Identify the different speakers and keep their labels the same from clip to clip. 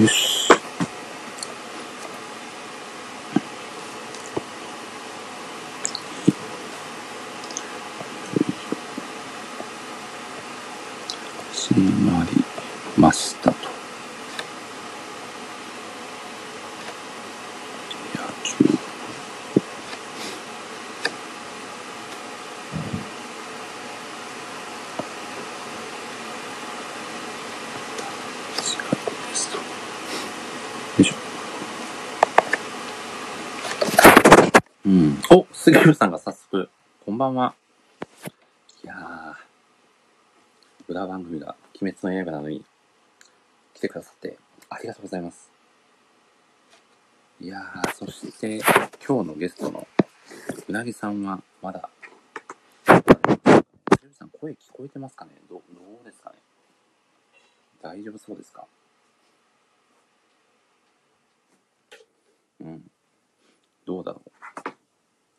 Speaker 1: よし。閉まりましたと。野球。違いですと。よいしょ。うん。お、杉浦さんが早速、こんばんは。いやー、裏番組が鬼滅の刃なのに来てくださってありがとうございます。いやー、そして今日のゲストのうなぎさんはまだ、セルさん声聞こえてますかねどどうですかね大丈夫そうですかうん。どうだろ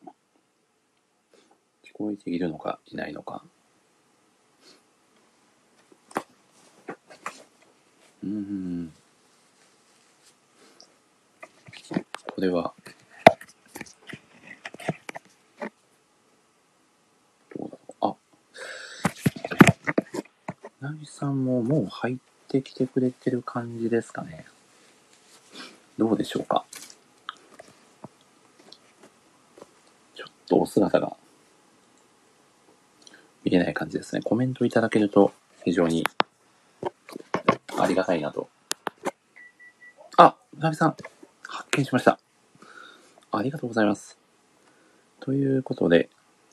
Speaker 1: う聞こえているのかいないのか。うーん。これは、どうだろう。あ、なぎさんももう入ってきてくれてる感じですかね。どうでしょうか。ちょっとお姿が見れない感じですね。コメントいただけると非常にありがたいなと。あ、うなぎさん、発見しました。ありがとうございます。ということで、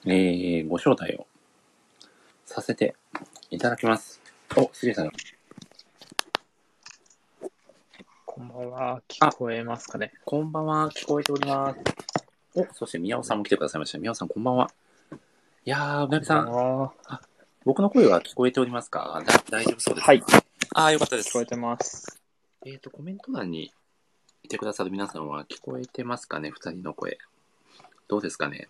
Speaker 1: えー、ご招待をさせていただきます。お、すげえさん、
Speaker 2: こんばんは。聞こえますかね。
Speaker 1: こんばんは、聞こえております。お、そして宮尾さんも来てくださいました。宮尾さん、こんばんは。いやー、うなぎさ
Speaker 2: こ
Speaker 1: ん、
Speaker 2: ばは
Speaker 1: 僕の声は聞こえておりますかだ大丈夫そうですか
Speaker 2: はい。
Speaker 1: あー、よかったで
Speaker 2: 聞
Speaker 1: す
Speaker 2: こえ。てます。
Speaker 1: えっ、と、コメント欄にいてくださる皆さんは聞こえてますかね二人の声。どうですかね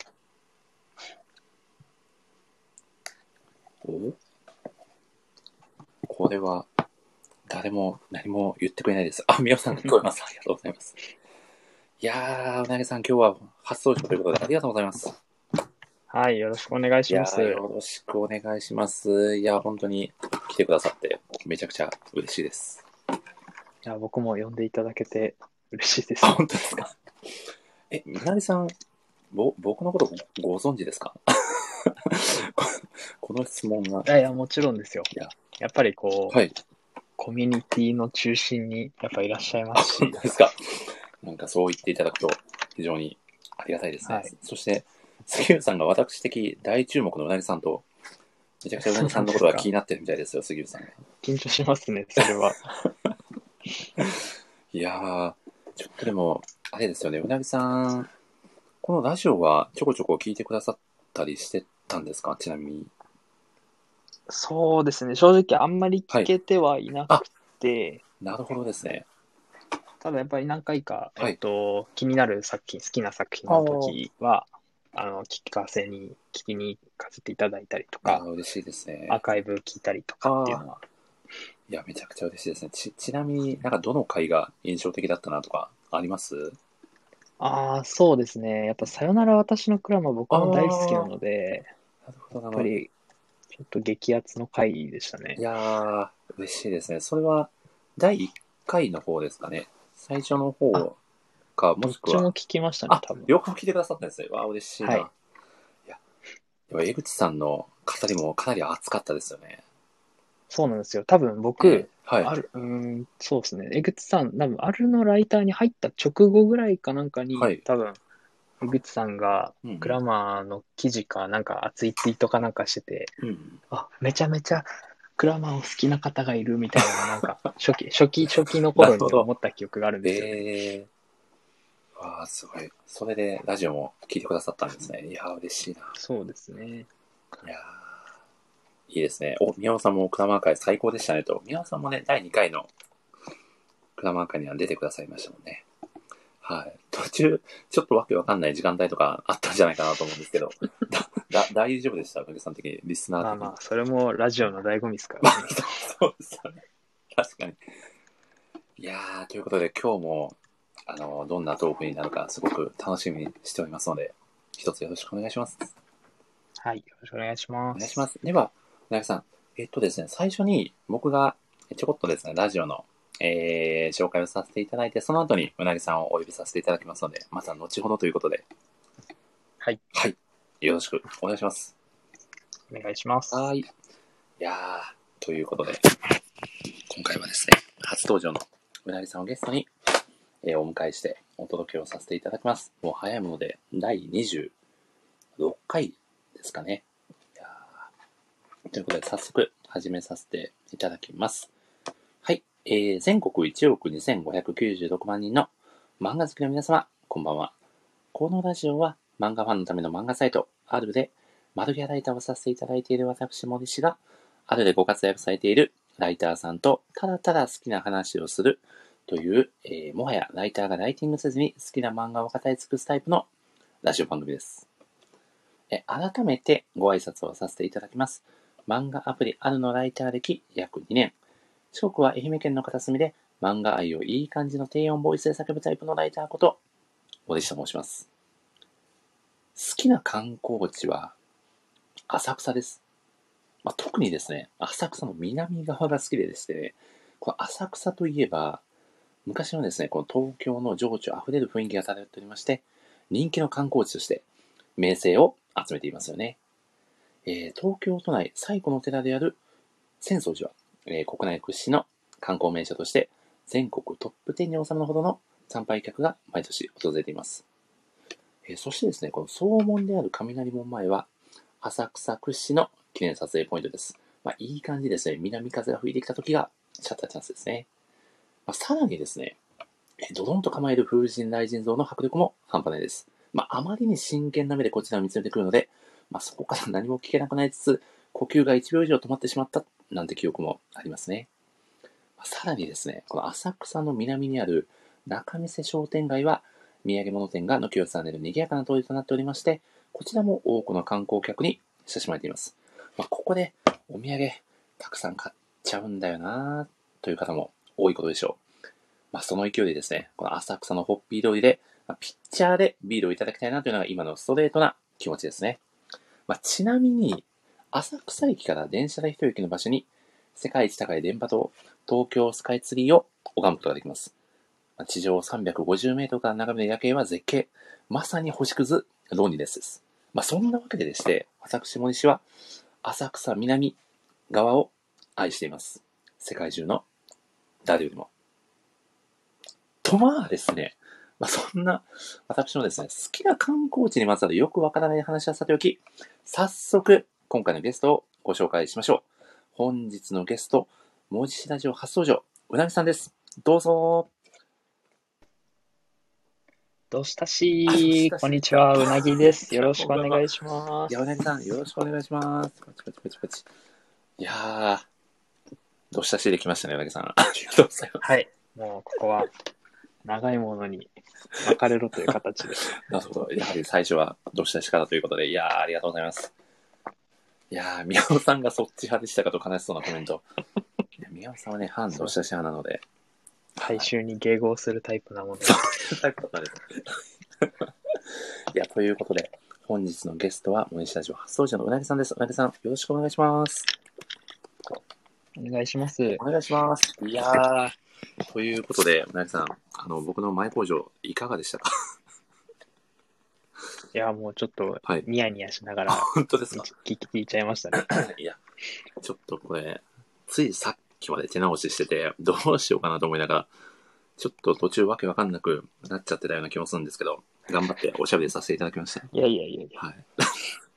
Speaker 1: おこれは、誰も何も言ってくれないです。あ、みおさんが聞こえます。ありがとうございます。いやー、うなぎさん、今日は初登場ということでありがとうございます。
Speaker 2: はい。よろしくお願いしま
Speaker 1: いやー
Speaker 2: す。
Speaker 1: よろしくお願いします。いやー、本当に来てくださって、めちゃくちゃ嬉しいです。
Speaker 2: いや、僕も呼んでいただけて嬉しいです
Speaker 1: あ、。本当ですか。 え、みなりさん、ぼ、僕のことごご存知ですか ここの質問が
Speaker 2: い。やいや、もちろんですよ。
Speaker 1: いや
Speaker 2: やっぱりこう、
Speaker 1: はい。
Speaker 2: コミュニティの中心にやっぱいらっしゃいま
Speaker 1: あ、
Speaker 2: すし
Speaker 1: 本、当ですか。なんかそう言っていただくと非常にありがたいですね。
Speaker 2: はい
Speaker 1: そして、杉浦さんが私的大注目のうなぎさんと、めちゃくちゃうなぎさんのことが気になってるみたいですよ、杉浦さんが。
Speaker 2: 緊張しますね、それは。
Speaker 1: いやー、ちょっとでも、あれですよね、うなぎさん、このラジオはちょこちょこ聞いてくださったりしてたんですかちなみに。
Speaker 2: そうですね、正直あんまり聞けてはいなくて、
Speaker 1: なるほどですね。
Speaker 2: ただやっぱり何回か、
Speaker 1: はい
Speaker 2: えっと、気になる作品、好きな作品の時は、あの、聞かせに、聞きに行かせていただいたりと
Speaker 1: あ
Speaker 2: か
Speaker 1: ー、嬉しいですね。
Speaker 2: アーカイブ聞いたりとかっていうのはい
Speaker 1: や、めちゃくちゃ嬉しいですね。ち、ちなみになんかどの回が印象的だったなとかあります
Speaker 2: ああ、そうですね。やっぱ、さよなら私のクラマ僕も大好きなので、
Speaker 1: なるほど、な
Speaker 2: やっぱ。り、ちょっと激アツの回でしたね
Speaker 1: い。やー、嬉しいですね。それは、第1回の方ですかね。最初の方か、も
Speaker 2: どっ
Speaker 1: しく
Speaker 2: ちも
Speaker 1: は。
Speaker 2: 聞きましたね
Speaker 1: あ、、
Speaker 2: 多分。
Speaker 1: 両方聞いてくださったんですね。わー、嬉しいな。
Speaker 2: はい
Speaker 1: い、や、でも江口さんの語りもかなり熱かったですよね。
Speaker 2: そうなんですよ。多分僕、
Speaker 1: はい。
Speaker 2: ある、うーん、そうですね。江口さん、多分、あるのライターに入った直後ぐらいかなんかに、
Speaker 1: はい
Speaker 2: 多分、江口さんが、
Speaker 1: うん
Speaker 2: グラマーの記事か、なんか熱いツイートかなんかしてて、
Speaker 1: うん
Speaker 2: あ、めちゃめちゃ、クラマーを好きな方がいるみたいな、なんか、初期、初期、初期の頃に思った記憶があるんですよね。
Speaker 1: えー、わー、すごい。それでラジオも聞いてくださったんですね。いやー、嬉しいな。
Speaker 2: そうですね。
Speaker 1: いやーいいですね。お、宮尾さんもクラマー会最高でしたねと。宮尾さんもね、第2回のクラマー会には出てくださいましたもんね。はい。途中、ちょっとわけわかんない時間帯とかあったんじゃないかなと思うんですけど、 だだ大丈夫でしたおかげさん的に、リスナー的
Speaker 2: まあ
Speaker 1: に。
Speaker 2: まあ、 それもラジオの醍醐味ですからね。
Speaker 1: そうですよね。確かに。いやー、ということで今日も、あの、どんなトークになるかすごく楽しみにしておりますので、一つよろしくお願いします。
Speaker 2: はい。よろしくお願いしま
Speaker 1: お
Speaker 2: す。
Speaker 1: 願いします。では、村上さん。えっとですね、最初に僕がちょこっとですね、ラジオの、えー紹介をさせていただいて、その後にうなぎさんをお呼びさせていただきますので、また後ほどということで。
Speaker 2: はい。
Speaker 1: はい。よろしくお願いします。
Speaker 2: お願いします。
Speaker 1: はい。いやー、ということで、今回はですね、初登場のうなぎさんをゲストに、えーお迎えしてお届けをさせていただきます。もう早いもので、第26回ですかね。いやーということで、早速始めさせていただきます。はい。えー全国1億2596万人の漫画好きの皆様、こんばんは。このラジオは漫画ファンのための漫画サイト、あるで丸ギャライターをさせていただいている私、森氏が、あるでご活躍されているライターさんと、ただただ好きな話をするという、えーもはやライターがライティングせずに好きな漫画を語り尽くすタイプのラジオ番組です。えー改めてご挨拶をさせていただきます。漫画アプリあるのライター歴約2年。四国は愛媛県の片隅で漫画愛をいい感じの低音ボイスで叫ぶタイプのライターこと、森下と申します。好きな観光地は浅草です。まあ、特にですね、浅草の南側が好きでですね、この浅草といえば、昔のですね、この東京の情緒あふれる雰囲気が漂っておりまして、人気の観光地として名声を集めていますよね。えー東京都内最古の寺である浅草寺は、えー国内屈指の観光名所として、全国トップ10に収まるほどの参拝客が毎年訪れています。えーそしてですね、この総門である雷門前は、浅草屈指の記念撮影ポイントです。まあ、いい感じですね。南風が吹いてきた時がシャッターチャンスですね。まあ、さらにですね、えドドンと構える風神雷神像の迫力も半端ないです。まあ、あまりに真剣な目でこちらを見つめてくるので、まあ、そこから何も聞けなくなりつつ、呼吸が1秒以上止まってしまったなんて記憶もありますね。まあさらにですね、この浅草の南にある中見世商店街は、土産物店が軒を連ねる賑やかな通りとなっておりまして、こちらも多くの観光客に親しまれています。まあ、ここでお土産たくさん買っちゃうんだよなという方も多いことでしょう。まあ、その勢いでですね、この浅草のホッピー通りで、まあピッチャーでビールをいただきたいなというのが今のストレートな気持ちですね。まあ、ちなみに、浅草駅から電車で一駅の場所に、世界一高い電波塔、東京スカイツリーを拝むことができます。まあ地上350メートルから眺める夜景は絶景。まさに星屑、ロンリネスです。まあ、そんなわけででして、私森氏は浅草南側を愛しています。世界中の誰よりも。とまあですね、まあ、そんな私のですね、好きな観光地にまつわるよくわからない話はさておき、早速今回のゲストをご紹介しましょう。本日のゲスト、文字市ラジオ初登場、うなみさんです。どうぞ。
Speaker 2: どうした
Speaker 1: あどうし
Speaker 2: した
Speaker 1: し
Speaker 2: こんにちは、うなぎです。
Speaker 1: いや
Speaker 2: よろしく
Speaker 1: こ
Speaker 2: お
Speaker 1: んばん
Speaker 2: 願
Speaker 1: はい
Speaker 2: します。
Speaker 1: いや、おなぎさん、よろしくお願いします。パチパチパチパチ。いやー、どうしたしできましたね、うなぎさん。ありがとうございます。
Speaker 2: はい。もう、ここは、長いものに分かれろという 形で。
Speaker 1: なるほど。やはり最初はどうしたしからということで、いやー、ありがとうございます。いやー、宮尾さんがそっち派でしたかと悲しそうなコメント。いや宮尾さんはね、反どうしたし派なので。
Speaker 2: 大衆に迎合するタイプなもので。
Speaker 1: そういうことです。いや、ということで、本日のゲストは、森下城発想者のうなぎさんです。うなぎさん、よろしくお願いします。
Speaker 2: お願いします。
Speaker 1: お願いします。いやー、ということで、うなぎさん、あの、僕の前工場、いかがでした か
Speaker 2: いや、もうちょっと
Speaker 1: はい、
Speaker 2: ニヤニヤしなが ら、
Speaker 1: 本当ですか
Speaker 2: 聞聞いちゃいましたね。
Speaker 1: いや、ちょっとこれ、ついさっきまで手直ししてて、どうしようかなと思いながら、ちょっと途中わけわかんなくなっちゃってたような気もするんですけど、頑張っておしゃべりさせていただきました。
Speaker 2: いやいやいやいや。
Speaker 1: はい。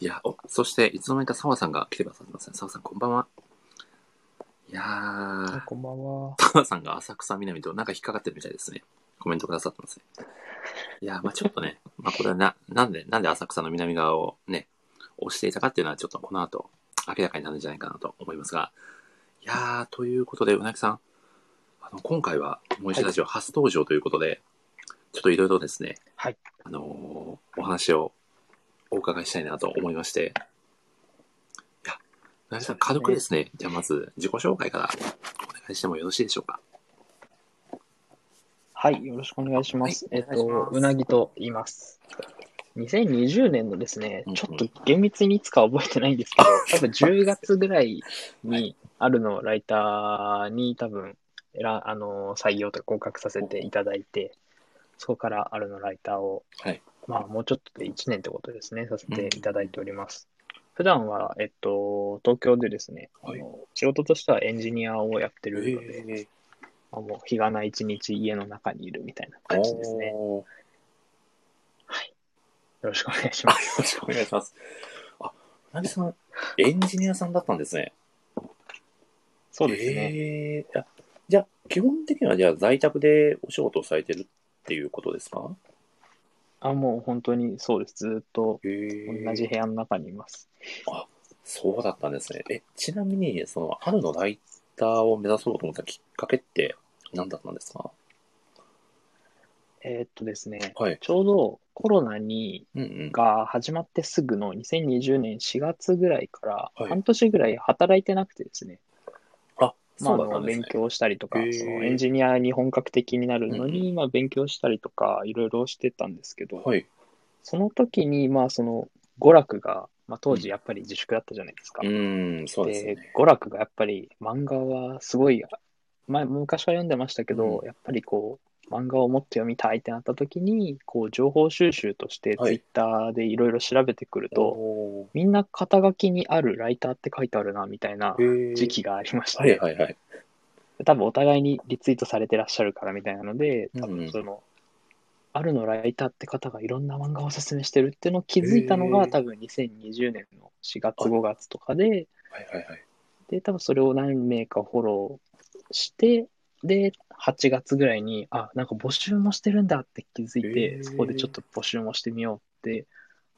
Speaker 1: いや、お、そして、いつの間にか澤さんが来てくださってますね。澤さん、こんばんは。いや ー、
Speaker 2: こんばんは。
Speaker 1: 澤さんが浅草南となんか引っかかってるみたいですね。コメントくださってますね。いやー、まあちょっとね、 まあこれはな、なんで、なんで浅草の南側をね、押していたかっていうのはちょっとこの後、明らかになるんじゃないかなと思いますが。いやー、ということで、うなぎさん、あの、今回は、もう一度ラジオ初登場ということで、ちょっといろいろですね、
Speaker 2: はい。
Speaker 1: あのーお話をお伺いしたいなと思いまして。いや、うなぎさん、軽くですね、じゃあまず自己紹介からお願いしてもよろしいでしょうか。
Speaker 2: はい、よろしくお願いします。
Speaker 1: はい
Speaker 2: えっ
Speaker 1: お願いしま
Speaker 2: と、
Speaker 1: す
Speaker 2: うなぎと言います。2020年のですね
Speaker 1: うんうん、
Speaker 2: ちょっと厳密にいつかは覚えてないんですけど、 多分10月ぐらいにあるのをライターに多分、えらあの採用とか合格させていただいて、そこからあるのライターを、
Speaker 1: はい
Speaker 2: まあもうちょっとで1年ってことですね、させていただいております。普段は、えっと、東京でですね、
Speaker 1: はい
Speaker 2: あの仕事としてはエンジニアをやってるので、
Speaker 1: え
Speaker 2: あもう日がない一日家の中にいるみたいな感じですね。よ
Speaker 1: おーよ
Speaker 2: ろしくお願いします。
Speaker 1: ろしくお願いします。あ、うなぎさん、エンジニアさんだったんですね。
Speaker 2: そうですね。
Speaker 1: えーあじゃあ、基本的にはじゃあ在宅でお仕事をされてるっていうことですか
Speaker 2: あ、もう本当にそうです。ずっと
Speaker 1: へ
Speaker 2: 同じ部屋の中にいます。
Speaker 1: そうだったんですね。え、ちなみに、その、春のライターを目指そうと思ったきっかけって何だったんですか
Speaker 2: えーっとですね、
Speaker 1: はい。
Speaker 2: ちょうどコロナに
Speaker 1: うんうん。
Speaker 2: が始まってすぐの2020年4月ぐらいから
Speaker 1: はい
Speaker 2: 半年ぐらい働いてなくてですね、
Speaker 1: あ、
Speaker 2: まあ、
Speaker 1: そうだ
Speaker 2: あ
Speaker 1: った
Speaker 2: の
Speaker 1: んです
Speaker 2: 勉
Speaker 1: ね。
Speaker 2: 強したりとか、
Speaker 1: へー
Speaker 2: そのエンジニアに本格的になるの
Speaker 1: うん
Speaker 2: に、まあ、勉強したりとかいろいろしてたんですけど、
Speaker 1: はい。
Speaker 2: その時に、まあ、その娯楽が、まあ、当時やっぱり自粛だったじゃないですか。
Speaker 1: うーん、そうですよ
Speaker 2: で
Speaker 1: ね。
Speaker 2: 娯楽がやっぱり漫画はすごい、前昔は読んでましたけど、
Speaker 1: う
Speaker 2: やっぱりこう漫画をもっと読みたいってなった時にこう情報収集として
Speaker 1: はい
Speaker 2: ツイッターでいろいろ調べてくると、
Speaker 1: お
Speaker 2: みんな肩書きにあるライターって書いてあるなみたいな
Speaker 1: ーへ
Speaker 2: 時期
Speaker 1: が。
Speaker 2: がありました、
Speaker 1: はいはいはい。
Speaker 2: 多分お互いにリツイートされてらっしゃるからみたいなので多
Speaker 1: うんう
Speaker 2: 分
Speaker 1: ん
Speaker 2: その、あるのライターって方がいろんな漫画をおすすめしてるっていうのを気づいたの
Speaker 1: へ
Speaker 2: が
Speaker 1: ー
Speaker 2: 多分2020年の4月5月とかで
Speaker 1: はいはいはい。
Speaker 2: で、多分それを何名かフォローして、で、8月ぐらいに、あ、なんか募集もしてるんだって気づい
Speaker 1: へ
Speaker 2: て、
Speaker 1: ー
Speaker 2: そこでちょっと募集もしてみようって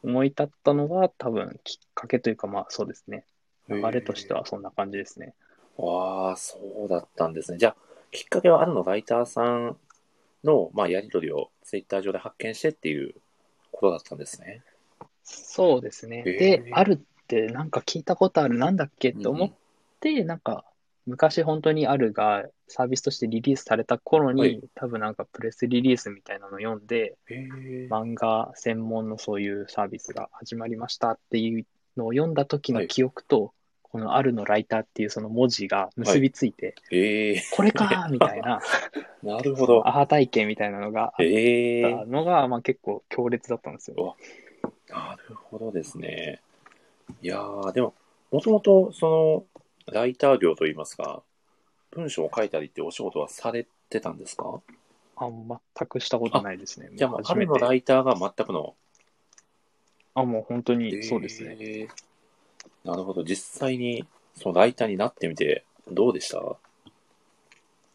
Speaker 2: 思い立ったのが多分きっかけというか、まあそうですね。流れとして
Speaker 1: は。
Speaker 2: はそんな感じですね。
Speaker 1: わあ、そうだったんですね。じゃあ、きっかけはあるのライターさんの、まあ、やりとりをツイッター上で発見してっていうことだったんですね。
Speaker 2: そうですね。
Speaker 1: へー
Speaker 2: で、あるってなんか聞いたことある、なんだっけって思って、なんか昔本当にあるがサービスとしてリリースされた頃に、
Speaker 1: はい
Speaker 2: 多分なんかプレスリリースみたいなの読んで、
Speaker 1: へえ。
Speaker 2: 漫画専門のそういうサービスが始まりましたっていうのを読んだ時の記憶と、この「あるのライター」っていうその文字が結びついて、
Speaker 1: ええ
Speaker 2: これかーみたいな
Speaker 1: なるほど。
Speaker 2: アハ体験みたいなのがあっ
Speaker 1: ええ
Speaker 2: たのが、まあ、結構強烈だったんですよ。
Speaker 1: なるほどですね。いやー、でも、もともと、その、ライター業といいますか、文章を書いたりってお仕事はされてたんですか
Speaker 2: あ全くしたことないですね。
Speaker 1: じゃあ、もう、
Speaker 2: 初
Speaker 1: 春
Speaker 2: め
Speaker 1: のラ
Speaker 2: て。
Speaker 1: イターが全くの。
Speaker 2: あ、もう本当にそうですね。
Speaker 1: えーなるほど。実際に、そのライターになってみて、どうでした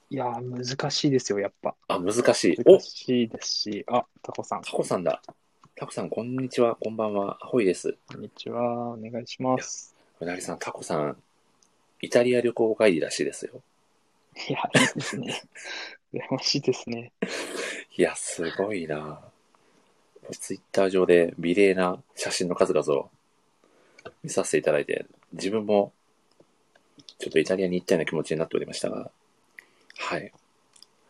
Speaker 2: いやー、難しいですよ、やっぱ。
Speaker 1: あ、難しい。お
Speaker 2: 難しいですし、あ、タコさん、
Speaker 1: タコさんだ。タコさん、こんにちは。こんばんは。アホイです。
Speaker 2: こんにちは。お願いします。
Speaker 1: うなぎさん、タコさん、イタリア旅行会議らしいですよ。
Speaker 2: いや、いいですね。羨ましいで すね。
Speaker 1: いや、すごいなツイッター上で美麗な写真の数々を見させていただいて、自分もちょっとイタリアに行ったような気持ちになっておりましたが、はい。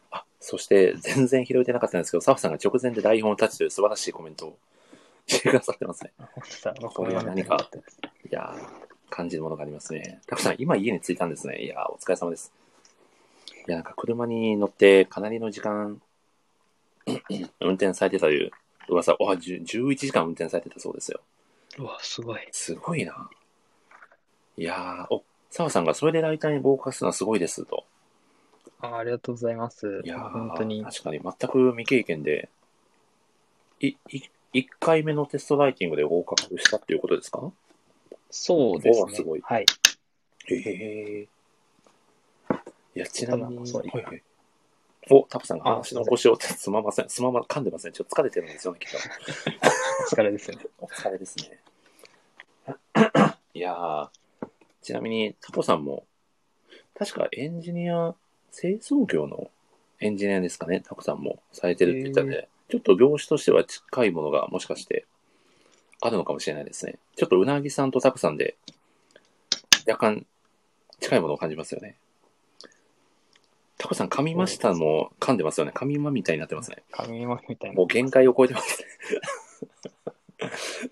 Speaker 1: あ、そして全然拾えてなかったんですけど、サフさんが直前で台本をタッチという素晴らしいコメントを してくださってますね。これは何かいやー感じるものがありますね。たくさん、今家に着いたんですね。いやーお疲れ様です。いや、なんか車に乗ってかなりの時間、 運転されてたという噂、おはじゅ11時間運転されてたそうですよ。
Speaker 2: うわ、すごい。
Speaker 1: すごいな。いやー、お、澤さんがそれでライターに合格するのはすごいですと。
Speaker 2: あありがとうございます。
Speaker 1: いやー
Speaker 2: 本当に。
Speaker 1: 確かに全く未経験で、い、い、1回目のテストライティングで合格したっていうことですか
Speaker 2: そうです
Speaker 1: おー
Speaker 2: ね。
Speaker 1: すごい
Speaker 2: はい。
Speaker 1: へえ。いや、ちなみに、
Speaker 2: そう
Speaker 1: はいはい。お、タプさんが
Speaker 2: あ
Speaker 1: 話の腰を、すまません。すまま、噛んでません。ちょっと疲れてるんですよね、きっと。
Speaker 2: お疲れですよね。
Speaker 1: お疲れですね。いやー、ちなみにタコさんも、確かエンジニア、製造業のエンジニアですかね、タコさんもされてるって言ったので、ちょっと業種としては近いものがもしかしてあるのかもしれないですね。ちょっとうなぎさんとタコさんで、若干近いものを感じますよね。タコさん、神ましたも噛んでますよね。神まみたいになってますね。
Speaker 2: 紙まみたいな
Speaker 1: もう。限界を超えて ますね。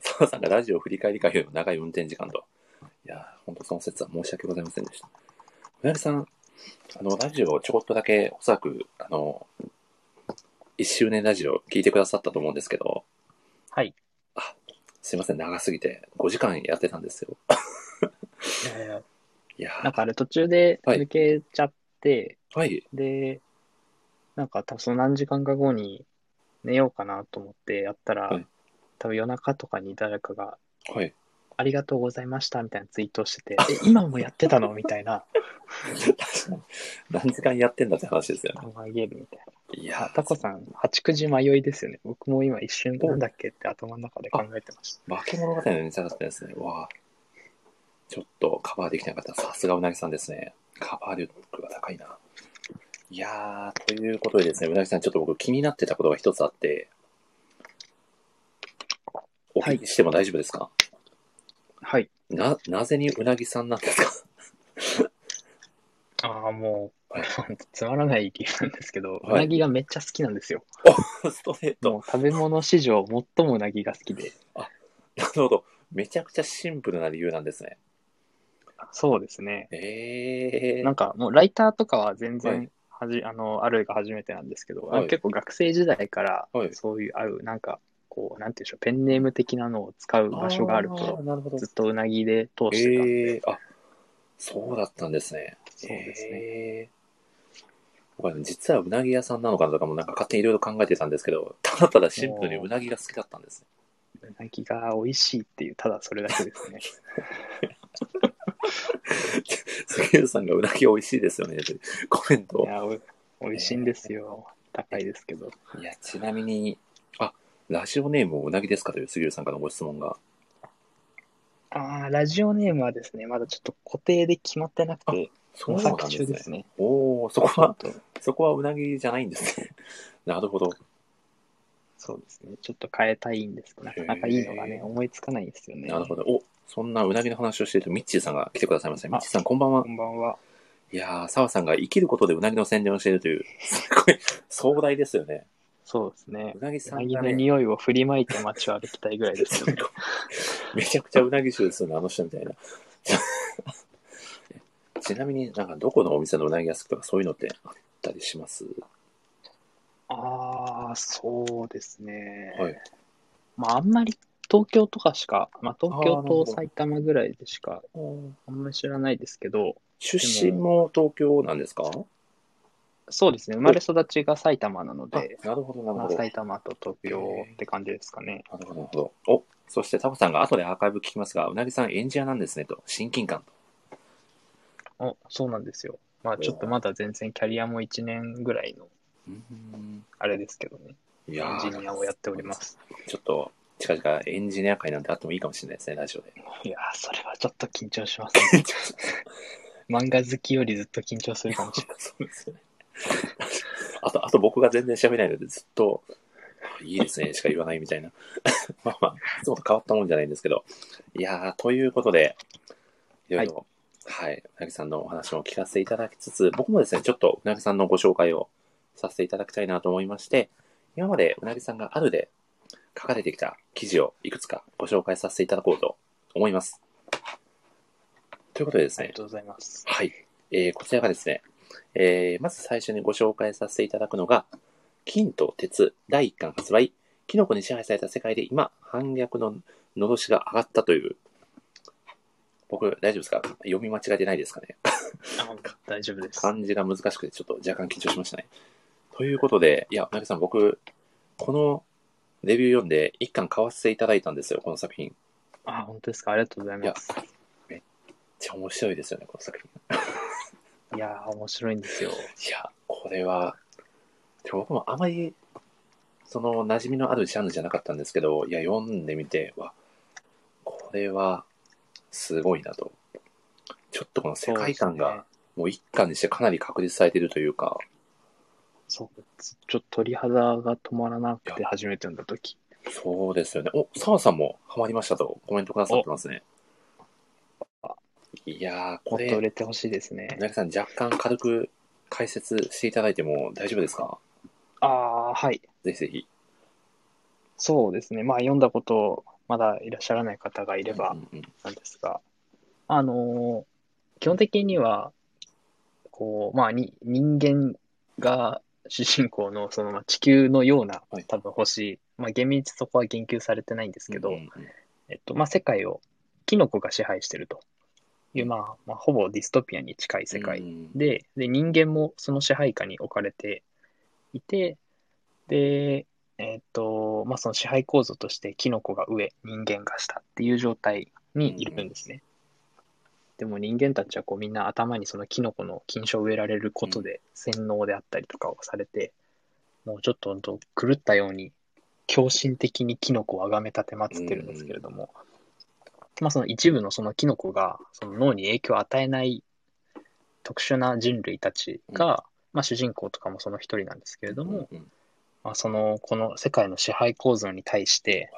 Speaker 1: 澤さんがラジオ振り返り会よりも長い運転時間と。いやー、本当その説は申し訳ございませんでした。村上さん、あの、ラジオちょこっとだけ、おそらく、あの、1周年ラジオ聞いてくださったと思うんですけど、
Speaker 2: はい。
Speaker 1: すいません、長すぎて、5時間やってたんですよ。
Speaker 2: いやいや
Speaker 1: いやー
Speaker 2: なんかあれ途中で
Speaker 1: はい
Speaker 2: 抜けちゃって、
Speaker 1: はい、
Speaker 2: で、なんか多分その何時間か後に寝ようかなと思ってやったら、
Speaker 1: はい
Speaker 2: 多分夜中とかに誰かが、
Speaker 1: はい。
Speaker 2: ありがとうございましたみたいなツイートをしてて、え、今もやってたのみたいな、
Speaker 1: 何時間やってんだって話ですよね。
Speaker 2: 考えるみたい
Speaker 1: い
Speaker 2: な。あ
Speaker 1: やー
Speaker 2: タコさん、8、9時迷いですよね。僕も今一瞬なんだっけって頭の中で考えてました。
Speaker 1: 化け物語のネタだったですね。わあ。ちょっとカバーできなかった。さすがうなぎさんですね。カバー力が高いな。いやー、ということでですね、うなぎさん、ちょっと僕気になってたことが一つあって、お聞きしても大丈夫ですか、
Speaker 2: はい。
Speaker 1: な、なぜにうなぎさんなんですか
Speaker 2: ああ、もう、
Speaker 1: はい
Speaker 2: つまらない理由なんですけど、
Speaker 1: はいう
Speaker 2: なぎがめっちゃ好きなんですよ。
Speaker 1: ストレー
Speaker 2: も
Speaker 1: ト。
Speaker 2: う食べ物史上最もうなぎが好きで。
Speaker 1: なるほど。めちゃくちゃシンプルな理由なんですね。
Speaker 2: そうですね。
Speaker 1: え
Speaker 2: な
Speaker 1: ー
Speaker 2: ん。かもうライターとかは全
Speaker 1: は
Speaker 2: 然
Speaker 1: い
Speaker 2: はじ、あの、あるが初めてなんですけど、
Speaker 1: はい
Speaker 2: 結構学生時代から
Speaker 1: はい
Speaker 2: そういう合う、なんかこう、なんていうんでしょう、ペンネーム的なのを使う場所がある
Speaker 1: ー
Speaker 2: と、
Speaker 1: なるほど
Speaker 2: ずっ。とうなぎで通してたんで、
Speaker 1: えー、あそうだったんですね。
Speaker 2: そうですね
Speaker 1: ね。僕はね実はうなぎ屋さんなのかなとかもなんか勝手にいろいろ考えてたんですけど、ただただシンプルにうなぎが好きだったんですね。
Speaker 2: うなぎが美味しいっていう、ただそれだけで すね。
Speaker 1: 杉浦さんがうなぎ美味しいですよねというコメント
Speaker 2: い
Speaker 1: を。
Speaker 2: や、お美味しいんですよ。高いですけど。
Speaker 1: いや、ちなみに、あ、ラジオネームをうなぎですかという杉浦さんからのご質問が。
Speaker 2: ああ、ラジオネームはですね、まだちょっと固定で決まってなくて、
Speaker 1: そ
Speaker 2: 模索中です
Speaker 1: ね。
Speaker 2: ね。
Speaker 1: おおそ
Speaker 2: ち
Speaker 1: こ
Speaker 2: ょっ
Speaker 1: は、
Speaker 2: と、
Speaker 1: そこはうなぎじゃないんですね。 なるほど。
Speaker 2: そうですね。ちょっと変えたいんですけど、なかなかいいのが
Speaker 1: へ
Speaker 2: ね、
Speaker 1: ー
Speaker 2: 思いつかないんですよね。
Speaker 1: なるほど。お、そんなうなぎの話をしていると、ミッチーさんが来てくださいました。ミッチーさん、こんばんは
Speaker 2: こ。んばんは。
Speaker 1: いやー、澤さんが生きることでうなぎの宣伝をしているという、すごい壮大ですよね。
Speaker 2: そうですね
Speaker 1: う。なぎ
Speaker 2: う
Speaker 1: さ
Speaker 2: なんぎ
Speaker 1: が
Speaker 2: の
Speaker 1: ね、
Speaker 2: 匂いを振りまいて街を歩きたいぐらいです
Speaker 1: す
Speaker 2: よ
Speaker 1: ごい
Speaker 2: ね。
Speaker 1: めちゃくちゃうなぎ臭ですよね、あの人みたいな。 ちなみになんかどこのお店のうなぎが好きとかそういうのってあったりします
Speaker 2: ああ、そうですね。
Speaker 1: はい
Speaker 2: まあ、あんまり東京とかしか、まあ、東
Speaker 1: あーな
Speaker 2: 京
Speaker 1: るほど
Speaker 2: と埼玉ぐらいでしか、あんまり知らないですけど、
Speaker 1: 出身も東京なんですか
Speaker 2: そうですね。生まれ育ちが埼玉なの
Speaker 1: あ
Speaker 2: で、
Speaker 1: なるほど、なる
Speaker 2: ま
Speaker 1: ほ
Speaker 2: あ、
Speaker 1: ど。な
Speaker 2: 埼玉と東京って感じですかね。
Speaker 1: るほど、なるほど。お、そしてタコさんが後でアーカイブ聞きますが、うなぎさん演者なんですねと、親近感と。
Speaker 2: あ、そうなんですよ。まあ、ちょっとまだ全然キャリアも1年ぐらいの、
Speaker 1: うん
Speaker 2: あれですけどね。
Speaker 1: い
Speaker 2: エ
Speaker 1: や
Speaker 2: ン
Speaker 1: ー
Speaker 2: ジニアをやっております。
Speaker 1: ちょっと近々エンジニア会なんてあってもいいかもしれないですね、ラジオ で。
Speaker 2: いやー、それはちょっと緊張します ね。漫画好きよりずっと緊張するかもしれない。
Speaker 1: そうですよね。あと、あと僕が全然喋れないので、ずっと、あいいですね、しか言わないみたいな。 まあまあ、いつもと変わったもんじゃないんですけど。いやー、ということで、いろいろ、はい、うなぎさんのお話も聞かせていただきつつ、僕もですね、ちょっとうなぎさんのご紹介をさせていただきたいなと思いまして、今までうなぎさんがあるで書かれてきた記事をいくつかご紹介させていただこうと思います。ということでです
Speaker 2: あり
Speaker 1: ね
Speaker 2: が、とうございます。
Speaker 1: はい。えーこちらがですね、えーまず最初にご紹介させていただくのが、金と鉄第1巻発売、キノコに支配された世界で今、反逆ののどしが上がったという、僕、大丈夫ですか読み間違えてないですかね
Speaker 2: あ大丈夫です。
Speaker 1: 漢字が難しくてちょっと若干緊張しましたね。ということで、いや、なぎさん、僕、このレビュー読んで1巻買わせていただいたんですよ、この作品。めっ
Speaker 2: あ、本当ですか。ありがとうございます。
Speaker 1: ちゃ面白いですよね、この作品。
Speaker 2: いやー、面白いんですよ。
Speaker 1: いや、これは、で僕もあまり、その、馴染みのあるジャンルじゃなかったんですけど、いや、読んでみて、わ、これは、すごいなと。ちょっとこの世界観が、もう一巻にしてかなり確立されているというか、
Speaker 2: そうですね。そう、ちょっと鳥肌が止まらなくて初めて読んだ時。
Speaker 1: そうですよね。お、澤さんもハマりましたとコメントくださってますね。いやー、
Speaker 2: も
Speaker 1: こ
Speaker 2: っと売
Speaker 1: れ、
Speaker 2: れてほしいですね。
Speaker 1: 皆さん若干軽く解説していただいても大丈夫ですか
Speaker 2: ああ、はい。
Speaker 1: ぜひぜひ。
Speaker 2: そうですね。まあ、読んだこと、まだいらっしゃらない方がいれば
Speaker 1: う、んうんうん
Speaker 2: なんですが、あのー基本的には、こう、まあ、に人間が主人公の、その、まあ、地球のような
Speaker 1: はい、
Speaker 2: 多分星、まあ、厳密にそこは言及されてないんですけど、
Speaker 1: うんうん
Speaker 2: えっと、まあ、世界を、キノコが支配してるという、まあ、まあ、ほぼディストピアに近い世界
Speaker 1: うん
Speaker 2: で、で、人間もその支配下に置かれていて、で、えっと、まあ、その支配構造として、キノコが上、人間が下っていう状態にいるんですね。でも人間たちはこうみんな頭にそのキノコの菌床を植えられることで洗脳であったりとかをされて、もうちょっと本当狂ったように狂信的にキノコをあがめたてまつってるんですけれども、まあその一部のそのキノコがその脳に影響を与えない特殊な人類たちが、まあ主人公とかもその一人なんですけれども、
Speaker 1: うんうん
Speaker 2: まあ、そのこの世界の支配構造に対して、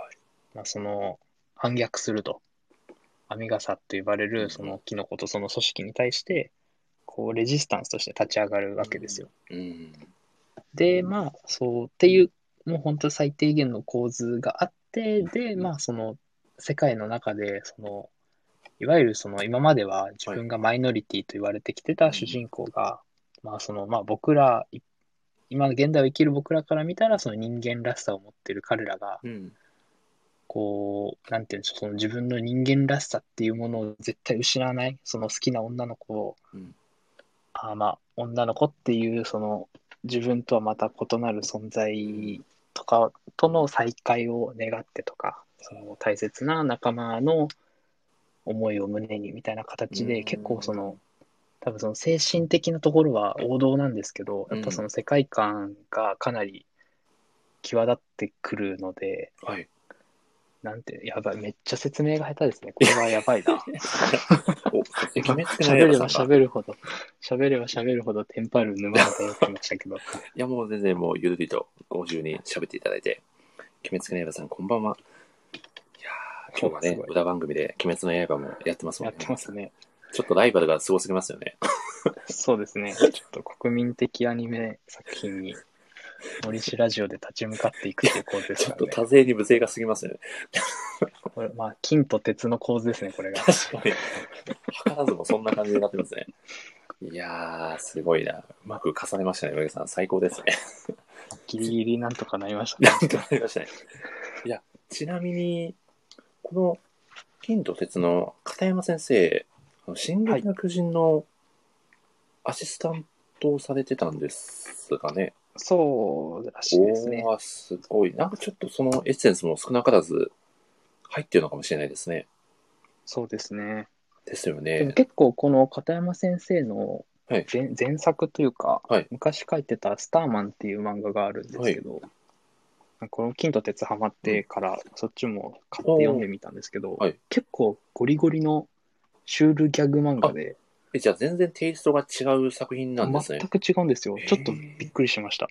Speaker 2: まあ、その反逆するとアミガサと呼ばれ
Speaker 1: うん
Speaker 2: るそのキノコとその組織に対してこうレジスタンスとして立ち上がるわけですよ。
Speaker 1: うん
Speaker 2: でまあそうっていうもう本当最低限の構図があってでまあその世界の中でそのいわゆるその今までは自分がマイノリティと言われてきてた主人公が、まあそのまあ僕らい今現代を生きる僕らから見たらその人間らしさを持ってる彼らが
Speaker 1: うん
Speaker 2: こう、なんていうんでしょう、その自分の人間らしさっていうものを絶対失わない、その好きな女の子を、
Speaker 1: うん
Speaker 2: あーまあ、女の子っていう、その自分とはまた異なる存在とかとの再会を願ってとか、その大切な仲間の思いを胸にみたいな形
Speaker 1: う
Speaker 2: で、
Speaker 1: ん
Speaker 2: 結構その、多分その精神的なところは王道なんですけど、やっぱその世界観がかなり際立ってくるので、
Speaker 1: はい。
Speaker 2: なんて、やばい、めっちゃ説明が下手ですね。これはやばい な。
Speaker 1: お、決めつけない
Speaker 2: 喋
Speaker 1: や
Speaker 2: れ
Speaker 1: つ
Speaker 2: ば
Speaker 1: なんだ。
Speaker 2: 喋るほど、喋れば喋るほどテンパる沼が出てきました けど。
Speaker 1: いや、もう全然もうゆるりとご自由に喋っていただいて。鬼滅の刃さん、こんばんは。いやー今日は
Speaker 2: す
Speaker 1: ね
Speaker 2: ご、い
Speaker 1: 裏番組で鬼滅の刃もやってますも
Speaker 2: や
Speaker 1: ん
Speaker 2: っ
Speaker 1: ね。
Speaker 2: てますね。
Speaker 1: ちょっとライバルがすごすぎますよね。
Speaker 2: そうですね。ちょっと国民的アニメ作品に、森氏ラジオで立ち向かっていくっていう構図で
Speaker 1: ち
Speaker 2: す
Speaker 1: ょっ
Speaker 2: から
Speaker 1: と
Speaker 2: ね。
Speaker 1: 多勢に無勢がすぎますよね。
Speaker 2: これまあ、金と鉄の構図ですね、これが。
Speaker 1: 確 かに。図らずもそんな感じになってますね。いやー、すごいな。うまく重ねましたね、上さん。最高ですね。
Speaker 2: ギリギリなんとかなりましたね。
Speaker 1: なんとなりましたね。いや、ちなみに、この、金と鉄の片山先生、あの進撃の巨人のアシスタントをされてたんですがね。
Speaker 2: そうらしいですね。
Speaker 1: おー、すごい。なんかちょっとそのエッセンスも少なからず入ってるのかもしれないですね。
Speaker 2: そうですね。
Speaker 1: ですよ
Speaker 2: でも
Speaker 1: ね。
Speaker 2: 結構この片山先生の
Speaker 1: はい
Speaker 2: 前,、前作というか、
Speaker 1: はい
Speaker 2: 昔書いてた「スターマン」っていう漫画があるんですけど、この「金と鉄」ハマってから、そっちも買って読んでみたんですけど、
Speaker 1: おーはい
Speaker 2: 結構ゴリゴリのシュールギャグ漫画で
Speaker 1: えじゃあ全然テイストが違う作品なんですね
Speaker 2: 全。く違うんですよ
Speaker 1: へー
Speaker 2: ちょっとびっくりしました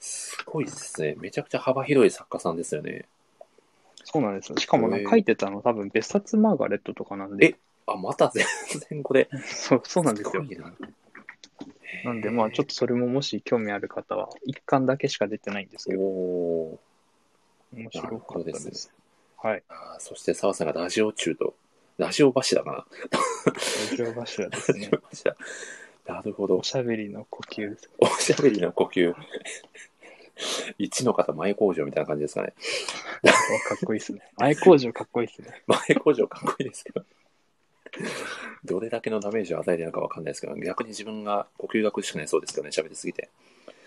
Speaker 1: すごいですね。めちゃくちゃ幅広い作家さんですよね。
Speaker 2: そうなんですよしかもな
Speaker 1: へー
Speaker 2: 書いてたの多分別冊マーガレットとかなんで
Speaker 1: あ、また全然これ。
Speaker 2: そうそうなんですよ
Speaker 1: ごいな
Speaker 2: なんでまあちょっとそれももし興味ある方は一巻だけしか出てないんですけど
Speaker 1: おー
Speaker 2: 面白かったです
Speaker 1: なるほどで
Speaker 2: はい
Speaker 1: あーそして澤さんがラジオ中と、ラジオ柱かな。
Speaker 2: ラジオ柱です
Speaker 1: ラジ
Speaker 2: ね
Speaker 1: オ。柱。なるほど
Speaker 2: お。しゃべりの呼吸です。
Speaker 1: おしゃべりの呼吸。 一の方前工場みたいな感じですかね。
Speaker 2: かっこいいですね。前工場かっこいいですね。
Speaker 1: 前工場かっこいいですけど。どれだけのダメージを与えてるのかわかんないですけど、逆に自分が呼吸が苦しくなりそうですけどね、喋りすぎて。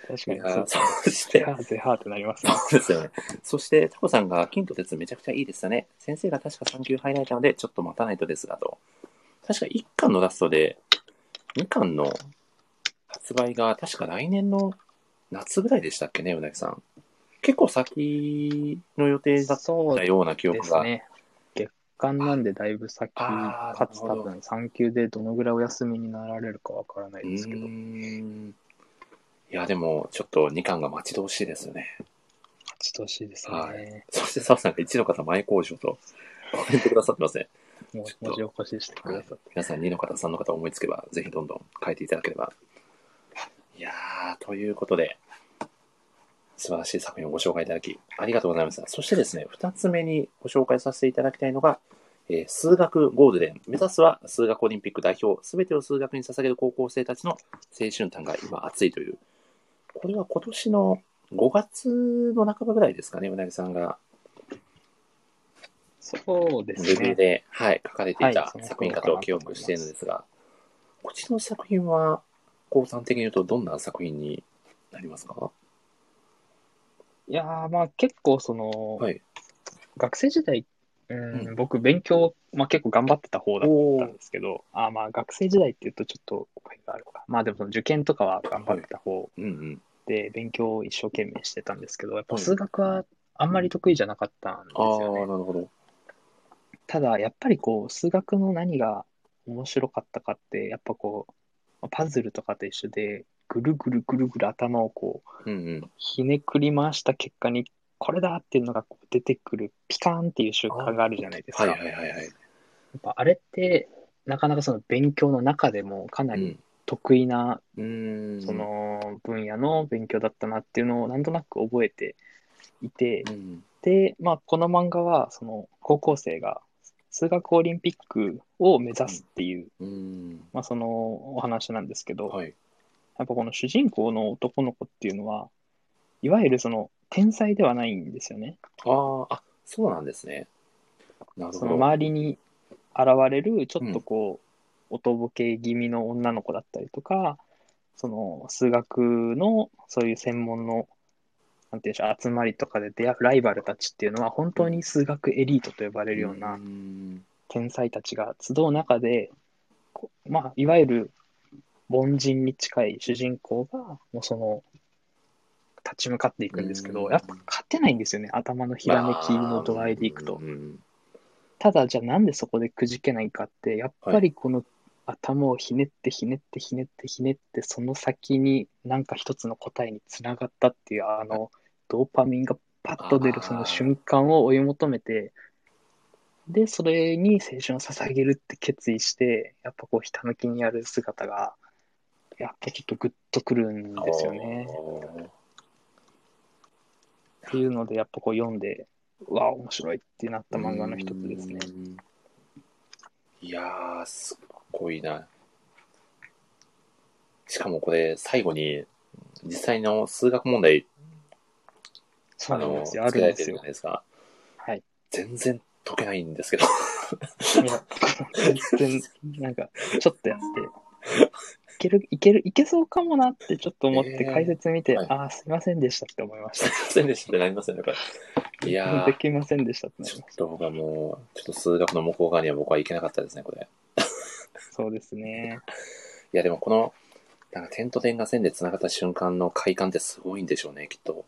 Speaker 2: 確
Speaker 1: い
Speaker 2: かに
Speaker 1: や
Speaker 2: そう
Speaker 1: ー
Speaker 2: で
Speaker 1: そし
Speaker 2: すね。
Speaker 1: て
Speaker 2: ゼ、ハーゼハーってなりますね。
Speaker 1: そうですよね。そして、タコさんが、金と鉄めちゃくちゃいいですよね。先生が確か3級入られたので、ちょっと待たないとですが、と。確か1巻のラストで、2巻の発売が、確か来年の夏ぐらいでしたっけね、うなぎさん。結構先の予定だっ
Speaker 2: そう
Speaker 1: た
Speaker 2: で
Speaker 1: ような記憶
Speaker 2: す
Speaker 1: が。
Speaker 2: ね。月間なんでだいぶ先、
Speaker 1: あー
Speaker 2: かつ
Speaker 1: な
Speaker 2: 多
Speaker 1: るほど
Speaker 2: 分3級でどのぐらいお休みになられるかわからな
Speaker 1: う
Speaker 2: いですけ
Speaker 1: ー
Speaker 2: ど、
Speaker 1: ん。いや、でも、ちょっと2巻が待ち遠しいですよね。
Speaker 2: 待ち遠しいです
Speaker 1: は
Speaker 2: ね。
Speaker 1: そして、澤さんが1の方前工場とコメントくださってますね。
Speaker 2: もう
Speaker 1: ちょっと
Speaker 2: 文字起こししてくださって。
Speaker 1: 皆さん2の方、3の方思いつけば、ぜひどんどん変えていただければ。いやーということで、素晴らしい作品をご紹介いただき、ありがとうございます。そしてですね、二つ目にご紹介させていただきたいのが、えー数学ゴールデン。目指すは数学オリンピック代表、すべてを数学に捧げる高校生たちの青春譚が今熱いという。これは今年の5月の半ばぐらいですかね、うなぎさんが
Speaker 2: そうです
Speaker 1: レビュー
Speaker 2: ね。
Speaker 1: で、はい、書かれてい
Speaker 2: はい
Speaker 1: た
Speaker 2: その
Speaker 1: 作品かと記憶しているのですが、こっちの作品は、高さん的に言うとどんな作品になりますか
Speaker 2: いやー、まあ結構その、
Speaker 1: はい。
Speaker 2: 学生時代、うん
Speaker 1: う
Speaker 2: 僕勉強、まあ、結構頑張ってた方だっ
Speaker 1: お
Speaker 2: たんですけど、あーまあ学生時代っていうとちょっと誤解があるのか。まあでもその受験とかは頑張ってた方
Speaker 1: うんうん。
Speaker 2: で勉強を一生懸命してたんですけど、やっぱ
Speaker 1: はい
Speaker 2: 数学はあんまり得意じゃなかったんです
Speaker 1: ああ、
Speaker 2: よ
Speaker 1: な
Speaker 2: ね。
Speaker 1: るほど。
Speaker 2: ただやっぱりこう数学の何が面白かったかって、やっぱこうまあパズルとかと一緒でぐるぐるぐるぐる頭をこう
Speaker 1: うんうん。
Speaker 2: ひねくり回した結果にこれだっていうのがこう出てくるピカーンっていう瞬間があるじゃないです
Speaker 1: は
Speaker 2: か。
Speaker 1: いはいはいはい。
Speaker 2: やっぱあれってなかなかその勉強の中でもかなり得意な
Speaker 1: うん。うーん。
Speaker 2: そ、の分野の勉強だったなっていうのをなんとなく覚えていて
Speaker 1: うん。
Speaker 2: でまあこの漫画はその高校生が数学オリンピックを目指すっていう
Speaker 1: うん。
Speaker 2: まあそのお話なんですけどやっ
Speaker 1: はい。
Speaker 2: ぱこの主人公の男の子っていうのはいわゆるその天才ではないんですよね。
Speaker 1: あーあ、そうなんですね。なる
Speaker 2: そ
Speaker 1: ほ
Speaker 2: の
Speaker 1: ど。
Speaker 2: 周りに現れるちょっとこう、おとぼけ気味の女の子だったりとかその数学のそういう専門のなんていうんでしょう集まりとかで出会うライバルたちっていうのは本当に数学エリートと呼ばれるよう
Speaker 1: う
Speaker 2: なん天才たちが集う中で、こうまあ、いわゆる凡人に近い主人公がもうその立ち向かっていくんですけど、
Speaker 1: うん
Speaker 2: やっぱ勝てないんですよね頭のひらめきの度合いでいくと。
Speaker 1: うん
Speaker 2: ただじゃあなんでそこでくじけないかってやっぱりこの頭をひねってひねってひねってひねってその先になんか一つの答えにつながったっていうあのドーパミンがパッと出るその瞬間を追い求めてでそれに青春を捧げるって決意してやっぱこうひたむきにやる姿がやっぱちょっとグッとくるんですよね。
Speaker 1: ね。
Speaker 2: っていうのでやっぱこう読んでうわあ面白いってなった漫画の一つですね。
Speaker 1: うん。いやー、すっごいな。しかもこれ、最後に、実際の数学問題、
Speaker 2: そ
Speaker 1: あ
Speaker 2: うなん
Speaker 1: の、
Speaker 2: です
Speaker 1: 作
Speaker 2: よ。
Speaker 1: ら
Speaker 2: あるん
Speaker 1: れ
Speaker 2: で
Speaker 1: てる
Speaker 2: す
Speaker 1: じゃ
Speaker 2: よ
Speaker 1: な。いですか。
Speaker 2: はい。
Speaker 1: 全然解けないんですけど。
Speaker 2: いや、全然、なんか、ちょっとやって、いける、いける、いけそうかもなってちょっと思っ
Speaker 1: え
Speaker 2: て、
Speaker 1: ー
Speaker 2: 解説見て、
Speaker 1: はい
Speaker 2: ああ、すいませんでしたって思いまし
Speaker 1: すいませんでしたってなりますよね、これ。いや
Speaker 2: た。
Speaker 1: ー
Speaker 2: で、きませんでしたってな
Speaker 1: ち
Speaker 2: り
Speaker 1: ょ
Speaker 2: ま
Speaker 1: っと僕はもう、ちょっと数学の向こう側には僕はいけなかったですね、これ。
Speaker 2: す。そうですね。
Speaker 1: いや、でもこの、なんか点と点が線で繋がった瞬間の快感ってすごいんでしょうね、きっと。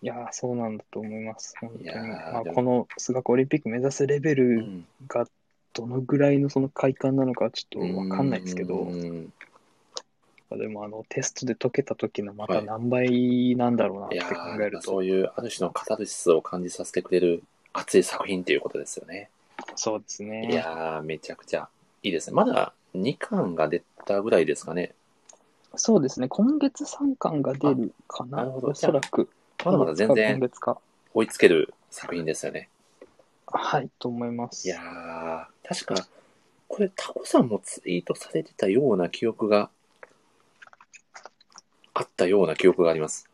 Speaker 2: いやー、そうなんだと思います。本当に。
Speaker 1: いやー
Speaker 2: まあ、
Speaker 1: でも
Speaker 2: この数学オリンピック目指すレベ
Speaker 1: う
Speaker 2: ル。がどのぐらいのその快感なのかはちょっとわかんないですけど
Speaker 1: う、ん
Speaker 2: でもあのテストで解けた時のまた
Speaker 1: はい
Speaker 2: 何倍なんだろうなっ
Speaker 1: い
Speaker 2: て
Speaker 1: や
Speaker 2: 考
Speaker 1: ー
Speaker 2: える
Speaker 1: そ
Speaker 2: と、
Speaker 1: ういうある種のカタルシスを感じさせてくれる熱い作品っていうことですよね。
Speaker 2: そうです
Speaker 1: い
Speaker 2: ね。
Speaker 1: やー、めちゃくちゃいいですね。まだ2巻が出たぐらいですかね。
Speaker 2: そうですね。今月3巻が出るか
Speaker 1: あ
Speaker 2: な、
Speaker 1: なるほど
Speaker 2: おそらく。
Speaker 1: まだまだ全
Speaker 2: 今
Speaker 1: 然
Speaker 2: 月か。
Speaker 1: 追いつける作品ですよね。
Speaker 2: はい、と思います。
Speaker 1: いやー、確か、これタコさんもツイートされてたような記憶があったような記憶があります。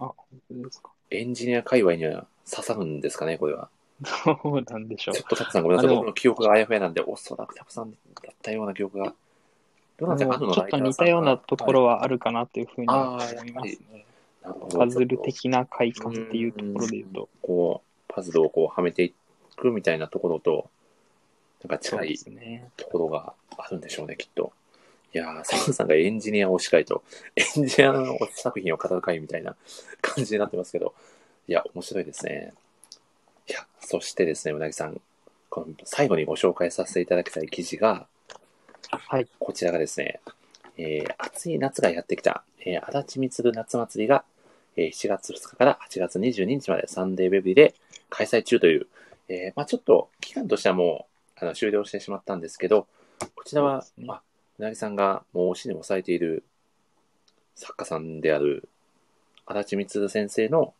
Speaker 2: どうですか
Speaker 1: エンジニア界隈には刺さるんですかね、これは。
Speaker 2: どうなんでしょう
Speaker 1: ちょ。っとタコさんごめんなさい。
Speaker 2: あでも
Speaker 1: 僕の記憶があやふやなんで、おそらくタコさんだったような記憶が。どうなんですか
Speaker 2: でもちょっと似たようなところはあるかなっていうふうに
Speaker 1: あ
Speaker 2: 思
Speaker 1: ー
Speaker 2: いますね。
Speaker 1: なるほど
Speaker 2: パズル的な快感っていうところで言うと、
Speaker 1: こう、パズルをこう、はめていくみたいなところと、なんか
Speaker 2: そう
Speaker 1: 近
Speaker 2: で
Speaker 1: い
Speaker 2: すね。
Speaker 1: ところがあるんでしょうね、きっと。いやー、サムさんがエンジニアを推し会と、エンジニアの作品を語る会みたいな感じになってますけど、いや、面白いですね。いや、そしてですね、うなぎさん、この最後にご紹介させていただきたい記事が、
Speaker 2: はい。
Speaker 1: こちらがですね、えー暑い夏がやってきた、えー、足立みつる夏祭りが、えー7月2日から8月22日までサンデーベビーで開催中という、えーまあちょっと期間としてはもうあの終了してしまったんですけど、こちらは
Speaker 2: そうです、ね
Speaker 1: あ、うなぎさんがもう押しに押されている作家さんである足立光先生の、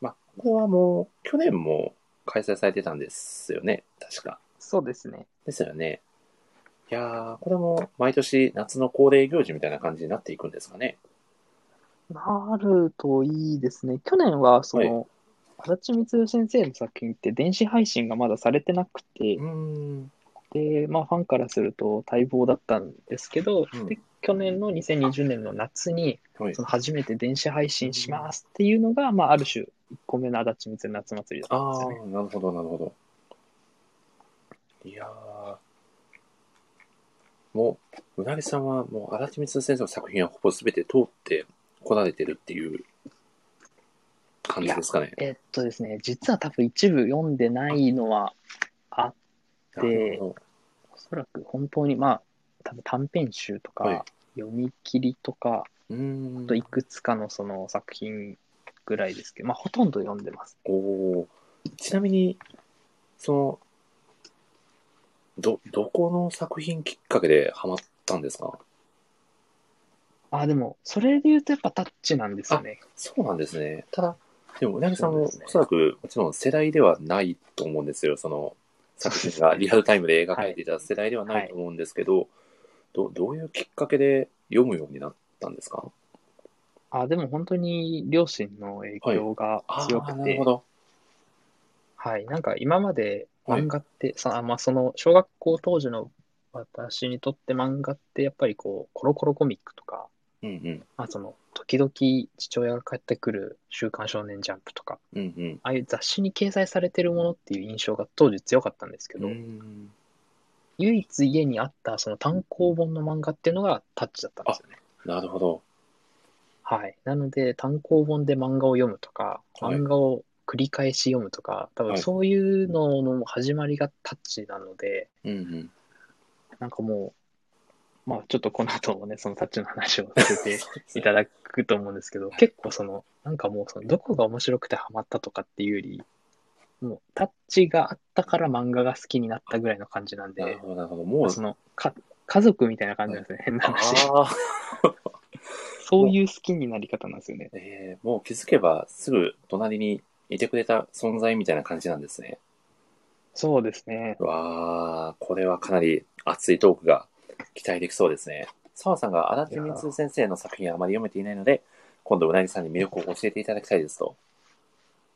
Speaker 1: まあ、これはもう、去年も開催されてたんですよね、確か。
Speaker 2: そうですね。
Speaker 1: ですよね。いやー、これも毎年夏の恒例行事みたいな感じになっていくんですかね。
Speaker 2: なるといいですね。去年は、その、足立光先生の作品って電子配信がまだされてなくて
Speaker 1: う、ーん。
Speaker 2: で、まあ、ファンからすると待望だったんですけど、
Speaker 1: うん
Speaker 2: で去年の2020年の夏に、
Speaker 1: はい
Speaker 2: そ。の初めて電子配信しますっていうのが、まあ、ある種、1個目の足立光の夏祭りだったん
Speaker 1: あ
Speaker 2: です
Speaker 1: あ
Speaker 2: よ
Speaker 1: ー、
Speaker 2: ね。
Speaker 1: なるほど、なるほど。いやー。もう、うなぎさんはもう、足立光先生の作品はほぼ全て通ってこられてるっていう感じですかね。
Speaker 2: えっとですね、実は多分一部読んでないのは、や
Speaker 1: なるほど
Speaker 2: おそらく本当に、まあ、多分短編集とか、
Speaker 1: はい
Speaker 2: 読み切りとか、
Speaker 1: うー
Speaker 2: あ
Speaker 1: ん
Speaker 2: といくつかのその作品ぐらいですけど、まあ、ほとんど読んでます。
Speaker 1: おーちなみに、その、ど、どこの作品きっかけでハマったんですか
Speaker 2: ああ、でも、それで言うとやっぱタッチなんですよね。
Speaker 1: そうなんですね。ただ、でも、うなぎさん
Speaker 2: そう
Speaker 1: も、
Speaker 2: ですね
Speaker 1: おそらく、もちろん世代ではないと思うんですよ。その、作品がリアルタイムで描かれていた世代ではないと思うんですけど、ど、どういうきっかけで読むようになったんですか
Speaker 2: ああ、でも本当に両親の影響が強くて、
Speaker 1: なるほど。
Speaker 2: はい、なんか今まで
Speaker 1: はい
Speaker 2: 漫画って、そのあまあ、その小学校当時の私にとって漫画ってやっぱりこうコロコロコミックとか、
Speaker 1: うんうん。
Speaker 2: まあ、その時々父親が帰ってくる「週刊少年ジャンプ」とか
Speaker 1: うんうん。
Speaker 2: ああいう雑誌に掲載されてるものっていう印象が当時強かったんですけ
Speaker 1: う
Speaker 2: ど、
Speaker 1: ん
Speaker 2: 唯一家にあったその単行本の漫画っていうのがタッチだったんですよね。
Speaker 1: なるほど。
Speaker 2: はい、なので単行本で漫画を読むとか
Speaker 1: はい
Speaker 2: 漫画を繰り返し読むとか多
Speaker 1: は
Speaker 2: 分
Speaker 1: い
Speaker 2: そういうのの始まりがタッチなので。
Speaker 1: うんうん。
Speaker 2: なんかもう、まあちょっとこの後もね、そのタッチの話をさせていただくと思うんですけど、結構その、なんかもうその、どこが面白くてハマったとかっていうより、もうタッチがあったから漫画が好きになったぐらいの感じなん
Speaker 1: なる
Speaker 2: で、
Speaker 1: ほど、なるほど。もう、
Speaker 2: そのか、家族みたいな感じなんですね、 変な話。
Speaker 1: ああ。
Speaker 2: そういう好きになり方なんですよね。
Speaker 1: えーもう気づけばすぐ隣にいてくれた存在みたいな感じなんですね。
Speaker 2: そうですね。
Speaker 1: わあ、これはかなり熱いトークが期待できそうですね。澤さんが足立光先生の作品はあまり読めていないので、今度うなぎさんに魅力を教えていただきたいですと。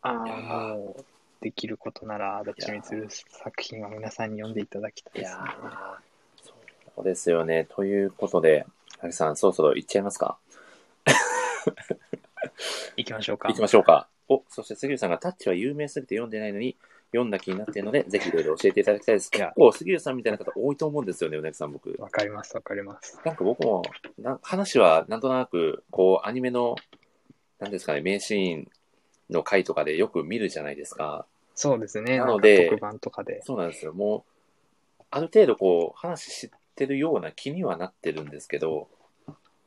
Speaker 2: ああ、
Speaker 1: いやー
Speaker 2: もう、できることなら、どっちみつる作品は皆さんに読んでいただきたい
Speaker 1: い
Speaker 2: です
Speaker 1: や
Speaker 2: ね。
Speaker 1: ーそうですよね。ということで、うなぎさん、そろそろ行っちゃいますか。
Speaker 2: 行きましょうか
Speaker 1: 行き。ましょうか。お、そして杉浦さんがタッチは有名すぎて読んでないのに、読んだ気になっているので、ぜひいろいろ教えていただきたいです。
Speaker 2: いや
Speaker 1: 結構杉浦さんみたいな方多いと思うんですよね、うなぎさん僕。
Speaker 2: わかります、わかります。
Speaker 1: なんか僕も、な話はなんとなく、こう、アニメの、なんですかね、名シーンの回とかでよく見るじゃないですか。
Speaker 2: そうですね。
Speaker 1: な
Speaker 2: な
Speaker 1: の
Speaker 2: んか
Speaker 1: で
Speaker 2: 特番とかで。
Speaker 1: そうなんですよ。もう、ある程度こう、話知ってるような気にはなってるんですけど、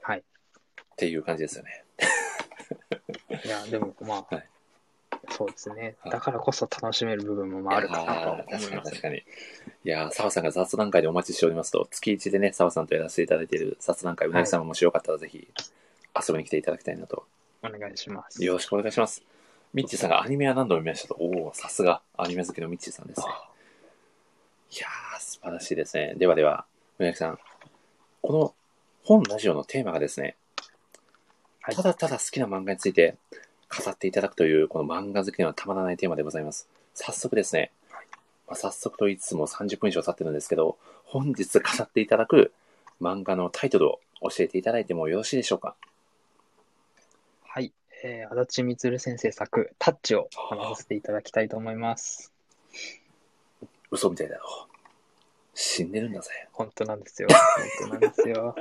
Speaker 2: はい。
Speaker 1: っていう感じですよね。
Speaker 2: いや、でもまあ、
Speaker 1: はい
Speaker 2: そうですね
Speaker 1: は。い
Speaker 2: だからこそ楽しめる部分もまああるかなとは思い
Speaker 1: いやー確かに
Speaker 2: ます
Speaker 1: 確。かに。いやー澤さんが雑談会でお待ちしておりますと、月1でね、澤さんとやらせていただいている雑談会、うなぎさんももしよかったらぜひ遊びに来ていただきたいなと
Speaker 2: お願いします。
Speaker 1: よろしくお願いします。ミッチーさんがアニメは何度も見ましたと、おお、さすがアニメ好きのミッチーさんですね。いやー、素晴らしいですね。ではでは、村木さん、この本ラジオのテーマがですね、
Speaker 2: はい
Speaker 1: ただただ好きな漫画について語っていただくという、この漫画好きにはたまらないテーマでございます。早速ですね、まあ、早速と言いつつも30分以上経ってるんですけど、本日語っていただく漫画のタイトルを教えていただいてもよろしいでしょうか。
Speaker 2: はい。えー、足立光先生作、タッチを話させていただきたいと思います。
Speaker 1: 嘘みたいだろう。死んでるんだぜ。
Speaker 2: 本当なん ですよ。本当なんですよ。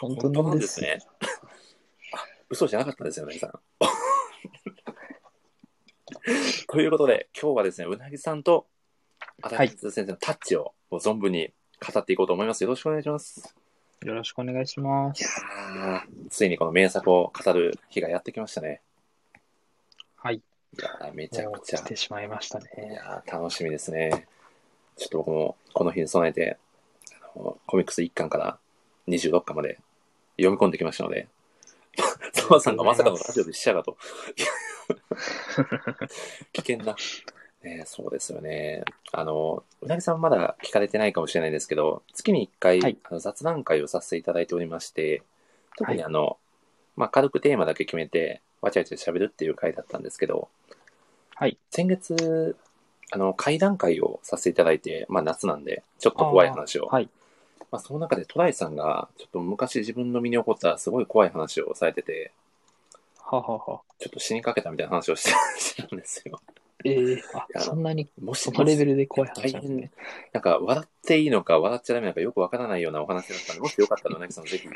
Speaker 2: 本当なんです。
Speaker 1: ね。嘘じゃなかったですよ、うなぎさん。 ということで、今日はですね、うなぎさんと、あた
Speaker 2: はい
Speaker 1: り先生のタッチをもう存分に語っていこうと思います。よろしくお願いします。
Speaker 2: よろしくお願いしま
Speaker 1: い
Speaker 2: す。
Speaker 1: やーついにこの名作を語る日がやってきましたね。
Speaker 2: はい。
Speaker 1: いやーめちゃ
Speaker 2: も
Speaker 1: く
Speaker 2: う
Speaker 1: ちゃ
Speaker 2: 来、てしまいました
Speaker 1: い
Speaker 2: ね。
Speaker 1: やー楽しみですね。ちょっと僕もこの日に備えて、あのコミックス1巻から26巻まで読み込んできましたので、 澤さんがまさかのラジオで死者がと。危険な。ね、そうですよね。あの、うなぎさんまだ聞かれてないかもしれないですけど、月に1回、
Speaker 2: はい
Speaker 1: あの雑談会をさせていただいておりまして、特に
Speaker 2: は
Speaker 1: あの、まあ、軽くテーマだけ決めて、わちゃわちゃ喋るっていう回だったんですけど、
Speaker 2: はい。
Speaker 1: 先月、あの、会談会をさせていただいて、まあ、夏なんで、ちょっと怖い話を。
Speaker 2: はい。
Speaker 1: まあ、その中でトライさんが、ちょっと昔自分の身に起こったすごい怖い話をされてて、
Speaker 2: ははは。
Speaker 1: ちょっと死にかけたみたいな話をして してたんですよ。
Speaker 2: ええあ
Speaker 1: い、や
Speaker 2: そんなに、
Speaker 1: もし
Speaker 2: そ
Speaker 1: もし
Speaker 2: のレベルで怖い話なんですね。
Speaker 1: なんか、笑っていいのか、笑っちゃダメなのか、よくわからないようなお話だったので、もしよかったら、ナキさん、ぜひ、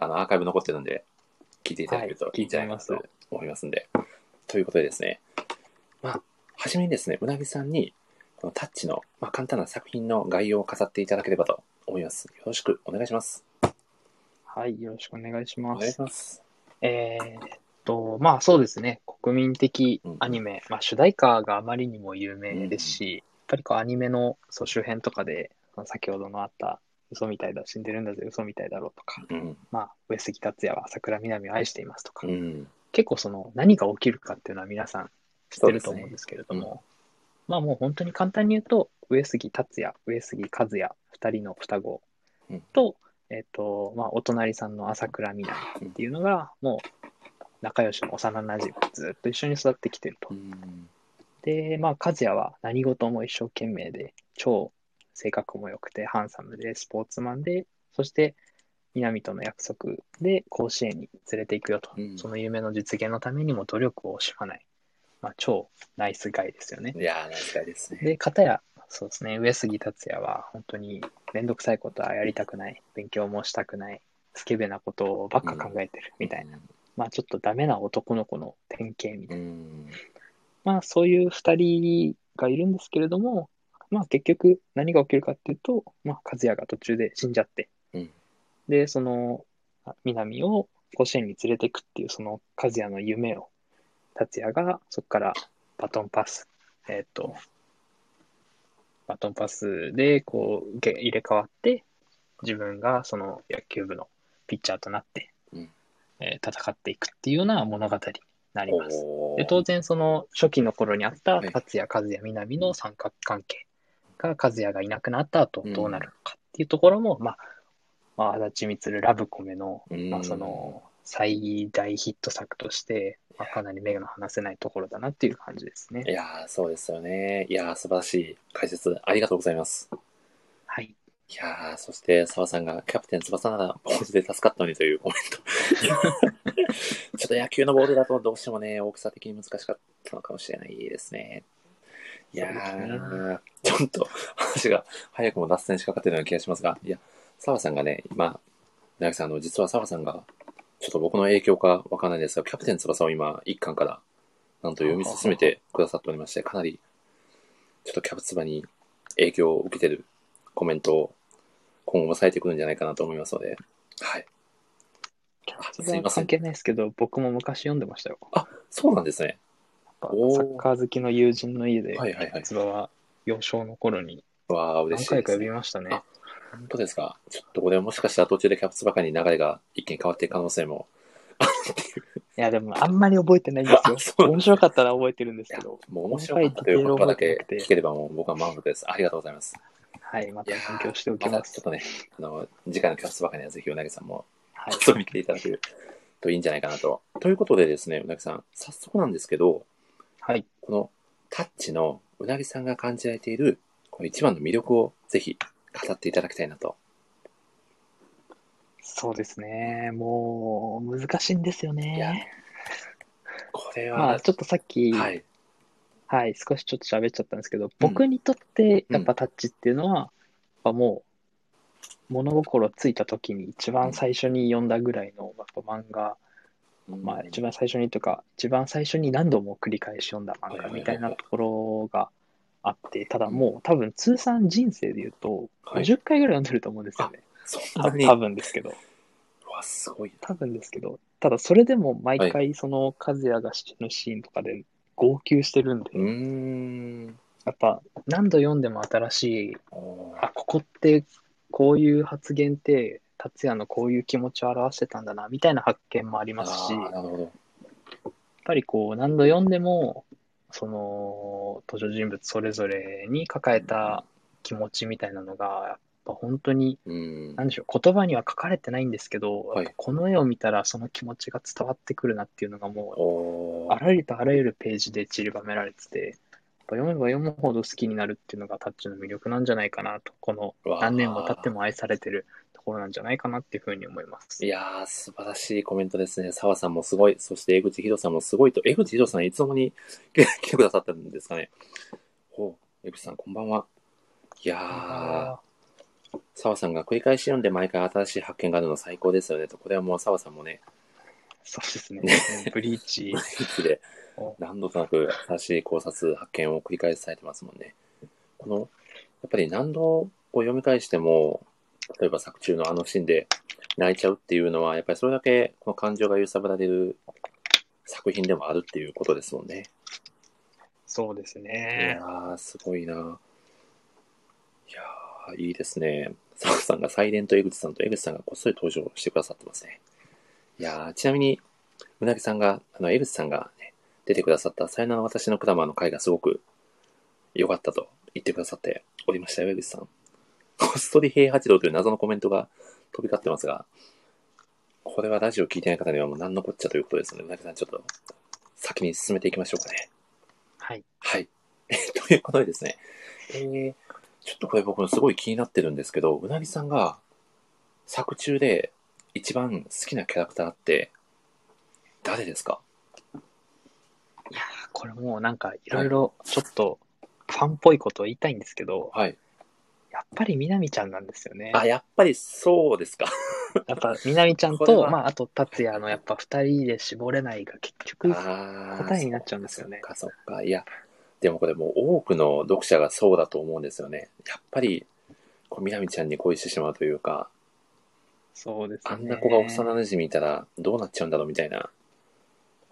Speaker 1: あの、アーカイブ残ってるんで、聞いていただけると
Speaker 2: はい
Speaker 1: いんじゃないかな
Speaker 2: 聞い
Speaker 1: と思いますんで。ということでですね、まあ、はじめにですね、うなぎさんに、このタッチの、まあ、簡単な作品の概要を飾っていただければと思います。よろしくお願いします。
Speaker 2: はい、よろしくお願いし
Speaker 1: お
Speaker 2: ま
Speaker 1: 願い
Speaker 2: す
Speaker 1: し。ます。
Speaker 2: えーっと、まあそうですね、国民的アニメ、まあ主題歌があまりにも有名ですし、やっぱりこうアニメのそう周辺とかで、まあ先ほどのあった、嘘みたいだ、死んでるんだぜ、嘘みたいだろうとか、
Speaker 1: うん。
Speaker 2: まあ上杉達也は桜南を愛していますとか
Speaker 1: う、ん。
Speaker 2: 結構その何が起きるかっていうのは皆さん知ってると思うんですけれども、
Speaker 1: そう
Speaker 2: まあもう本当に簡単に言うと、上杉達也、上杉和也、二人の双子
Speaker 1: うん
Speaker 2: と、えっ、と、まあお隣さんの朝倉未来っていうのが、もう仲良しの幼馴染ずっと一緒に育ってきてると。
Speaker 1: うん
Speaker 2: で、まあ和也は何事も一生懸命で、超性格も良くて、ハンサムで、スポーツマンで、そして、南との約束で甲子園に連れて行くよと、
Speaker 1: うん
Speaker 2: その夢の実現のためにも努力を惜しまない、まあ、超ナイスガイですよね。
Speaker 1: いやー、ナイスガイですね。
Speaker 2: で、片や、そうですね、上杉達也は本当にめんどくさいことはやりたくない、勉強もしたくない、スケベなことばっか考えてるみたいな、
Speaker 1: な。
Speaker 2: まあちょっとダメな男の子の典型みたいな
Speaker 1: うん。
Speaker 2: まあそういう2人がいるんですけれども、まあ結局何が起きるかっていうと、まあ和也が途中で死んじゃって、
Speaker 1: うん
Speaker 2: で、その、あ南を甲子園に連れていくっていうその和也の夢を、達也がそこからバトンパス、えっ、と、バトンパスでこう受け入れ替わって、自分がその野球部のピッチャーとなって、
Speaker 1: うん
Speaker 2: えー戦っていくっていうような物語になります。
Speaker 1: おー
Speaker 2: で当然その初期の頃にあった
Speaker 1: はい
Speaker 2: 達也和也南の三角関係が和也がいなくなった後
Speaker 1: うん
Speaker 2: どうなるのかっていうところも、まあ、まあ、足立光ラブコメの,、
Speaker 1: うん
Speaker 2: まあその最大ヒット作として、まあ、かなり目が離せないところだなっていう感じです
Speaker 1: い
Speaker 2: ね。
Speaker 1: やー、そうですよね。いやー、素晴らしい解説ありがとうございます。
Speaker 2: はい、
Speaker 1: いやー、そして澤さんがキャプテン翼ならボールで助かったのにというコメント。 ちょっと野球のボールだとどうしてもね、大きさ的に難しかったのかもしれないですね。いや
Speaker 2: そう
Speaker 1: ー、ちょっと話が早くも脱線しかかってるような気がしますが、いや、澤さんがね、今、なぎさん、あの、実は澤さんが、ちょっと僕の影響かわからないですが、キャプテン翼を今、一巻から、なんと読み進めてくださっておりまして、かなり、ちょっとキャプツバに影響を受けてるコメントを今後も抑えてくるんじゃないかなと思いますので、はい。あ
Speaker 2: そ
Speaker 1: す
Speaker 2: れ
Speaker 1: い
Speaker 2: は
Speaker 1: ません
Speaker 2: 関。係ないですけど僕も昔読んでましたよ。
Speaker 1: あ、そうなんですね。
Speaker 2: やっぱサ
Speaker 1: おー
Speaker 2: ッカー好きの友人の家で
Speaker 1: はいはいはい
Speaker 2: 達馬は幼少の頃に
Speaker 1: わあ、嬉
Speaker 2: 何
Speaker 1: しい
Speaker 2: 回
Speaker 1: で
Speaker 2: か
Speaker 1: す、
Speaker 2: 呼び
Speaker 1: ね。
Speaker 2: ましたね。
Speaker 1: あ本当ですか。ちょっとこれはもしかしたら途中でキャプツばかりに流れが一気に変わっていく可能性も。
Speaker 2: いやでもあんまり覚えてないんで
Speaker 1: あ
Speaker 2: す
Speaker 1: そ
Speaker 2: よ。
Speaker 1: う
Speaker 2: 面白かったら覚えてるんです
Speaker 1: いや
Speaker 2: けど。
Speaker 1: もう面白かったという言葉だけ聞ければもう僕は満足です。ありがとうございます。
Speaker 2: はい、ま
Speaker 1: い
Speaker 2: た
Speaker 1: や
Speaker 2: 勉強しておき
Speaker 1: また
Speaker 2: ま
Speaker 1: ちょ
Speaker 2: す
Speaker 1: っ。とね、あの、次回のキャプツばかりはぜひうなぎさんも
Speaker 2: はい、
Speaker 1: 遊びに来ていただけるといいんじゃないかなと。ということでですね、うなぎさん、早速なんですけど、
Speaker 2: はい、
Speaker 1: このタッチのうなぎさんが感じられているこの一番の魅力をぜひ語っていただきたいなと。
Speaker 2: そうですね。もう難しいんですよ
Speaker 1: いや
Speaker 2: ね。
Speaker 1: これ
Speaker 2: まあ
Speaker 1: は、
Speaker 2: ちょっとさっき、は、
Speaker 1: はいい。
Speaker 2: 少しちょっと喋っちゃったんですけど、僕にとってやっぱタッチっていうのは、やっぱもう物心ついた時に一番最初に読んだぐらいのやっぱ漫画、まあ一番最初にというか、一番最初に何度も繰り返し読んだ漫画みたいなところがあって、ただもう多分通算人生で言うと、
Speaker 1: はい
Speaker 2: 50回ぐらい読んでると思うんですよね。
Speaker 1: そん
Speaker 2: た
Speaker 1: なに。
Speaker 2: 多分ですけど。
Speaker 1: うわ、すごい
Speaker 2: 多分ですけど、ただそれでも毎
Speaker 1: は
Speaker 2: 回その和也が死ぬシーンとかで号泣してるんで、
Speaker 1: な。うーん。
Speaker 2: やっぱ何度読んでも新しい、
Speaker 1: おー
Speaker 2: あ、ここってこういう発言って達也のこういう気持ちを表してたんだな、みたいな発見もありますし、
Speaker 1: あーなるほど。
Speaker 2: やっぱりこう何度読んでもその登場人物それぞれに抱えた気持ちみたいなのがやっぱ本当に
Speaker 1: うん。
Speaker 2: 何でしょう言葉には書かれてないんですけど、
Speaker 1: はい
Speaker 2: やっぱこの絵を見たらその気持ちが伝わってくるなっていうのがも
Speaker 1: お
Speaker 2: うあ
Speaker 1: ー
Speaker 2: らゆるとあらゆるページで散りばめられててやっぱ読めば読むほど好きになるっていうのがタッチの魅力なんじゃないかなとこの
Speaker 1: うわー
Speaker 2: 何年も経っても愛されてるところなんじゃないかなっていうふうに思います。
Speaker 1: いやー、素晴らしいコメントですね。澤さんもすごい、そして江口博さんもすごいと、江口博さんいつもに 来てくださったんですかね。お江口さん、こんばんは。いや
Speaker 2: あ
Speaker 1: ー、澤さんが繰り返し読んで毎回新しい発見があるの最高ですよねと、これはもう澤さんもね、
Speaker 2: ーそうですね。ブリーチ
Speaker 1: 毎日で何度となく新しい考察、発見を繰り返しされてますもんね。この、やっぱり何度こう読み返しても、例えば作中のあのシーンで泣いちゃうっていうのは、やっぱりそれだけこの感情が揺さぶられる作品でもあるっていうことですもんね。
Speaker 2: そうです
Speaker 1: いや
Speaker 2: ね。
Speaker 1: ー、すごいな。いやー、いいですね。サクさんがサイレント江口さんと江口さんがこっそり登場してくださってますね。いやー、ちなみに、胸木さんが、あの、江口さんが、ね、出てくださった、さよなら私のクラマーの回がすごく良かったと言ってくださっておりましたよ、江口さん。こっそり平八郎という謎のコメントが飛び交ってますが、これはラジオ聞いてない方にはもう何のこっちゃということですので、胸木さんちょっと先に進めていきましょうかね。
Speaker 2: はい。
Speaker 1: はい。 えということでですね、えーちょっとこれ僕すごい気になってるんですけど、うなぎさんが作中で一番好きなキャラクターって誰ですか
Speaker 2: いやーこれもうなんかいろいろちょっとファンっぽいことを言いたいんですけど、
Speaker 1: はい。
Speaker 2: やっぱりみなみちゃんなんですよね。
Speaker 1: あ、やっぱりそう ですか。
Speaker 2: やっぱみなみちゃん
Speaker 1: これ
Speaker 2: と、
Speaker 1: は
Speaker 2: まああと達也のやっぱ二人で絞れないが結局、
Speaker 1: 答
Speaker 2: 答えになっちゃうんですよね
Speaker 1: そっかそっか。いや、でもこれもう多くの読者がそうだと思うんですよね。やっぱり、こう、みなみちゃんに恋してしまうというか、
Speaker 2: そうですね。
Speaker 1: あんな子が幼馴染いたらどうなっちゃうんだろうみたいな。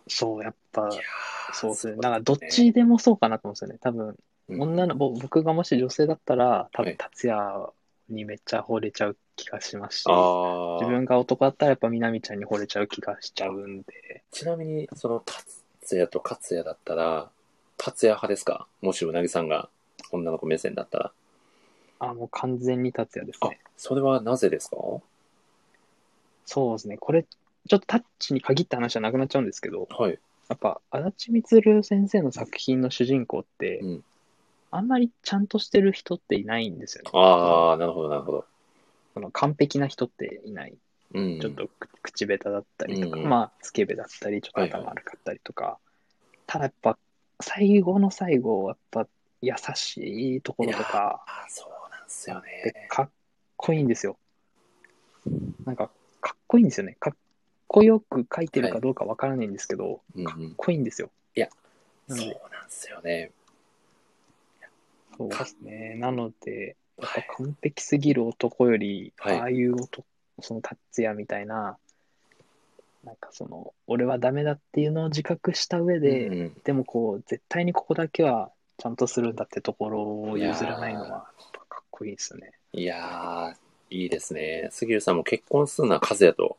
Speaker 2: そう、やっぱ
Speaker 1: いや、ー
Speaker 2: そうですね。なんかどっちでもそうかなと思うんですよね。多分、
Speaker 1: うん
Speaker 2: 女の、ぼ僕がもし女性だったら、多
Speaker 1: は
Speaker 2: 分
Speaker 1: い
Speaker 2: 達也にめっちゃ惚れちゃう気がしますし、
Speaker 1: ああ。
Speaker 2: 自分が男だったらやっぱみなみちゃんに惚れちゃう気がしちゃうんで、
Speaker 1: ちなみに、その、達也と勝也だったら、達也派ですかもしうなぎさんが女の子目線だったら。
Speaker 2: あ、もう完全に達也です
Speaker 1: あ
Speaker 2: ね。、
Speaker 1: それはなぜですか
Speaker 2: そうですね、これ、ちょっとタッチに限った話じゃなくなっちゃうんですけど、
Speaker 1: はい。
Speaker 2: やっぱ、足立光先生の作品の主人公って、
Speaker 1: うん
Speaker 2: あんまりちゃんとしてる人っていないんですよね。
Speaker 1: ああ、なるほど、なるほど。
Speaker 2: その完璧な人っていない。
Speaker 1: うん。
Speaker 2: ちょっとく口下手だったりとか、
Speaker 1: うんうん
Speaker 2: まあ、つけべだったり、ちょっと頭悪かったりとか、ただやっぱ、最後の最後、やっぱ、優しいところと
Speaker 1: いや
Speaker 2: か、
Speaker 1: あーそうなんですよ
Speaker 2: で
Speaker 1: ね。
Speaker 2: かっこいいんですよ。なんか、かっこいいんですよね。かっこよく書いてるかどうかわからないんですけど、
Speaker 1: うん
Speaker 2: かっ
Speaker 1: うん、
Speaker 2: こいいんですよ。
Speaker 1: そうなんですよね。
Speaker 2: そうですね。なので、
Speaker 1: はい。
Speaker 2: 完璧すぎる男より、
Speaker 1: はい
Speaker 2: ああいう男、その達也みたいな、なんかその、俺はダメだっていうのを自覚した上で、
Speaker 1: うんうん
Speaker 2: でもこう、絶対にここだけはちゃんとするんだってところを譲らないのは、
Speaker 1: いやー
Speaker 2: やっぱかっこいいですよね。
Speaker 1: いやー、いいですね。杉浦さんも結婚するのは和也と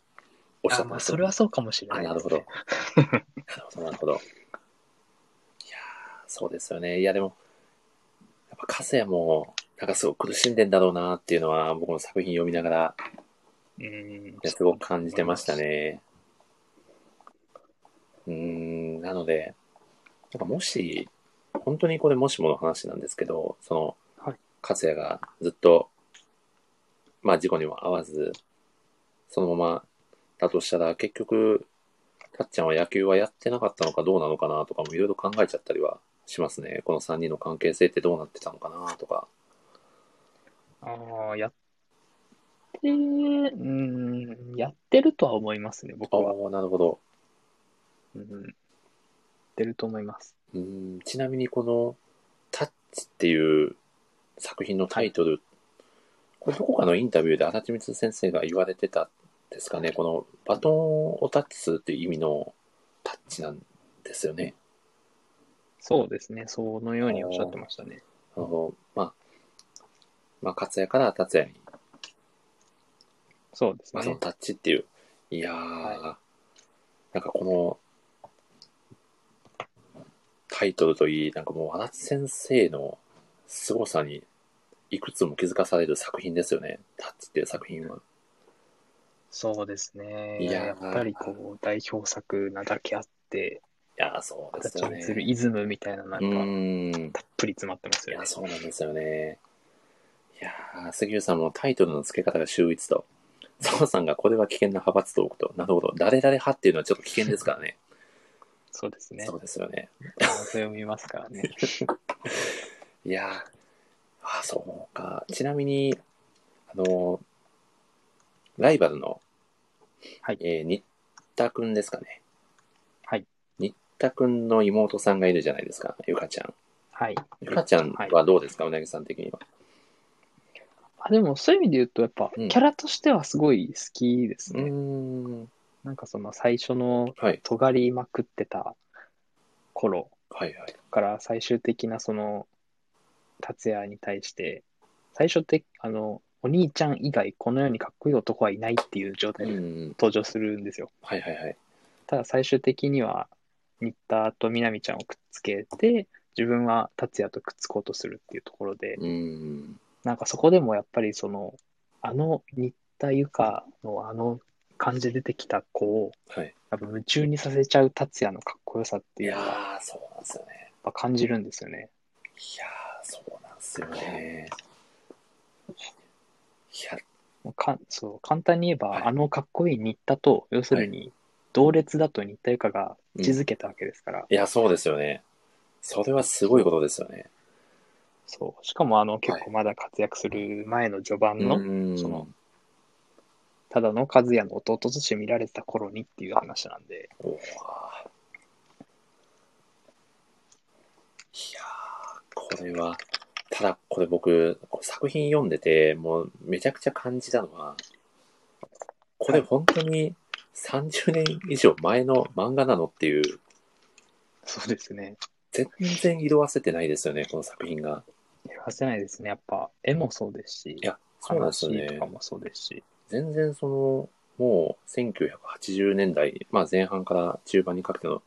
Speaker 1: おっしゃっ
Speaker 2: あ
Speaker 1: て
Speaker 2: ま
Speaker 1: ま
Speaker 2: あ、
Speaker 1: した
Speaker 2: そ
Speaker 1: よ
Speaker 2: れ
Speaker 1: ね
Speaker 2: はそうかもしれない
Speaker 1: あ、なる
Speaker 2: です
Speaker 1: ほ
Speaker 2: ね、
Speaker 1: ど。 なるほど、なるほど。いやーそうですよね。いや、でも、やっぱ、カセも、なんかすごく苦しんでんだろうなっていうのは、僕の作品読みながら、
Speaker 2: うん。
Speaker 1: ねすごく感じてました。ね。うーん、なので、なんかもし、本当にこれもしもの話なんですけど、その、
Speaker 2: はい
Speaker 1: カセがずっと、まあ事故にも合わず、そのままだとしたら、結局、たっちゃんは野球はやってなかったのかどうなのかなとかもいろいろ考えちゃったりはしますね。この3人の関係性ってどうなってたのかなとか。
Speaker 2: ああ、やって、うん、やってるとは思いますね、僕
Speaker 1: ああ
Speaker 2: は。、
Speaker 1: なるほど。
Speaker 2: うん。やってると思います。
Speaker 1: うーんちなみにこの「タッチ」っていう作品のタイトル、これどこかのインタビューで足立光先生が言われてたんですかねこのバトンをタッチするっていう意味のタッチなんですよね。
Speaker 2: そうですね、そのようにおっしゃってましたね。
Speaker 1: あのまあ、まあ、勝也から達也に
Speaker 2: そうです
Speaker 1: まあ、その
Speaker 2: ね。
Speaker 1: タッチっていう。いやー、なんかこのタイトルといい、なんかもう足立先生の凄さにいくつも気づかされる作品ですよね。タッチっていう作品は。
Speaker 2: そうですね。
Speaker 1: いやー
Speaker 2: やっぱりこう、代表作なだけあって、
Speaker 1: いやー、そうです
Speaker 2: 形
Speaker 1: よ
Speaker 2: に
Speaker 1: ね。
Speaker 2: するイズムみたいなのが
Speaker 1: う
Speaker 2: やっぱ、
Speaker 1: ーん。
Speaker 2: たっぷり詰まってます
Speaker 1: い
Speaker 2: よ
Speaker 1: や、
Speaker 2: ね。
Speaker 1: そうなんですよね。いやー杉浦さんもタイトルの付け方が秀逸と、澤さんがこれは危険な派閥トークと、なるほど、誰々派っていうのはちょっと危険ですからね。
Speaker 2: そうです ね。
Speaker 1: そうですよね。
Speaker 2: それを見ますか らね。
Speaker 1: いやーあー、そうか。ちなみに、あのーライバルの、
Speaker 2: はい
Speaker 1: えー、新田くんですかね。
Speaker 2: はい。
Speaker 1: 新田くんの妹さんがいるじゃないですか、ゆかちゃん。
Speaker 2: はい。
Speaker 1: ゆかちゃんはどうですか、うなぎさん的には。
Speaker 2: あでも、そういう意味で言うと、やっぱ、
Speaker 1: うん
Speaker 2: キャラとしてはすごい好きで
Speaker 1: う
Speaker 2: す
Speaker 1: ー
Speaker 2: ね。
Speaker 1: ん。
Speaker 2: なんかその、最初の、
Speaker 1: はい。
Speaker 2: 尖りまくってた頃
Speaker 1: はいはい。
Speaker 2: から、最終的なその、達也に対して、最初って、あの、お兄ちゃん以外、この世にかっこいい男はいないっていう状態
Speaker 1: う
Speaker 2: で
Speaker 1: ん。
Speaker 2: 登場するんですよ。
Speaker 1: はいはいはい。
Speaker 2: ただ最終的には新田と南ちゃんをくっつけて自分は達也とくっつこうとするっていうところで
Speaker 1: うーん。
Speaker 2: なんかそこでもやっぱりそのあの新田由香のあの感じで出てきた子を
Speaker 1: はい。
Speaker 2: やっぱ夢中にさせちゃう達也のかっこよさって
Speaker 1: い
Speaker 2: いう
Speaker 1: や
Speaker 2: のはやっ
Speaker 1: ー、そうなんですよね。
Speaker 2: ぱ感じるんですよね。
Speaker 1: いやー、そうなんですよね。いや、
Speaker 2: かそう簡単に言えば、
Speaker 1: はい
Speaker 2: あのかっこいい新田と要するに同列だと新田由香が位置づけたわけですから、
Speaker 1: いや、そうですよね。それはすごいことですよね。
Speaker 2: そうしかもあの結構まだ活躍する前の序盤の、
Speaker 1: うん
Speaker 2: そのただの和也の弟として見られてた頃にっていう話なんで、
Speaker 1: うわぁいやーこれは、ただこれ僕、これ作品読んでて、もうめちゃくちゃ感じたのは、これ本当に30年以上前の漫画なのっていう、
Speaker 2: そうですね。
Speaker 1: 全然色褪せてないですよね、この作品が。
Speaker 2: 言わせないですね。やっぱ、絵もそうですし、
Speaker 1: いや、そうなんですよ
Speaker 2: 話とか
Speaker 1: ね。
Speaker 2: もそうですし、
Speaker 1: 全然その、もう1980年代、まあ前半から中盤にかけての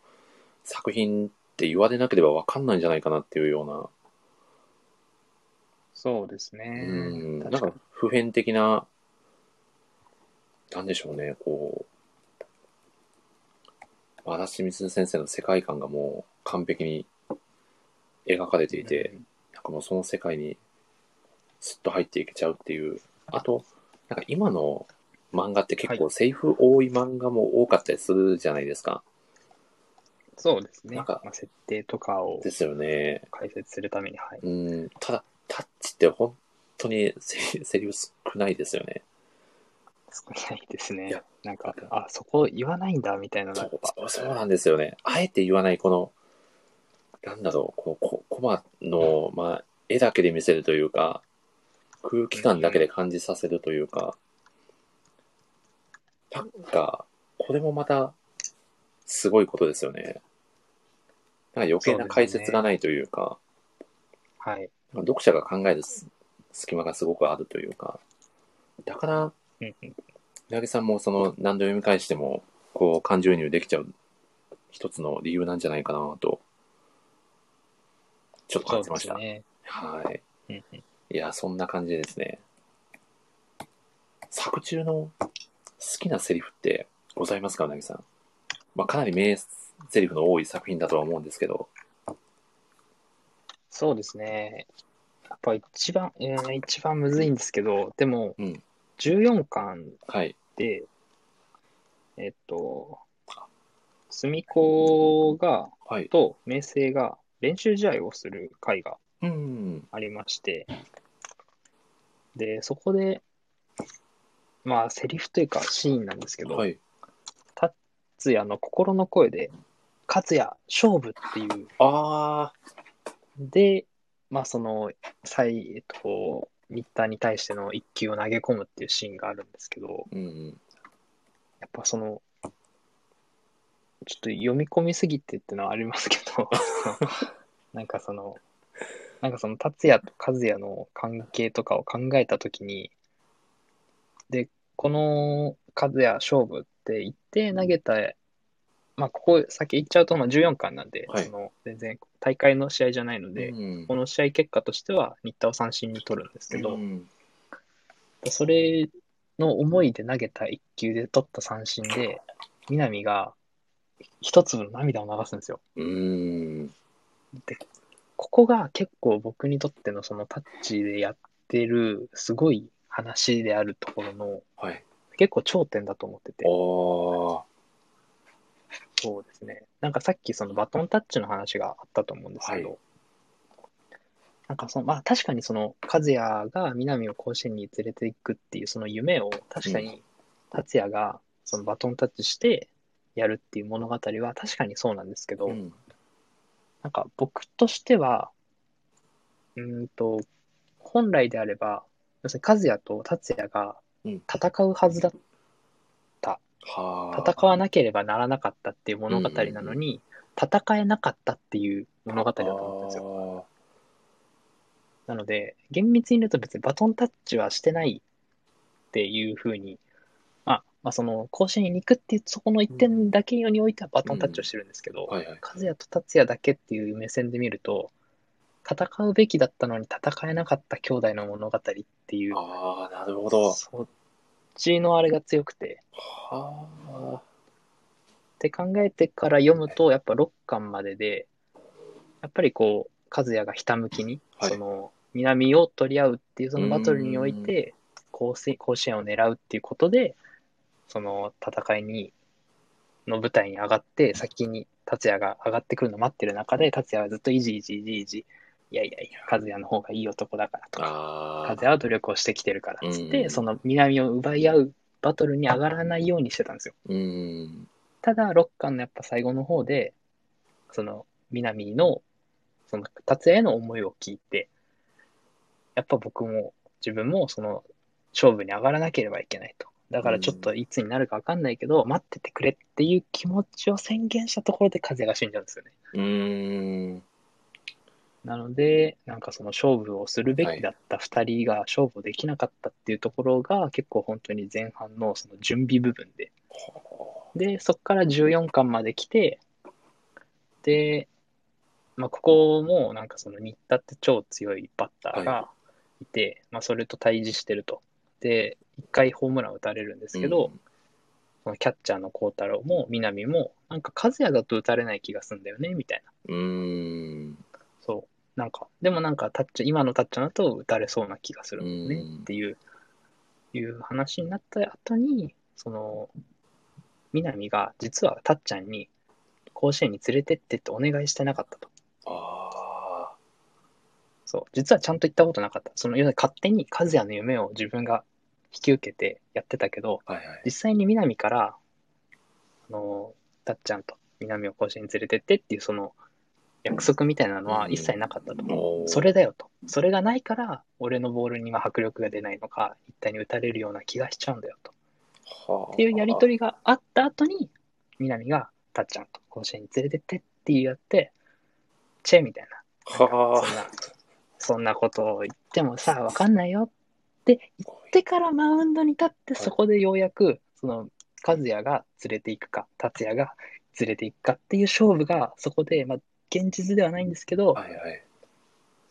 Speaker 1: 作品って言われなければわかんないんじゃないかなっていうような
Speaker 2: そうですね。
Speaker 1: うんなん
Speaker 2: 確か
Speaker 1: か
Speaker 2: に。
Speaker 1: 普遍的な、なんでしょうね、こう、足立光先生の世界観がもう完璧に描かれていて、
Speaker 2: うん
Speaker 1: なんかもうその世界にすっと入っていけちゃうっていう。あと、なんか今の漫画って結構セリフ多い漫画も多かったりするじゃないですか。
Speaker 2: そうですね。
Speaker 1: なんか
Speaker 2: まあ、設定とかを
Speaker 1: ですよね。
Speaker 2: 解説するために、はい。
Speaker 1: うん、ただ、タッチって本当にセセリフ少ないですよね。
Speaker 2: 少ないです
Speaker 1: いや
Speaker 2: ね。なんか
Speaker 1: なん、
Speaker 2: あ、そこ言わないんだ、みたいなの
Speaker 1: そ
Speaker 2: がやっ
Speaker 1: う
Speaker 2: ぱ、
Speaker 1: そうそうなんですよね。あえて言わない、この、なんだろう、このこコマの、まあ、絵だけで見せるというか、空気感だけで感じさせるというか、なんか、これもまた、すごいことですよね。なんか余計な解説がないというか、
Speaker 2: はい。
Speaker 1: なんか読者が考えるす隙間がすごくあるというか、だから、
Speaker 2: うんうん
Speaker 1: 八木さんもその何度読み返してもこう感情移入できちゃう一つの理由なんじゃないかなとちょっと感
Speaker 2: そう
Speaker 1: じま
Speaker 2: で
Speaker 1: し
Speaker 2: す
Speaker 1: た、
Speaker 2: ね。
Speaker 1: はい
Speaker 2: うんうん
Speaker 1: いやそんな感じですね作中の好きなセリフってございますかうなぎさん、まあ、かなり名セリフの多い作品だとは思うんですけど
Speaker 2: そうですね。やっぱ一番、えー一番むずいんですけど、でも、
Speaker 1: うん
Speaker 2: 14巻
Speaker 1: はい
Speaker 2: で、えっと、住子が、
Speaker 1: はい
Speaker 2: と明星が練習試合をする会が
Speaker 1: うん
Speaker 2: ありまして、で、そこで、まあ、セリフというかシーンなんですけど、
Speaker 1: はい
Speaker 2: つやの心の声で、勝也、勝負っていう、
Speaker 1: ああ
Speaker 2: で、まあ、その、最、えっと、新田に対しての一球を投げ込むっていうシーンがあるんですけど、
Speaker 1: うん
Speaker 2: やっぱその、ちょっと読み込みすぎてってのはありますけ ど、なんかその、なんかその、達也と和也の関係とかを考えたときに、で、この数や勝負って言って投げた、まあ、ここ先行っちゃうとまあ14巻なんで、
Speaker 1: はい
Speaker 2: その全然大会の試合じゃないので、
Speaker 1: うん
Speaker 2: この試合結果としては新田を三振に取るんですけど、
Speaker 1: うん
Speaker 2: それの思いで投げた1球で取った三振で、南が一粒の涙を流すんですよ。
Speaker 1: うん
Speaker 2: ここが結構僕にとってのそのタッチでやってるすごい話であるところの
Speaker 1: はい
Speaker 2: 結構頂点だと思ってて、
Speaker 1: おー
Speaker 2: そうですね。なんかさっきそのバトンタッチの話があったと思うんですけど、
Speaker 1: は
Speaker 2: なんかその、まあ確かにその、和也が南を甲子園に連れていくっていうその夢を確かに達也がそのバトンタッチしてやるっていう物語は確かにそうなんですけど、
Speaker 1: うん
Speaker 2: なんか僕としては、うーんと、本来であれば、要するに和也と達也が
Speaker 1: うん
Speaker 2: 戦うはずだ、
Speaker 1: はあ
Speaker 2: 戦わなければならなかったっていう物語なのに、戦えなかったっていう物語だと思ったんですよ。
Speaker 1: よ
Speaker 2: なので、厳密に言うと別にバトンタッチはしてないっていうふうに、まあ、まあ、その、甲子園に行くっていう、そこの一点だけにおいてはバトンタッチをしてるんですけど、
Speaker 1: はいはい
Speaker 2: 和也と達也だけっていう目線で見ると戦うべきだったのに戦えなかった兄弟の物語っていう
Speaker 1: ああなるほど
Speaker 2: そっちのあれが強くて
Speaker 1: はあ
Speaker 2: って考えてから読むとやっぱ6巻まででやっぱりこう和也がひたむきに、
Speaker 1: はい
Speaker 2: その南を取り合うっていうそのバトルにおいて甲子甲子園を狙うっていうことでその戦いにの舞台に上がって先に達也が上がってくるのを待ってる中で達也はずっといじいじいじいじいやいやいや和也の方がいい男だからとか
Speaker 1: あ
Speaker 2: 和
Speaker 1: あ
Speaker 2: 也は努力をしてきてるからっつっ
Speaker 1: うんう
Speaker 2: て
Speaker 1: ん
Speaker 2: その南を奪い合うバトルに上がらないようにしてたんですよ。
Speaker 1: うん
Speaker 2: ただ、6巻のやっぱ最後の方で、その、南の、その、達也への思いを聞いて、やっぱ僕も、自分も、その、勝負に上がらなければいけないと。だからちょっといつになるかわかんないけど、待っててくれっていう気持ちを宣言したところで風が死んじゃうんですよね。
Speaker 1: うん
Speaker 2: なので、なんかその勝負をするべきだった2人が勝負できなかったっていうところが、結構本当に前半のその準備部分で、で、そこから14巻まで来て、で、まあ、ここもなんかその新田って超強いバッターがいて、まあ、それと対峙してると。で、一回ホームラン打たれるんですけど、そのキャッチャーの幸太郎も南も、なんか和也だと打たれない気がするんだよね、みたいな。
Speaker 1: うん
Speaker 2: そう。なんか、でもなんかタッチ、今のタッチャーだと打たれそうな気がするんだよね、っていう、いう話になった後に、その、南が実はたっちゃんに甲子園に連れてってってお願いしてなかったと。
Speaker 1: あ
Speaker 2: そう。実はちゃんと言ったことなかった。その、要するに勝手に和也の夢を自分が引き受けてやってたけど、
Speaker 1: あはいはい
Speaker 2: 実際に南から、あの、たっちゃんと南を甲子園に連れてってっていうその約束みたいなのは一切なかったと。
Speaker 1: おー
Speaker 2: それだよと。それがないから、俺のボールには迫力が出ないのか、一体に打たれるような気がしちゃうんだよと。
Speaker 1: はあ
Speaker 2: っていうやりとりがあった後に、南がたっちゃんと甲子園に連れてってっていうやって、チェみたいな。
Speaker 1: は
Speaker 2: そんな、そんなことを言ってもさ、わかんないよって言ってからマウンドに立って、そこでようやく、その、和也が連れていくか、達也が連れていくかっていう勝負が、そこで、まあ、現実ではないんですけど、
Speaker 1: あはいはい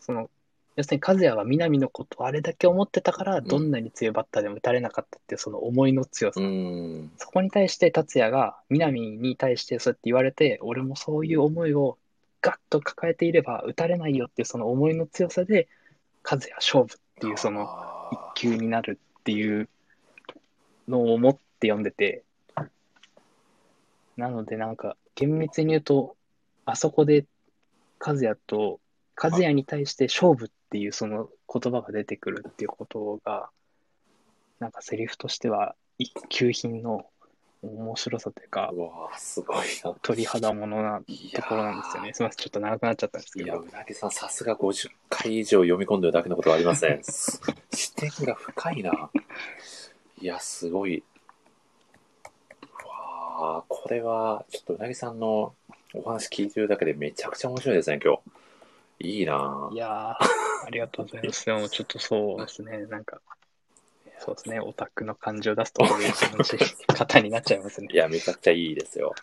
Speaker 2: その、要するに和也は南のことをあれだけ思ってたから、どんなに強いバッターでも打たれなかったっていう、その思いの強さ。
Speaker 1: うん
Speaker 2: そこに対して達也が南に対してそうやって言われて、俺もそういう思いをガッと抱えていれば打たれないよっていうその思いの強さで、和也勝負っていうその
Speaker 1: あ
Speaker 2: 一球になるっていうのを思って読んでて、なのでなんか厳密に言うと、あそこで和也と、和也に対して勝負っていうその言葉が出てくるっていうことが、なんかセリフとしては一級品の面白さというか
Speaker 1: ー、うわーすごいな
Speaker 2: 鳥肌ものない
Speaker 1: や
Speaker 2: と
Speaker 1: ー
Speaker 2: ころなんですよね。すみません、ちょっと長くなっちゃったんですけ
Speaker 1: いや、
Speaker 2: ど
Speaker 1: う。なぎさん、さすが50回以上読み込んでるだけのことはありません。 す視点が深いな。いや、すごい。うわあ、これは、ちょっとうなぎさんのお話聞いてるだけでめちゃくちゃ面白いですね、今日。いいなあ
Speaker 2: いやー、ありがとうございます。でもちょっとそうですね、なんか、そうですね、オタクの感じを出すとこういう感じ方になっちゃいますね
Speaker 1: い。や、めちゃくちゃいいですよ。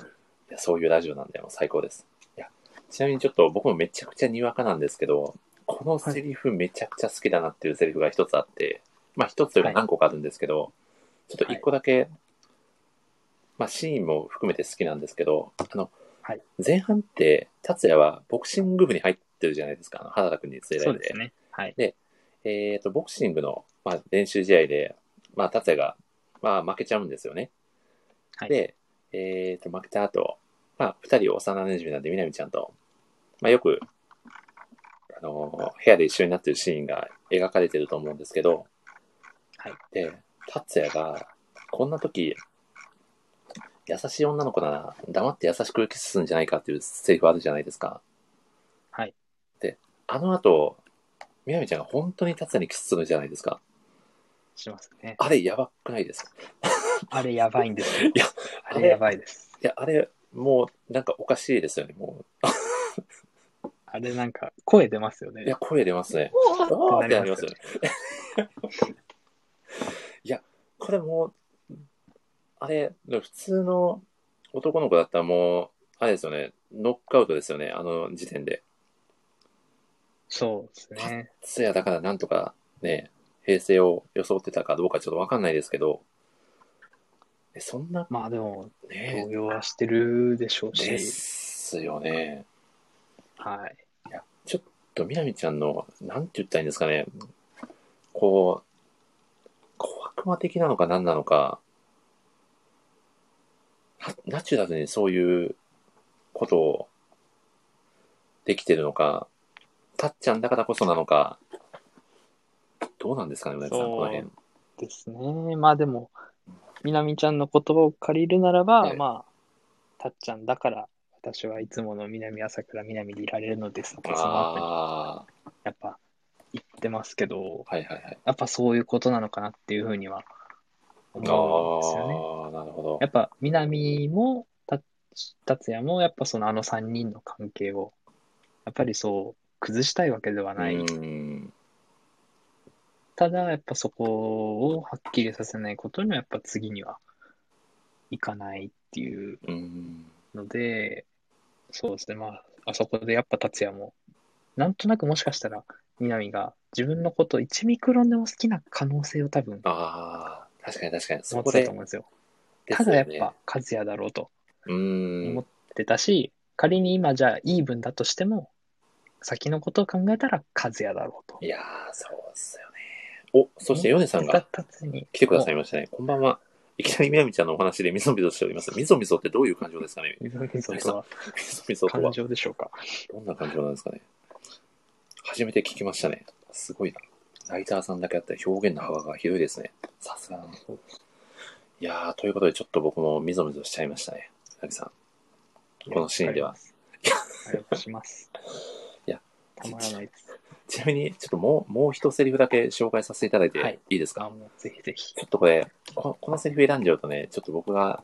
Speaker 1: いやそういうラジオなんで、もう最高です。いや、ちなみにちょっと僕もめちゃくちゃにわかなんですけど、このセリフめちゃくちゃ好きだなっていうセリフが一つあって、まあ一つというか何個かあるんですけど、ちょっと一個だけ、まあシーンも含めて好きなんですけど、あの、
Speaker 2: はい
Speaker 1: 前半って、達也はボクシング部に入ってるじゃないですか、あの原田君に連れら
Speaker 2: そ
Speaker 1: れ
Speaker 2: うで
Speaker 1: て
Speaker 2: す。ね。はい。
Speaker 1: えっ、と、ボクシングの、まあ、練習試合で、まあ、達也が、まあ、負けちゃうんですよね。
Speaker 2: はい
Speaker 1: で、えっ、と、負けた後、まあ、二人幼馴染なんで、みなみちゃんと、まあ、よく、あのー、部屋で一緒になってるシーンが描かれてると思うんですけど、
Speaker 2: はい。
Speaker 1: で、達也が、こんな時、優しい女の子なら、黙って優しくキスするんじゃないかっていうセリフあるじゃないですか。
Speaker 2: はい。
Speaker 1: で、あの後、みなみちゃんが本当に達也にキスするじゃないですか。
Speaker 2: しますね。
Speaker 1: あれやばくないですか
Speaker 2: あれやばいんですよ。
Speaker 1: いや
Speaker 2: あれやばいです。
Speaker 1: いや、あれ、もう、なんかおかしいですよね、も
Speaker 2: あれなんか、声出ますよ
Speaker 1: う。
Speaker 2: ね。
Speaker 1: いや、声出ますね。あー
Speaker 2: わー
Speaker 1: ってなりますよね。 いや、これもう、あれ、普通の男の子だったらもう、あれですよね、ノックアウトですよね、あの時点で。
Speaker 2: そうですね。
Speaker 1: つやだからなんとかね、平成を装ってたかどうかちょっとわかんないですけど、えそんな、
Speaker 2: まあでも、
Speaker 1: ね
Speaker 2: 動、揺はしてるでしょう
Speaker 1: で
Speaker 2: し、
Speaker 1: すよね。
Speaker 2: はい。
Speaker 1: ちょっと、みなみちゃんの、なんて言ったらいいんですかね、こう、小悪魔的なのか何なのか、ナナチュラルにそういうことをできてるのか、たっちゃんだからこそなのか、どうなんですかね、うなぎさん、
Speaker 2: そう
Speaker 1: この辺。
Speaker 2: ですね。まあでも、みなみちゃんの言葉を借りるならば、
Speaker 1: ええ
Speaker 2: まあ、たっちゃんだから、私はいつもの南朝倉南でいられるのですとか、その後に
Speaker 1: あ
Speaker 2: やっぱ言ってますけど、
Speaker 1: あ、はいはいはい。
Speaker 2: やっぱそういうことなのかなっていうふうには
Speaker 1: ああ
Speaker 2: 思うんですよね。
Speaker 1: ー、なるほど
Speaker 2: や。っぱ南もた達也もやっぱそのあの3人の関係をやっぱりそう崩したいわけではない、
Speaker 1: うん。
Speaker 2: ただやっぱそこをはっきりさせないことにはやっぱ次にはいかないっていう
Speaker 1: うん。
Speaker 2: のでそうですねまああそこでやっぱ達也もなんとなくもしかしたら南が自分のことを1ミクロンでも好きな可能性を多分
Speaker 1: ああ、確かに確かに。
Speaker 2: 持
Speaker 1: そ
Speaker 2: って
Speaker 1: こ
Speaker 2: た
Speaker 1: で、
Speaker 2: と思うんですよ
Speaker 1: ですよ
Speaker 2: ただやっ
Speaker 1: ね
Speaker 2: ぱ、和也だろうと
Speaker 1: うん。
Speaker 2: 思ってたし、仮に今じゃあイーブンだとしても、先のことを考えたら和也だろうと。
Speaker 1: いやー、そうっすよね。お、そしてヨネさん
Speaker 2: た
Speaker 1: が
Speaker 2: たつに
Speaker 1: 来てくださいましたね。こんばんは。いきなりみなみちゃんのお話でみそみそしております。みそみそってどういう感情ですかね
Speaker 2: みぞみぞとは
Speaker 1: みそみそと
Speaker 2: 感
Speaker 1: は。
Speaker 2: 情でしょうか。
Speaker 1: どんな感情なんですかね初めて聞きましたね。すごいな。ライターさんだけあって表現の幅が広いですね。さすがだな。いやー、ということでちょっと僕もみぞみぞしちゃいましたね。なぎさん。このシーンでは。
Speaker 2: ありがとうございます。
Speaker 1: いや、
Speaker 2: たまらないです。
Speaker 1: ちなみに、ちょっともう、もう一セリフだけ紹介させていただいて
Speaker 2: はい
Speaker 1: いいですか、
Speaker 2: あもうぜひぜひ。
Speaker 1: ちょっとこれ、ここのセリフ選んじゃうとね、ちょっと僕が、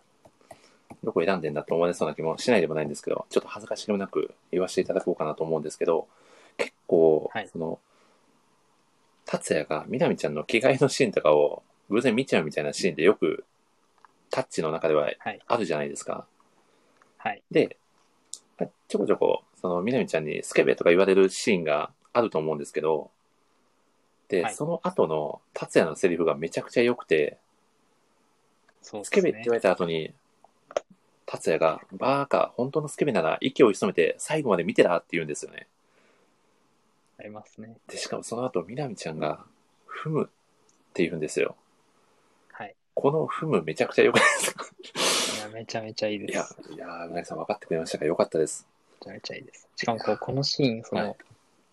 Speaker 1: どこ選んでんだと思われそうな気もしないでもないんですけど、ちょっと恥ずかしげもなく言わせていただこうかなと思うんですけど、結構、
Speaker 2: はい
Speaker 1: その、達也がみなみちゃんの着替えのシーンとかを偶然見ちゃうみたいなシーンでよく、タッチの中では
Speaker 2: はい。
Speaker 1: あるじゃないですか。
Speaker 2: はい。
Speaker 1: で、ちょこちょこ、その、みなみちゃんにスケベとか言われるシーンがあると思うんですけど、で、
Speaker 2: はい
Speaker 1: その後の達也のセリフがめちゃくちゃ良くて、
Speaker 2: そう
Speaker 1: スケベって
Speaker 2: で
Speaker 1: 言
Speaker 2: す
Speaker 1: わ
Speaker 2: ね。
Speaker 1: れた後に、達也が、バーカ、本当のスケベなら息を潜めて最後まで見てらって言うんですよね。
Speaker 2: ありますね。
Speaker 1: で、しかもその後、みなみちゃんが、ふむって言うんですよ。
Speaker 2: はい。
Speaker 1: このふむめちゃくちゃ良くないですか
Speaker 2: いや、めちゃめちゃいい
Speaker 1: い
Speaker 2: で
Speaker 1: や
Speaker 2: す。、
Speaker 1: いやー、うなぎさん分かってくれましたか良かったです。
Speaker 2: めちゃめちゃいいです。しかもこう、このシーン、そ
Speaker 1: は
Speaker 2: の
Speaker 1: い、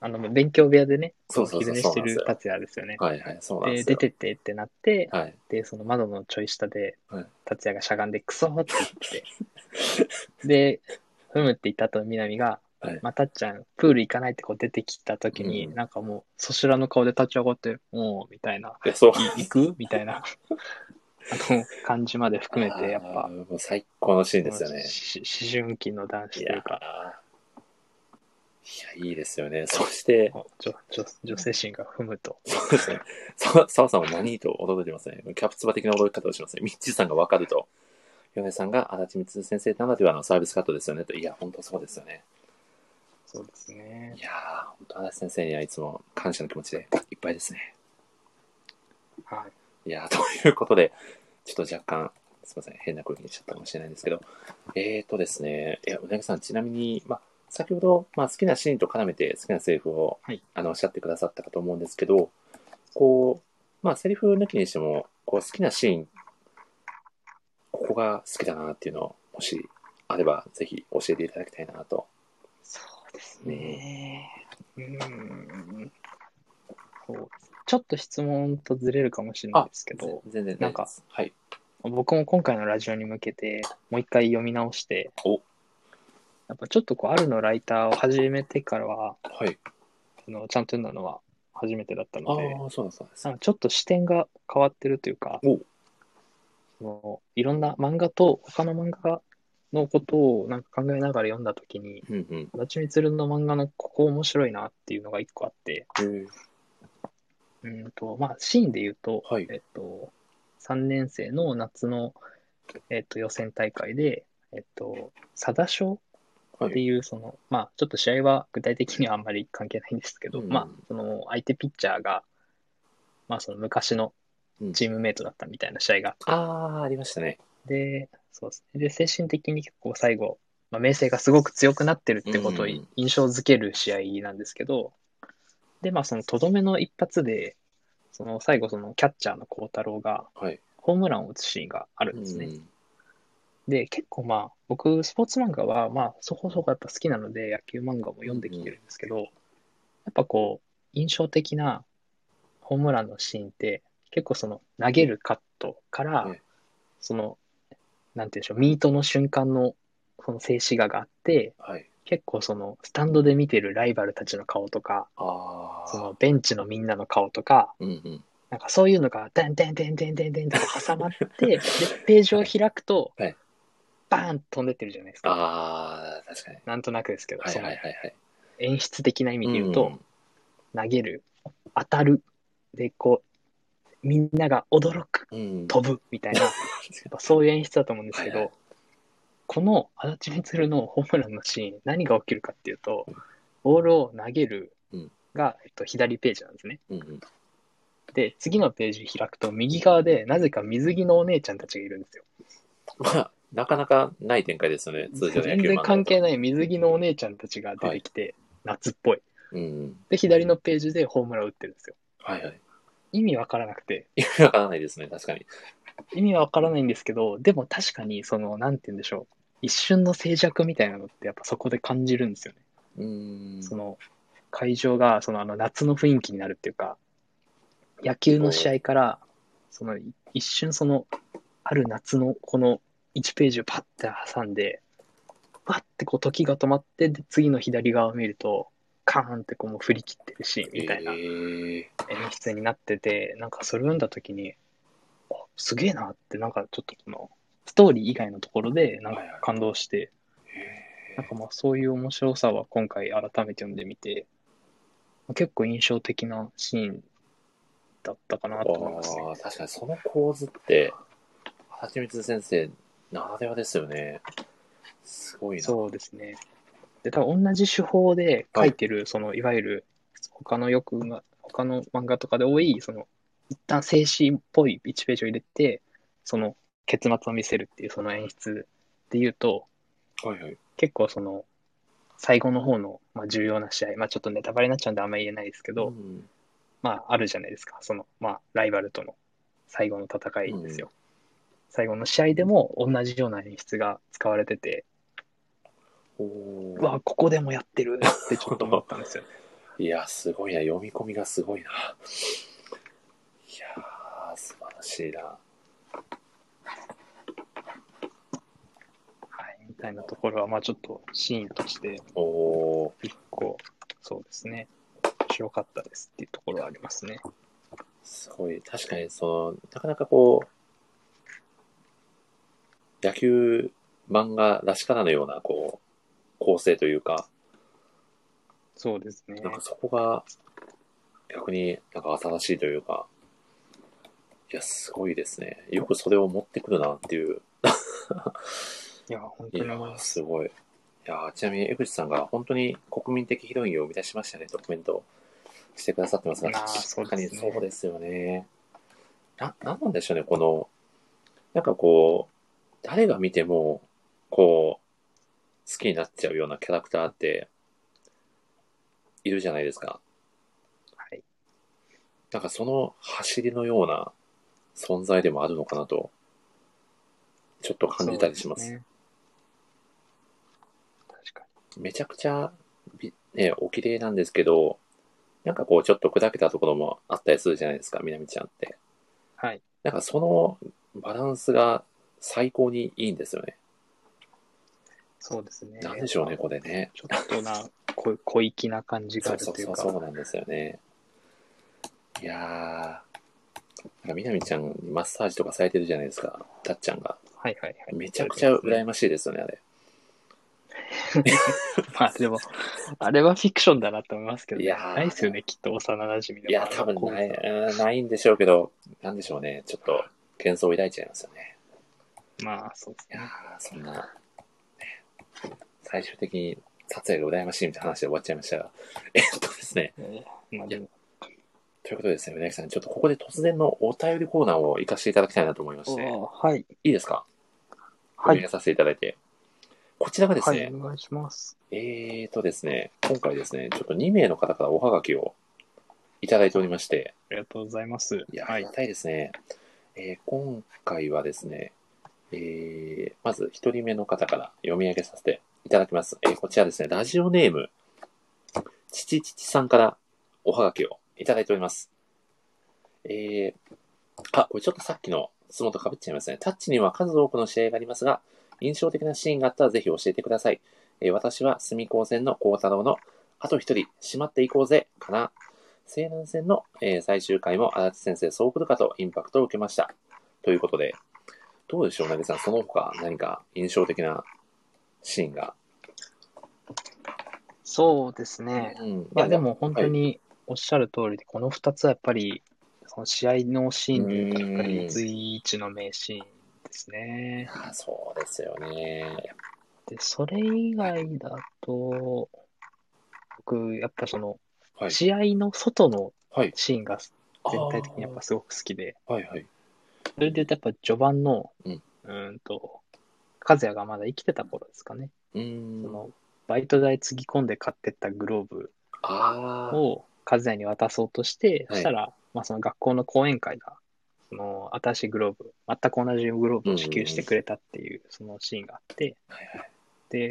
Speaker 2: あの、勉強部屋でね、
Speaker 1: そうそうそ
Speaker 2: 昼
Speaker 1: う
Speaker 2: 寝
Speaker 1: そ
Speaker 2: し
Speaker 1: う
Speaker 2: て
Speaker 1: なんですよ。
Speaker 2: る達也ですよね。
Speaker 1: はいはい、そうなんで
Speaker 2: で、
Speaker 1: すよ
Speaker 2: 出。てってってなって、
Speaker 1: はい。
Speaker 2: で、その窓のちょい下で
Speaker 1: はい、
Speaker 2: 達也がしゃがんで、クソーって言って、で、ふむって言った後、みなみが
Speaker 1: はい、
Speaker 2: まあ、たっちゃん、プール行かないってこう出てきた時に、
Speaker 1: うん
Speaker 2: なんかもう、そしらの顔で立ち上がって、もう、みたいな、
Speaker 1: で、そう。
Speaker 2: い行くみたいな、あの、感じまで含めて、やっ
Speaker 1: あ
Speaker 2: ぱ
Speaker 1: ー、もう最高のシーンですよね。
Speaker 2: し思春期の男子というか、
Speaker 1: あいや、いいですよね。そして、
Speaker 2: お女女女性心が踏むと。
Speaker 1: そうですね。澤澤さんは何と驚いてますね。キャプツバ的な驚き方をしますね。ミッチーさんがわかると。米さんが足立光先生ならではのサービスカットですよねと。いや、本当そうですよね。
Speaker 2: そうですね
Speaker 1: い。やー、本当足立先生にはいつも感謝の気持ちでいっぱいですね。
Speaker 2: はい。
Speaker 1: いやー、 ということで、ちょっと若干、すいません、変な空気にしちゃったかもしれないんですけど、えーとですね、いや、うなぎさん、ちなみに、まあ、先ほど、まあ、好きなシーンと絡めて好きなセリフを、
Speaker 2: はい
Speaker 1: あの、おっしゃってくださったかと思うんですけど、こう、まあ、セリフ抜きにしても、こう、好きなシーン、ここが好きだなっていうのを、もし、あれば、ぜひ教えていただきたいなと。
Speaker 2: そうですね。うーん。そうちょっと質問とずれるかもしれないですけど、
Speaker 1: 全然
Speaker 2: なん
Speaker 1: 大丈夫
Speaker 2: か
Speaker 1: ですはい。
Speaker 2: 僕も今回のラジオに向けて、もう一回読み直して、
Speaker 1: お
Speaker 2: やっぱちょっとこう、あるのライターを始めてからは、
Speaker 1: はい。
Speaker 2: あのちゃんと読んだのは初めてだった
Speaker 1: あ
Speaker 2: ので、
Speaker 1: あ、そうなんですそうなんです。
Speaker 2: なんかちょっと視点が変わってるというか
Speaker 1: お、
Speaker 2: そのいろんな漫画と他の漫画のことをなんか考えながら読んだときに、
Speaker 1: うんうん。
Speaker 2: 足立みつるの漫画のここ面白いなっていうのが一個あって、
Speaker 1: えー
Speaker 2: うーんと、まあ、シーンで言うと、
Speaker 1: はい
Speaker 2: えっと、3年生の夏の、えっと、予選大会で、えっと、佐田賞
Speaker 1: はい
Speaker 2: っていう、その、まあ、ちょっと試合は具体的にはあんまり関係ないんですけど、
Speaker 1: うん
Speaker 2: まあ、その、相手ピッチャーが、まあ、その昔の
Speaker 1: うん
Speaker 2: チームメイトだったみたいな試合があって、
Speaker 1: ああ、ありましたね。
Speaker 2: で、そうですね。で、精神的に結構最後、まあ、明星がすごく強くなってるってことを
Speaker 1: うんうん
Speaker 2: 印象づける試合なんですけど、で、まあ、そのとどめの一発で、その最後、そのキャッチャーの孝太郎が
Speaker 1: はい。
Speaker 2: ホームランを打つシーンがあるんですね。
Speaker 1: うん
Speaker 2: で、結構まあ、僕、スポーツ漫画は、まあ、そこそこやっぱ好きなので、野球漫画も読んできてるんですけど、やっぱこう、印象的なホームランのシーンって、結構その、投げるカットから、
Speaker 1: うん
Speaker 2: その、なんて言うんでしょう、ミートの瞬間の、その静止画があって、
Speaker 1: はい。
Speaker 2: 結構その、スタンドで見てるライバルたちの顔とか、
Speaker 1: あ
Speaker 2: その、ベンチのみんなの顔とか、
Speaker 1: うんうん。
Speaker 2: なんかそういうのが、でんでんでんでんでんでんと挟 まって、で、ページを開くと、
Speaker 1: はい
Speaker 2: バーンと飛んでってるじゃないですか。
Speaker 1: ああ、確かに。
Speaker 2: なんとなくですけど、
Speaker 1: はい
Speaker 2: そ
Speaker 1: はい
Speaker 2: の
Speaker 1: はいはい。
Speaker 2: 演出的な意味で言う
Speaker 1: うん
Speaker 2: と、投げる、当たる、で、こう、みんなが驚く、
Speaker 1: うん、
Speaker 2: 飛ぶ、みたいな、やっぱそういう演出だと思うんですけ
Speaker 1: はいは
Speaker 2: ど、この足立光のホームランのシーン、何が起きるかっていうと、ボールを投げる
Speaker 1: うん
Speaker 2: が、えっと、左ページなんですね。
Speaker 1: うんうん、
Speaker 2: で、次のページ開くと、右側で、なぜか水着のお姉ちゃんたちがいるんですよ。
Speaker 1: まあ、なかなかない展開ですよね、通常の野
Speaker 2: 全
Speaker 1: 球
Speaker 2: 然関係
Speaker 1: ない。
Speaker 2: ない水着のお姉ちゃんたちが出てきて、夏っぽい。
Speaker 1: うんうん。
Speaker 2: で、左のページでホームラン打ってるんですよ。
Speaker 1: はいはい。
Speaker 2: 意味わからなくて、
Speaker 1: わからないですね、確かに。
Speaker 2: 意味はわからないんですけど、でも確かに、その、なんて言うんでしょう。一瞬の静寂みたいなのって、やっぱそこで感じるんですよね。
Speaker 1: うん。
Speaker 2: その、会場が、その、あの、夏の雰囲気になるっていうか、野球の試合から、その、い一瞬その、ある夏のこの1ページをパッて挟んで、パッてこう時が止まって、で次の左側を見ると、カーンってこうもう振り切ってるシーンみたいな
Speaker 1: えー、
Speaker 2: 演出になってて、なんかそれを読んだ時に、あすげえなって、なんかちょっとその、ストーリー以外のところで、なんか感動して、なんかまあそういう面白さは今回改めて読んでみて、結構印象的なシーンだったかなと思いますね。
Speaker 1: ああ、確かにその構図って、はちみつ先生ならではですよね。すごいな。
Speaker 2: そうですね。で、多分同じ手法で書いてる、その、いわゆる、他のよくが、他の漫画とかで多い、その、一旦静止っぽい1ページを入れて、その、結末を見せるっていう、その演出で言うと、
Speaker 1: はいはい。
Speaker 2: 結構その、最後の方の、まあ、重要な試合、まあ、ちょっとネタバレになっちゃうんであんまり言えないですけど、
Speaker 1: ん、
Speaker 2: まあ、あるじゃないですか。その、まあ、ライバルとの最後の戦いですよ。最後の試合でも同じような演出が使われてて、
Speaker 1: おお
Speaker 2: う。わ、ここでもやってるってちょっ と思ったんですよ。
Speaker 1: いや、すごいな。読み込みがすごいな。いやー、素晴らしいな。
Speaker 2: はい、みたいなところは、まあちょっとシーンとして、
Speaker 1: おー、
Speaker 2: 一個、そうですね、面白かったですっていうところはありますね。
Speaker 1: すごい。確かに、その、なかなかこう、野球漫画らしからぬような、こう、構成というか、
Speaker 2: そうですね。
Speaker 1: なんかそこが、逆になんか新しいというか、いや、すごいですね。よくそれを持ってくるなっていう。
Speaker 2: いや、本
Speaker 1: い
Speaker 2: 当に
Speaker 1: や
Speaker 2: 思いま
Speaker 1: ー、
Speaker 2: す。
Speaker 1: すごい。いやーちなみに江口さんが本当に国民的ヒロインを生み出しましたねとコメントをしてくださってますが、
Speaker 2: いやーそう
Speaker 1: 確か
Speaker 2: で
Speaker 1: に
Speaker 2: すね
Speaker 1: そうですよね。な、なんなんでしょうね、この、なんかこう、誰が見ても、こう、好きになっちゃうようなキャラクターって、いるじゃないですか。
Speaker 2: はい。
Speaker 1: なんかその走りのような存在でもあるのかなと、ちょっと感じたりします
Speaker 2: そう。でね確か
Speaker 1: めちゃくちゃび、ね、お綺麗なんですけど、なんかこう、ちょっと砕けたところもあったりするじゃないですか、みなみちゃんって。
Speaker 2: に。はい。
Speaker 1: なんかそのバランスが最高にいいんですよね。
Speaker 2: そうですね。
Speaker 1: なんでしょうね、これね。
Speaker 2: ちょっとな、こ小粋な感じが
Speaker 1: そ
Speaker 2: あ
Speaker 1: う
Speaker 2: る
Speaker 1: そう
Speaker 2: とい
Speaker 1: そうう、
Speaker 2: か。
Speaker 1: そうなんですよね。いやー、なんかみなみちゃんにマッサージとかされてるじゃないですか、たっちゃんが。
Speaker 2: はいはいはい。
Speaker 1: めちゃくちゃ羨ましいですよね、あれ。
Speaker 2: まあでも、あれはフィクションだなと思いますけど、
Speaker 1: いやー
Speaker 2: ないですよね、きっと幼馴染みの。
Speaker 1: いや、多分ない、
Speaker 2: こ
Speaker 1: うんないんでしょうけど、なんでしょうね。ちょっと、幻想を抱いちゃいますよね。
Speaker 2: うまあそうです
Speaker 1: いやー
Speaker 2: ね。
Speaker 1: そんな、ね最終的に撮影が羨ましいみたいな話で終わっちゃいましたが、えっとですね、
Speaker 2: まあでも
Speaker 1: ということでですね、うなぎさん、ちょっとここで突然のお便りコーナーを行かせていただきたいなと思いまして、
Speaker 2: あはい。
Speaker 1: いいですか
Speaker 2: は
Speaker 1: お願
Speaker 2: い。
Speaker 1: させていただいて。こちらがです
Speaker 2: はい、
Speaker 1: ね、
Speaker 2: お願いします。
Speaker 1: えーとですね、今回ですね、ちょっと2名の方からおはがきをいただいておりまして、
Speaker 2: ありがとうございます。
Speaker 1: いや、あ
Speaker 2: は
Speaker 1: り
Speaker 2: い
Speaker 1: が。たいですね。えー今回はですね、えーまず1人目の方から読み上げさせていただきます。えーこちらですね、ラジオネーム、ちちちちさんからおはがきをいただいております。えーあ、これちょっとさっきの質問とかぶっちゃいますね。タッチには数多くの試合がありますが、印象的なシーンがあったらぜひ教えてください。えー私は隅高専の高太郎の、あと1人、しまっていこうぜ、かな西南戦の、えー最終回も足立先生そう来るかとインパクトを受けました。ということで、どうでしょう、なぎさん、その他何か印象的なシーンが。
Speaker 2: そうですね。
Speaker 1: うん、
Speaker 2: いや、で、も本当におっしゃる通りで、この2つはやっぱり、その試合のシーンというか、
Speaker 1: うん
Speaker 2: やっぱり随一の名シーンですね。
Speaker 1: あそうですよね。
Speaker 2: で、それ以外だと、僕、やっぱその、
Speaker 1: はい。
Speaker 2: 試合の外の
Speaker 1: はい。
Speaker 2: シーンが全体的にやっぱすごく好きで、
Speaker 1: あーはいはい。
Speaker 2: それで言うとやっぱ序盤の、
Speaker 1: う
Speaker 2: うんーんと、和也がまだ生きてた頃ですかね。
Speaker 1: う
Speaker 2: そ
Speaker 1: ん。
Speaker 2: のバイト代つぎ込んで買ってったグローブ
Speaker 1: ああ。
Speaker 2: を和也に渡そうとして、
Speaker 1: はい
Speaker 2: そしたら、まあ、その学校の講演会が、その新しいグローブ、全く同じグローブを支給してくれたっていう、そのシーンがあって、
Speaker 1: はいはい。
Speaker 2: で、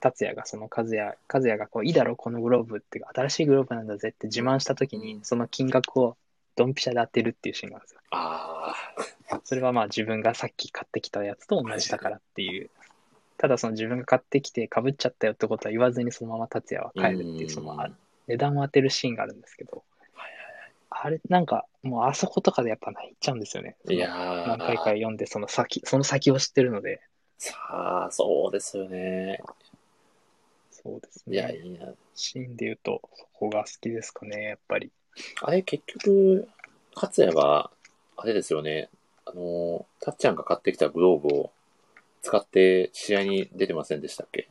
Speaker 2: 達也がその和也、和也がこう、いいだろ、このグローブって、新しいグローブなんだぜって自慢したとき
Speaker 1: う
Speaker 2: に
Speaker 1: ん、
Speaker 2: その金額をドンピシャで当てるっていうシーンがあるんですよ。
Speaker 1: あ
Speaker 2: それはまあ自分がさっき買ってきたやつと同じだからっていう。ただその自分が買ってきて被っちゃったよってことは言わずにそのまま達也は
Speaker 1: あ。
Speaker 2: 帰るっていう、そのあ値段を当てるシーンがあるんですけど、
Speaker 1: はい
Speaker 2: あれなんかもうあそことかでやっぱ泣いちゃうんですよね。
Speaker 1: いや
Speaker 2: そ
Speaker 1: ー
Speaker 2: の何回か読んでその先、その先を知ってるので。
Speaker 1: さあ、そうですよね。
Speaker 2: そうです
Speaker 1: いや、
Speaker 2: ね。
Speaker 1: いいな。
Speaker 2: シーンで言うとそこが好きですかね、やっぱり。
Speaker 1: あれ、結局、勝也は、あれですよね、あの、たっちゃんが買ってきたグローブを使って試合に出てませんでしたっけ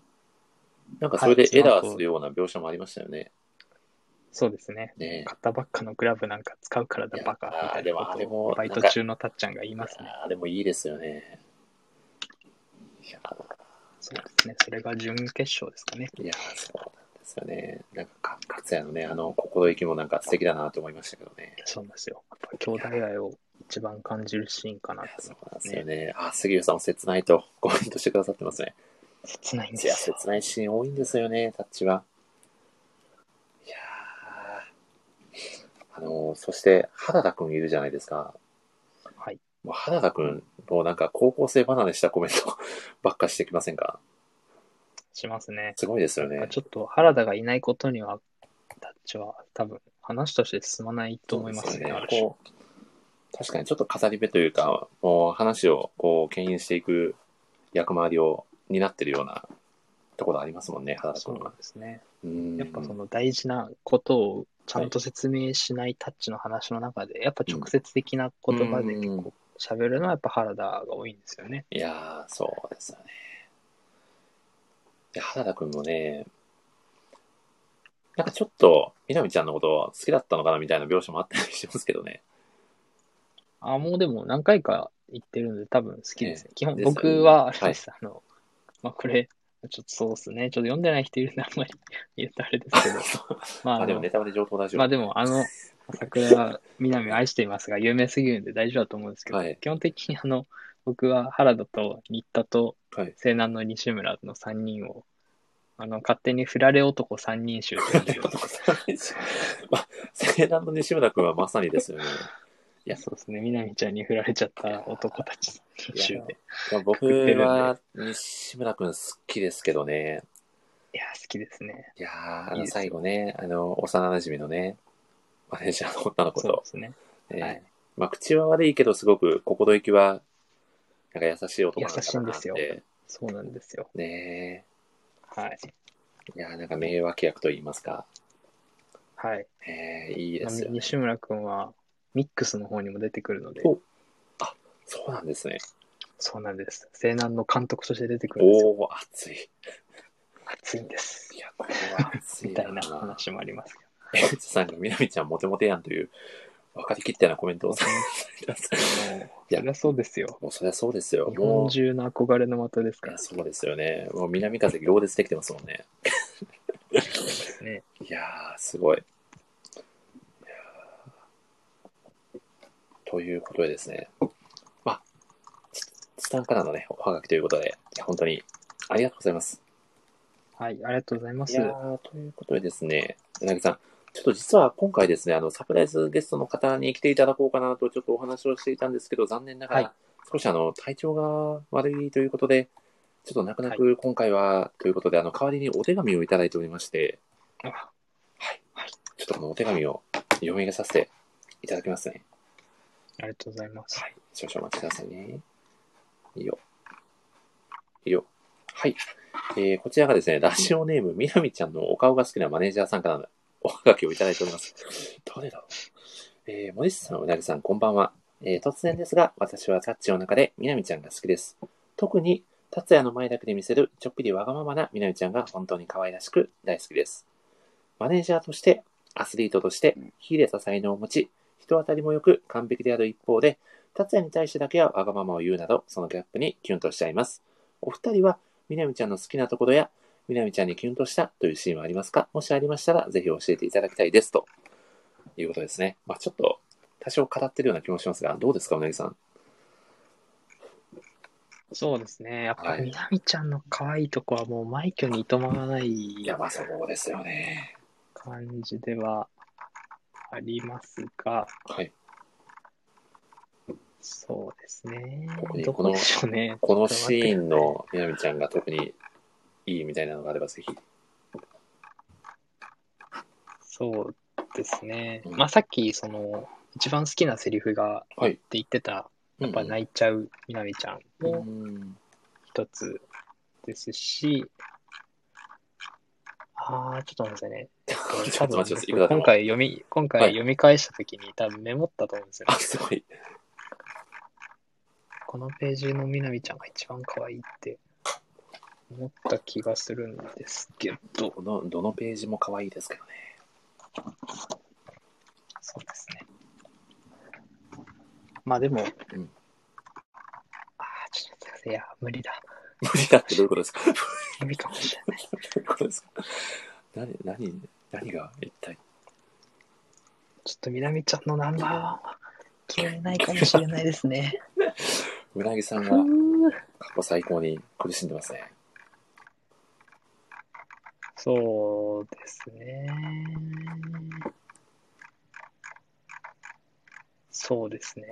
Speaker 1: なんかそれでエラーするような描写もありましたよね。
Speaker 2: そうですね。
Speaker 1: ねえ
Speaker 2: 買ったばっかのグラブなんか使うからだバカみたいな
Speaker 1: あーで
Speaker 2: こ
Speaker 1: も
Speaker 2: と
Speaker 1: あ
Speaker 2: を
Speaker 1: れも
Speaker 2: バイト中のたっちゃんが言いますね。
Speaker 1: あれもいいですよね。いや、
Speaker 2: そうですね。それが準決勝ですかね。
Speaker 1: いやそうなんですよね。なんか、か勝也のね、あの、心意気もなんか素敵だなと思いましたけどね。
Speaker 2: そうなんですよ。やっぱ兄弟愛を一番感じるシーンかない
Speaker 1: や
Speaker 2: と
Speaker 1: そう
Speaker 2: 思
Speaker 1: なん
Speaker 2: いま
Speaker 1: ですすよ
Speaker 2: ね。
Speaker 1: ね。あ、杉浦さんも切ないとコメントしてくださってますね。
Speaker 2: 切ないんで
Speaker 1: いや、
Speaker 2: すよ。
Speaker 1: 切ないシーン多いんですよね、タッチは。いやーあのー、そして、原田くんいるじゃないですか。
Speaker 2: はい。
Speaker 1: もう原田くん、もうなんか高校生離れしたコメント ばっかしてきませんか
Speaker 2: しますね。
Speaker 1: すごいですよね。
Speaker 2: ちょっと原田がいないことには、タッチは多分話として進まないと思いますね。ある種
Speaker 1: こう確かにちょっと飾り部というか、もう話をこう、牽引していく役回りを担ってるようなところありますもんね、原田
Speaker 2: そう
Speaker 1: 君
Speaker 2: な
Speaker 1: は
Speaker 2: ん。ですね。
Speaker 1: うん
Speaker 2: やっぱその大事なことをちゃんと説明しないタッチの話の中で、やっぱ直接的な言葉で結構喋るのはやっぱ原田が多いんですよね。
Speaker 1: いやー、そうですよね。で原田くんもね、なんかちょっと、みなみちゃんのこと好きだったのかなみたいな描写もあったりしますけどね。
Speaker 2: あ、もうでも何回か行ってるんで多分好きですね。基本
Speaker 1: ですよね
Speaker 2: 僕はあれです、あの、まあこれ、ちょっとそうですね。ちょっと読んでない人いるんであんまり言ったあ れですけど。まあ
Speaker 1: あ、
Speaker 2: あ
Speaker 1: で
Speaker 2: の
Speaker 1: もネ、タバレ情報大丈夫。
Speaker 2: まあでもあの、桜南を愛していますが有名すぎるんで大丈夫だと思うんですけど、
Speaker 1: はい
Speaker 2: 基本的にあの、僕は原田と新田と
Speaker 1: はい。
Speaker 2: 西南の西村の3人を、あの、勝手に振られ男3人集と いう。
Speaker 1: まあ、西南の西村くんはまさにですよね。
Speaker 2: いや、そうですね。みなみちゃんに振られちゃった男たち3人集
Speaker 1: いや
Speaker 2: で。
Speaker 1: まあ僕
Speaker 2: 隠れるね
Speaker 1: は西村くん好きですけどね。
Speaker 2: いや、好きですね。
Speaker 1: いやー、あ
Speaker 2: いい
Speaker 1: の
Speaker 2: ですよ
Speaker 1: 最後ね、あの、幼馴染のね、マネージャーの女の子
Speaker 2: そう
Speaker 1: と
Speaker 2: で、すね。
Speaker 1: ええ
Speaker 2: はい
Speaker 1: まあ、口は悪いけど、すごく心意気は、なんか優しい男なんだ
Speaker 2: 優しい
Speaker 1: なんっ
Speaker 2: ですよ
Speaker 1: て。
Speaker 2: そうなんですよ。
Speaker 1: ね
Speaker 2: はい。
Speaker 1: え。いや、なんか名脇役と言いますか。
Speaker 2: はい。
Speaker 1: ええいいですよ、ね。
Speaker 2: 西村くんは、ミックスの方にも出てくるので、
Speaker 1: おそうなんですね。
Speaker 2: そうなんです。西南の監督として出てくるんですよ。
Speaker 1: おお熱い。
Speaker 2: 熱いんです
Speaker 1: い。や、これは熱い
Speaker 2: み
Speaker 1: な。
Speaker 2: たいな話もありますけど。
Speaker 1: 江口さんが、みなみちゃんモテモテやんという、分かりきったようなコメントをされてます。
Speaker 2: もうそりゃそうですよ。
Speaker 1: もう、そりゃそうですよ。
Speaker 2: 日
Speaker 1: も
Speaker 2: 本
Speaker 1: う、
Speaker 2: 中の憧れの的です
Speaker 1: い
Speaker 2: から
Speaker 1: やそうですよね。もう、南風行列できてますもんね。
Speaker 2: ね。
Speaker 1: いやー、すごい。いやーということでですね、まあ、ツツタンからのね、おはがきということで、いや本当にありがとうございます。
Speaker 2: はい、ありがとうございま
Speaker 1: い
Speaker 2: す
Speaker 1: や。ー、ということでですね、柳さん、ちょっと実は今回ですね、あの、サプライズゲストの方に来ていただこうかなとちょっとお話をしていたんですけど、残念ながら、
Speaker 2: はい
Speaker 1: 少しあの、体調が悪いということで、ちょっと泣く泣く今回は、ということで、あの、代わりにお手紙をいただいておりまして、
Speaker 2: あ
Speaker 1: はい。ちょっとこのお手紙を読み上げさせていただきますね。
Speaker 2: ありがとうございます。
Speaker 1: はい。少々お待ちくださいね。いいよ。いいよ。はい。えー、こちらがですね、ラジオネーム、みなみちゃんのお顔が好きなマネージャーさんからの おはがきをいただいております。どれだろう。えー、森下さん、うなぎさん、こんばんは。えー、突然ですが、私はタッチの中でみなみちゃんが好きです。特に、達也の前だけで見せるちょっぴりわがままなみなみちゃんが本当に可愛らしく大好きです。マネージャーとして、アスリートとして、秀でた才能を持ち、人当たりも良く完璧である一方で、達也に対してだけはわがままを言うなど、そのギャップにキュンとしちゃいます。お二人は、みなみちゃんの好きなところや、みなみちゃんにキュンとしたというシーンはありますかもしありましたら、ぜひ教えていただきたいです。ということですね。まあちょっと、多少語ってるような気もしますが、どうですか、うなぎさん。
Speaker 2: そうですね。やっぱ
Speaker 1: はい
Speaker 2: りみなみちゃんの可愛いとこはもう枚挙にいとまがない
Speaker 1: いや、まあそうですよね。
Speaker 2: 感じではありますが、
Speaker 1: はい。
Speaker 2: そうですね
Speaker 1: 特に。
Speaker 2: ど
Speaker 1: こ
Speaker 2: こ
Speaker 1: の
Speaker 2: でしょうね。
Speaker 1: このシーンのみなみちゃんが特にいいみたいなのがあれば、ぜひ。
Speaker 2: そうですね。
Speaker 1: うん
Speaker 2: まあさっき、その、一番好きなセリフが
Speaker 1: はい
Speaker 2: って言ってた、やっぱ
Speaker 1: い。
Speaker 2: 泣いちゃうみなみちゃん
Speaker 1: う
Speaker 2: も
Speaker 1: ん。
Speaker 2: 一つですし、ああ、ちょっと待ってくださいね。
Speaker 1: ちょ
Speaker 2: 多
Speaker 1: っと待
Speaker 2: 分
Speaker 1: ってください。いくらで
Speaker 2: 今
Speaker 1: も。
Speaker 2: 回読み、今回
Speaker 1: はい
Speaker 2: 読み返したときに多分メモったと思うんですよ、
Speaker 1: あ、すごい。
Speaker 2: このページのみなみちゃんが一番可愛いって思った気がするんですけど、
Speaker 1: どの、どのページも可愛いですけどね。
Speaker 2: そうですね。まあでも、
Speaker 1: うん
Speaker 2: ああ、ちょっと待ってください。いや、無理だ。
Speaker 1: 無理だってどういうことですか
Speaker 2: 無理かもしれない。
Speaker 1: ということですか何、何、何が一体
Speaker 2: ちょっとみなみちゃんのナンバーワンは決めないかもしれないですね。
Speaker 1: うなぎさん
Speaker 2: ふ
Speaker 1: が
Speaker 2: う
Speaker 1: 過去最高に苦しんでますね。
Speaker 2: そうですね。そうですね。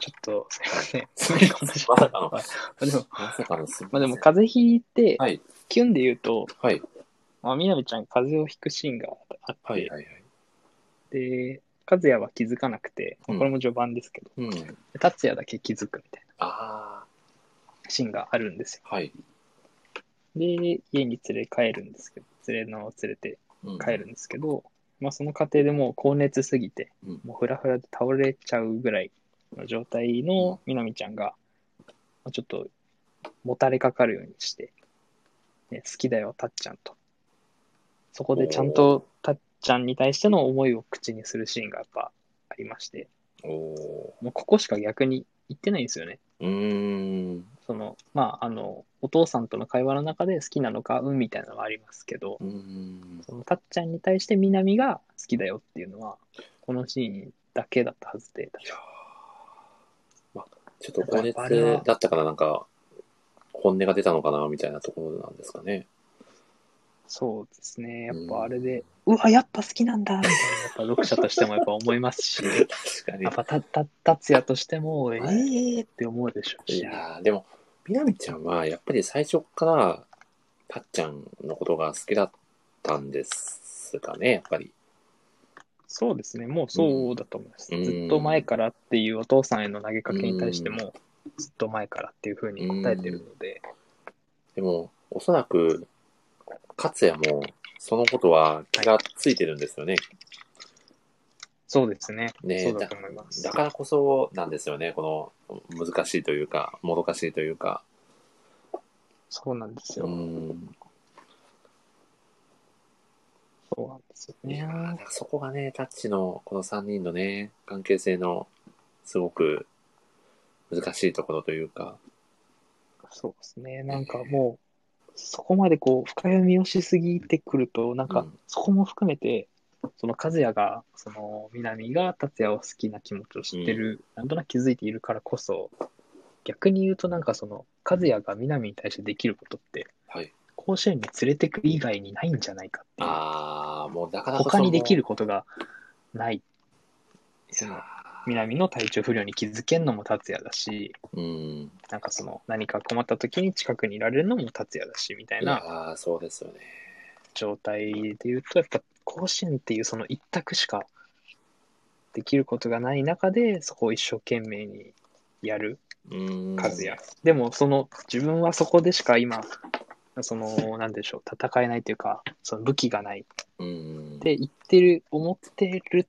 Speaker 2: ちょっと、すいません。
Speaker 1: まさかの、
Speaker 2: まあでも、
Speaker 1: まさかのすみ
Speaker 2: まあ、でも
Speaker 1: か
Speaker 2: 風邪ひいて、
Speaker 1: はい
Speaker 2: キュンで言うと、
Speaker 1: はい、
Speaker 2: まあ、みなみちゃん風邪をひくシーンがあって、
Speaker 1: はい、はい、はい。
Speaker 2: で、和也は気づかなくて、まあ
Speaker 1: うん
Speaker 2: これも序盤ですけど、
Speaker 1: うん。
Speaker 2: で達也だけ気づくみたい
Speaker 1: あ
Speaker 2: なシーンがあるんですよ。
Speaker 1: あ、はい。
Speaker 2: で、家に連れ帰るんですけど、連れの連れて
Speaker 1: うん
Speaker 2: 帰るんですけど、まあその過程でもう高熱すぎて、
Speaker 1: うん
Speaker 2: もうフラフラで倒れちゃうぐらいの状態のみなみちゃんが、まあちょっともたれかかるようにして、ね、好きだよ、たっちゃんと。そこでちゃんとたっちゃんに対しての思いを口にするシーンがやっぱありまして、
Speaker 1: お
Speaker 2: もうここしか逆に言ってないんですよね。
Speaker 1: ーうーん。
Speaker 2: その、まあ、あの、お父さんとの会話の中で好きなのか、うんみたいなのはありますけど
Speaker 1: う、ーん。
Speaker 2: その、たっちゃんに対してみなみが好きだよっていうのは、このシーンだけだったはずで、
Speaker 1: いやーまあ、ちょっと高
Speaker 2: あれは
Speaker 1: 熱だったかな、なんか、本音が出たのかな、みたいなところなんですかね。
Speaker 2: そうですね。やっぱあれで、うわ、やっぱ好きなんだみたいな、やっぱ読者としてもやっぱ思いま すし、や
Speaker 1: 確かに
Speaker 2: っ。ぱた、た、達也としても、え
Speaker 1: い
Speaker 2: ーって思うでしょう
Speaker 1: い
Speaker 2: し、
Speaker 1: やーでも、みなみちゃんは、やっぱり最初から、たっちゃんのことが好きだったんですかね、やっぱり。
Speaker 2: そうですね。もうそうだと思います。
Speaker 1: うん
Speaker 2: ずっと前からっていうお父さんへの投げかけに対しても、ずっと前からっていうふうに答えてるので、
Speaker 1: でも、おそらく、勝也も、そのことは気がついてるんですよね。
Speaker 2: そうですね。
Speaker 1: ね
Speaker 2: そうだと思います。
Speaker 1: だからこそなんですよね、この、難しいというか、もどかしいというか。
Speaker 2: そうなんです
Speaker 1: う
Speaker 2: よ。
Speaker 1: ん。
Speaker 2: そうなんですよ
Speaker 1: いやーだ
Speaker 2: ね。
Speaker 1: からそこがね、タッチの、この3人のね、関係性の、すごく、難しいところというか。
Speaker 2: そうですね。なんかもう、そこまでこう、深読みをしすぎてくると、なん
Speaker 1: う
Speaker 2: か
Speaker 1: ん、
Speaker 2: そこも含めて、その和也が、その南が達也を好きな気持ちを知ってる、なんとなく気づいているからこそ、逆に言うとなんかその、和也が南に対してできることって、
Speaker 1: はい。
Speaker 2: 甲子園に連れてく以外にないんじゃないかっていう、
Speaker 1: ああ、もうだからこそ。
Speaker 2: 他にできる。ことがない。
Speaker 1: いや
Speaker 2: 南の体調不良に気づけんのも達也だし、
Speaker 1: ーうん。
Speaker 2: なんかその何か困った時に近くにいられるのも達也だしみたい
Speaker 1: いや
Speaker 2: な
Speaker 1: ーそうですよね。
Speaker 2: 状態で言うとやっぱ甲子園っていうその一択しかできることがない中でそこを一生懸命にやる
Speaker 1: うん。
Speaker 2: 和也、でもその自分はそこでしか今その何でしょう戦えないというかその武器がない
Speaker 1: うん。
Speaker 2: って言ってる思ってる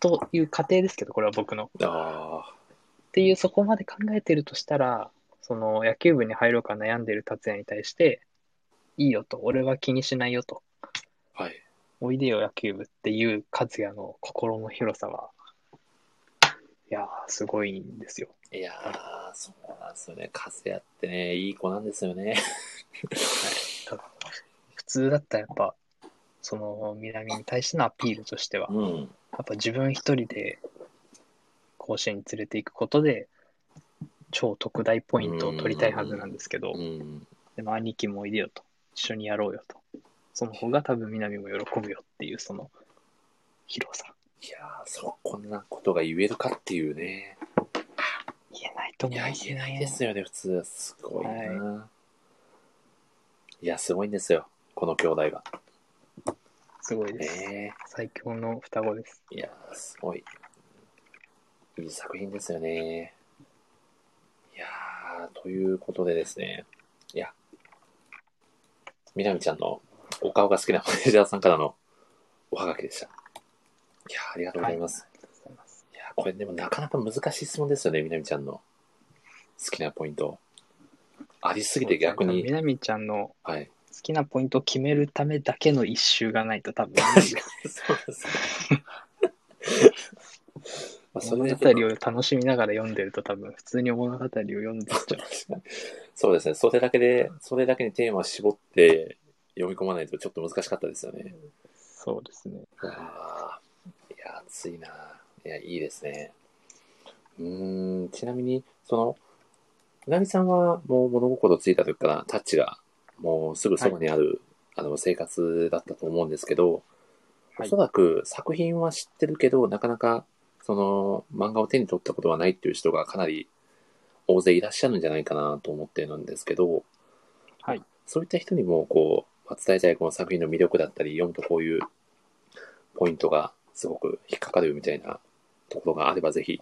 Speaker 2: という過程ですけどこれは僕の
Speaker 1: ああ、
Speaker 2: っていうそこまで考えてるとしたらその野球部に入ろうか悩んでる達也に対して「いいよ」と「俺は気にしないよ」と
Speaker 1: はい。
Speaker 2: 「おいでよ野球部」っていう達也の心の広さはいやーすごいんですよ。
Speaker 1: いやーそうなんですよね。和也ってね、いい子なんですよね。
Speaker 2: 普通だったらやっぱその南に対してのアピールとしては
Speaker 1: うん。
Speaker 2: やっぱ自分一人で甲子園に連れていくことで超特大ポイントを取りたいはずなんですけど。
Speaker 1: うん。
Speaker 2: でも兄貴もおいでよと、一緒にやろうよと。その方が多分南も喜ぶよっていうその広さ。
Speaker 1: いやーそう、こんなことが言えるかっていうね。
Speaker 2: 言えないと
Speaker 1: い
Speaker 2: 思い
Speaker 1: や、
Speaker 2: ます
Speaker 1: 言え
Speaker 2: ね。
Speaker 1: ないですよね、普通は。すごいな、い。や、すごいんですよ。この兄弟が。
Speaker 2: すごいです。
Speaker 1: ね
Speaker 2: 最強の双子です。
Speaker 1: いやーすごい。いい作品ですよね。いやーということでですね。いや、みなみちゃんのお顔が好きなマネージャーさんからのおはがきでした。いやーありがとうございます。
Speaker 2: ありがとうございます。
Speaker 1: い、やーこれでもなかなか難しい質問ですよね、みなみちゃんの好きなポイント。ありすぎて逆に。
Speaker 2: 南ちゃんの
Speaker 1: はい。
Speaker 2: 好きなポイントを決めるためだけの一周がないと多分。
Speaker 1: そうです。 まあそ
Speaker 2: 物
Speaker 1: れ
Speaker 2: 語
Speaker 1: で
Speaker 2: を楽しみながら読んでると多分普通に物語を読んでっちゃう。
Speaker 1: そうですね。それだけで、それだけにテーマを絞って読み込まないとちょっと難しかったですよね。
Speaker 2: そうですね。
Speaker 1: あーいや、熱いな。いや、いいですね。うーん、ちなみに、その、うなぎさんはもう物心ついた時からタッチがもうすぐそばにある、あの生活だったと思うんですけど、
Speaker 2: はい
Speaker 1: おそらく作品は知ってるけど、なかなかその漫画を手に取ったことはないっていう人がかなり大勢いらっしゃるんじゃないかなと思ってるんですけど、
Speaker 2: はい
Speaker 1: そういった人にもこう、まあ伝えたいこの作品の魅力だったり、読むとこういうポイントがすごく引っかかるみたいなところがあれば、ぜひ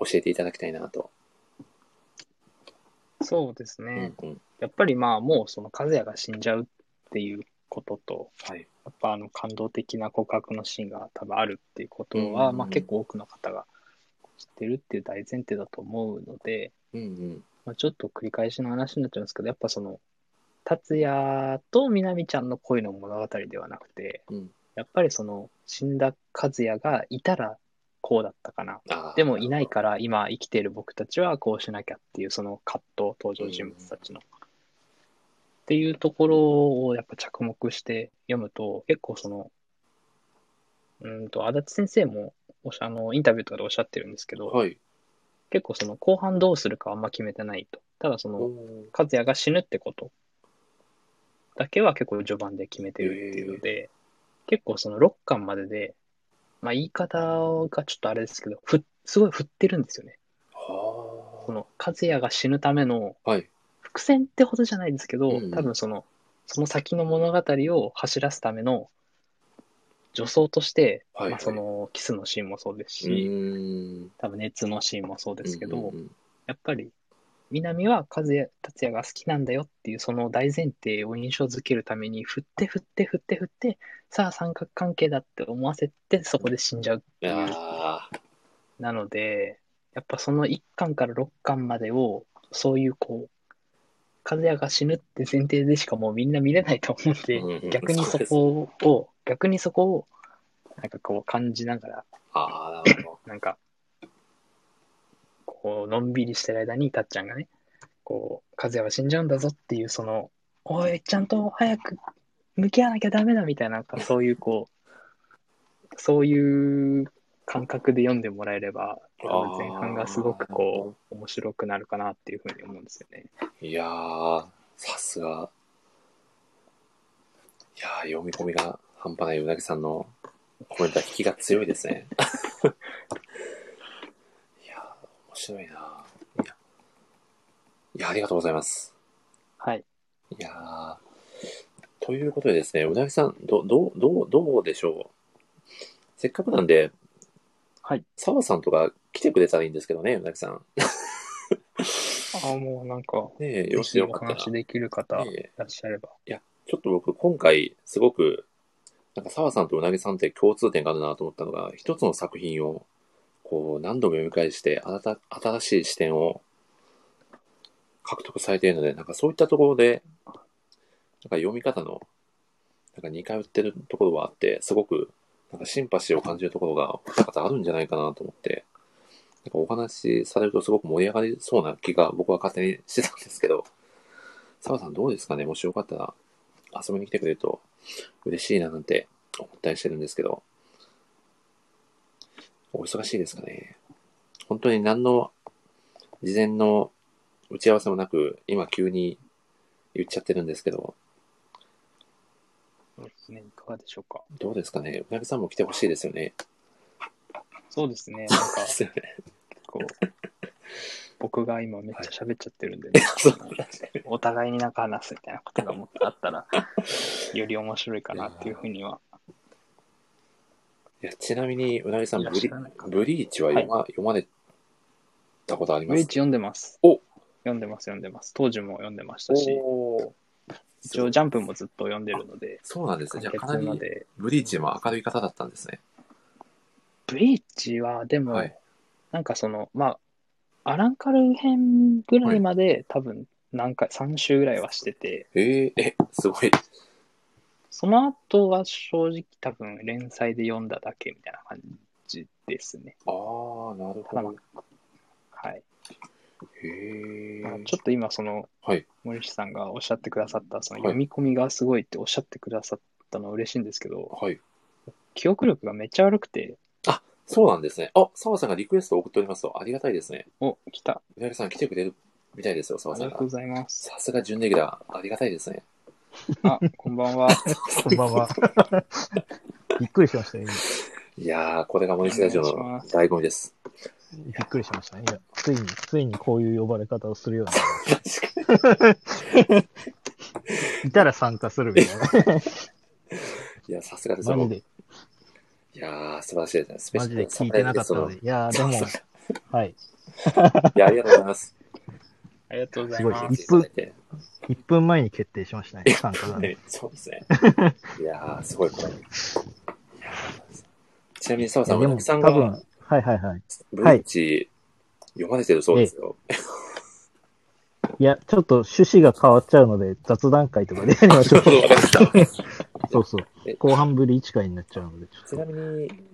Speaker 1: 教えていただきたいなと。
Speaker 2: そうですね。
Speaker 1: うんうん。
Speaker 2: やっぱりまあもうその和也が死んじゃうっていうことと、
Speaker 1: はい。
Speaker 2: やっぱあの感動的な告白のシーンが多分あるっていうことは、
Speaker 1: うん
Speaker 2: まあ結構多くの方が知ってるっていう大前提だと思うので、
Speaker 1: うんうん。
Speaker 2: まあ、ちょっと繰り返しの話になっちゃうんですけど、やっぱその、達也と南ちゃんの恋の物語ではなくて、
Speaker 1: うん
Speaker 2: やっぱりその死んだ和也がいたらこうだったかな
Speaker 1: あー
Speaker 2: でもいないから今生きている僕たちはこうしなきゃっていうその葛藤登場人物たちの。っていうところをやっぱ着目して読むと結構そのうーんと足立先生もおっしゃあのインタビューとかでおっしゃってるんですけど、
Speaker 1: はい。
Speaker 2: 結構その後半どうするかはあんま決めてないとただそ
Speaker 1: お
Speaker 2: の
Speaker 1: ー
Speaker 2: 和也が死ぬってことだけは結構序盤で決めてるっていうので、結構その6巻までで、まあ、言い方がちょっとあれですけどふすごい振ってるんですよね。
Speaker 1: は
Speaker 2: この和也が死ぬための
Speaker 1: あ。はい。
Speaker 2: 伏線ってほどじゃないんですけど、
Speaker 1: うんうん
Speaker 2: 多分そのその先の物語を走らすための助走として、
Speaker 1: はい
Speaker 2: まあ、そのキスのシーンもそうです
Speaker 1: う
Speaker 2: し、
Speaker 1: ーん。
Speaker 2: 多分熱のシーンもそうですけど、
Speaker 1: うんうんうん
Speaker 2: やっぱり南は和也達也が好きなんだよっていうその大前提を印象づけるために振って振って振って振ってさあ三角関係だって思わせてそこで死んじゃうっていう
Speaker 1: あー
Speaker 2: なので、やっぱその1巻から6巻までを、そういうこう、和也が死ぬって前提でしかもうみんな見れないと思うんで、
Speaker 1: うんうん
Speaker 2: 逆にそこを、逆にそこを、なんかこう感じながら、
Speaker 1: あー、なるほ
Speaker 2: なんか、こう、のんびりしてる間に、たっちゃんがね、こう、和也は死んじゃうんだぞっていう、その、おい、ちゃんと早く向き合わなきゃダメだみたいな、なんかそういう、こう、そういう感覚で読んでもらえれば、多分前半がすごくこう、面白くなるかなっていうふうに思うんですよね。
Speaker 1: ど。いやー、さすが。いやー、読み込みが半端ないうなぎさんのコメントは引きが強いですね。 いやー、面白いな。いやいや、ありがとうございます。
Speaker 2: はい。
Speaker 1: いやー。ということでですね、うなぎさん、ど、どう、どう、どうでしょうせっかくなんで、
Speaker 2: はい。
Speaker 1: 澤さんとか来てくれたらいいんですけどね、うなぎさん。
Speaker 2: ああ、もうなんか、
Speaker 1: ねえ、
Speaker 2: ぜ
Speaker 1: よし
Speaker 2: ひ
Speaker 1: よ
Speaker 2: お
Speaker 1: かった
Speaker 2: 話
Speaker 1: ら。
Speaker 2: できる方い
Speaker 1: ねえ
Speaker 2: らっしゃれば。
Speaker 1: ちょっと僕、今回、すごく、なんか澤さんとうなぎさんって共通点があるなと思ったのが、一つの作品を、こう、何度も読み返して、あた新しい視点を獲得されているので、なんかそういったところで、なんか読み方の、なんか似通ってるところはあって、すごく、なんかシンパシーを感じるところが、お二方あるんじゃないかなと思って、なんかお話しされるとすごく盛り上がりそうな気が僕は勝手にしてたんですけど、澤さんどうですかねもしよかったら遊びに来てくれると嬉しいななんて思ったりしてるんですけど、お忙しいですかね本当に何の事前の打ち合わせもなく、今急に言っちゃってるんですけど、
Speaker 2: そうですね。いかがでしょうか。
Speaker 1: どうですかねうなぎさんも来てほしいですよね。
Speaker 2: そうですね。なんか
Speaker 1: で、すよね。
Speaker 2: こう、僕が今めっちゃ喋っちゃってるんで、ね
Speaker 1: そう
Speaker 2: お互いになんか話すみたいなことがもっとあったら、より面白いかなっていうふうには。
Speaker 1: いやちなみに、うなぎさん
Speaker 2: い
Speaker 1: ブ
Speaker 2: らっし
Speaker 1: リ
Speaker 2: ゃらないか、
Speaker 1: ブリーチは読ま,、読まれたことあり
Speaker 2: ブ
Speaker 1: ま
Speaker 2: リー
Speaker 1: す
Speaker 2: チ読んでます。
Speaker 1: お
Speaker 2: 読んでます、読んでます。当時も読んでましたし、
Speaker 1: おー
Speaker 2: 一応ジャンプもずっと読んでるので、
Speaker 1: そうなんですね。
Speaker 2: 完
Speaker 1: じゃあ、かな
Speaker 2: 結ま
Speaker 1: り
Speaker 2: で。
Speaker 1: ブリーチも明るい方だったんですね。
Speaker 2: ブリーチは、でも、
Speaker 1: はい
Speaker 2: なんかその、まあ、アランカルー編ぐらいまで多分何回、3週ぐらいはしてて、
Speaker 1: えー、え、すごい。
Speaker 2: その後は正直多分連載で読んだだけみたいな感じですね。
Speaker 1: ああ、なる
Speaker 2: ただ
Speaker 1: ほ
Speaker 2: ま
Speaker 1: ど。
Speaker 2: あ、はい。
Speaker 1: へえ
Speaker 2: まあ。ちょっと今その、
Speaker 1: はい
Speaker 2: 森下さんがおっしゃってくださったその
Speaker 1: はい
Speaker 2: 読み込みがすごいっておっしゃってくださったのは嬉しいんですけど、
Speaker 1: はい。
Speaker 2: 記憶力がめっちゃ悪くて
Speaker 1: そうなんですね。あ、澤さんがリクエストを送っておりますと、ありがたいですね。
Speaker 2: お来た
Speaker 1: うなぎさん来てくれるみたいですよ、
Speaker 2: あ
Speaker 1: 澤
Speaker 2: り
Speaker 1: さ
Speaker 2: が
Speaker 1: ん
Speaker 2: と
Speaker 1: が
Speaker 2: うご。ざいます
Speaker 1: さすが準レギュラー、ありがたいですね。
Speaker 2: あこんば んは
Speaker 3: こんばんは。 びっくりしましたね。
Speaker 1: いやー、これが森下ラジオ
Speaker 2: お願
Speaker 1: の
Speaker 2: いします
Speaker 1: 醍醐味です。
Speaker 3: 今びっくりしましたね。いやついに、ついにこういう呼ばれ方をする ようになりました。いたら参加するみたいな。
Speaker 1: いや、さすがですよ。
Speaker 3: マジで、
Speaker 1: いやー、素晴らしいですね。スペ
Speaker 3: マ
Speaker 1: シャ
Speaker 3: ジ
Speaker 1: ル
Speaker 3: で聞いてなかったので。いやー、でも
Speaker 1: そう、
Speaker 3: はい。
Speaker 1: いや、ありがとうございます。
Speaker 2: ありがとうござい
Speaker 3: すごい
Speaker 2: ま。
Speaker 3: ですす
Speaker 1: 見ていただいて
Speaker 3: 1分前に決定しましたね、参加がね。
Speaker 1: ねそうですね。いやー、すごい、これ。いやーちなみに、澤さん、
Speaker 3: いや
Speaker 1: 村木さん
Speaker 3: 多分、
Speaker 1: が
Speaker 3: はいはいはい。
Speaker 1: ブリッジ読まれてるそうですよ。
Speaker 3: いや、ちょっと趣旨が変わっちゃうので、雑談会とかでやり ましょう。
Speaker 1: わかりました
Speaker 3: そうそう。後半ぶり1回になっちゃうので、ち
Speaker 1: ち
Speaker 3: ょ
Speaker 1: な
Speaker 3: っ
Speaker 1: みに、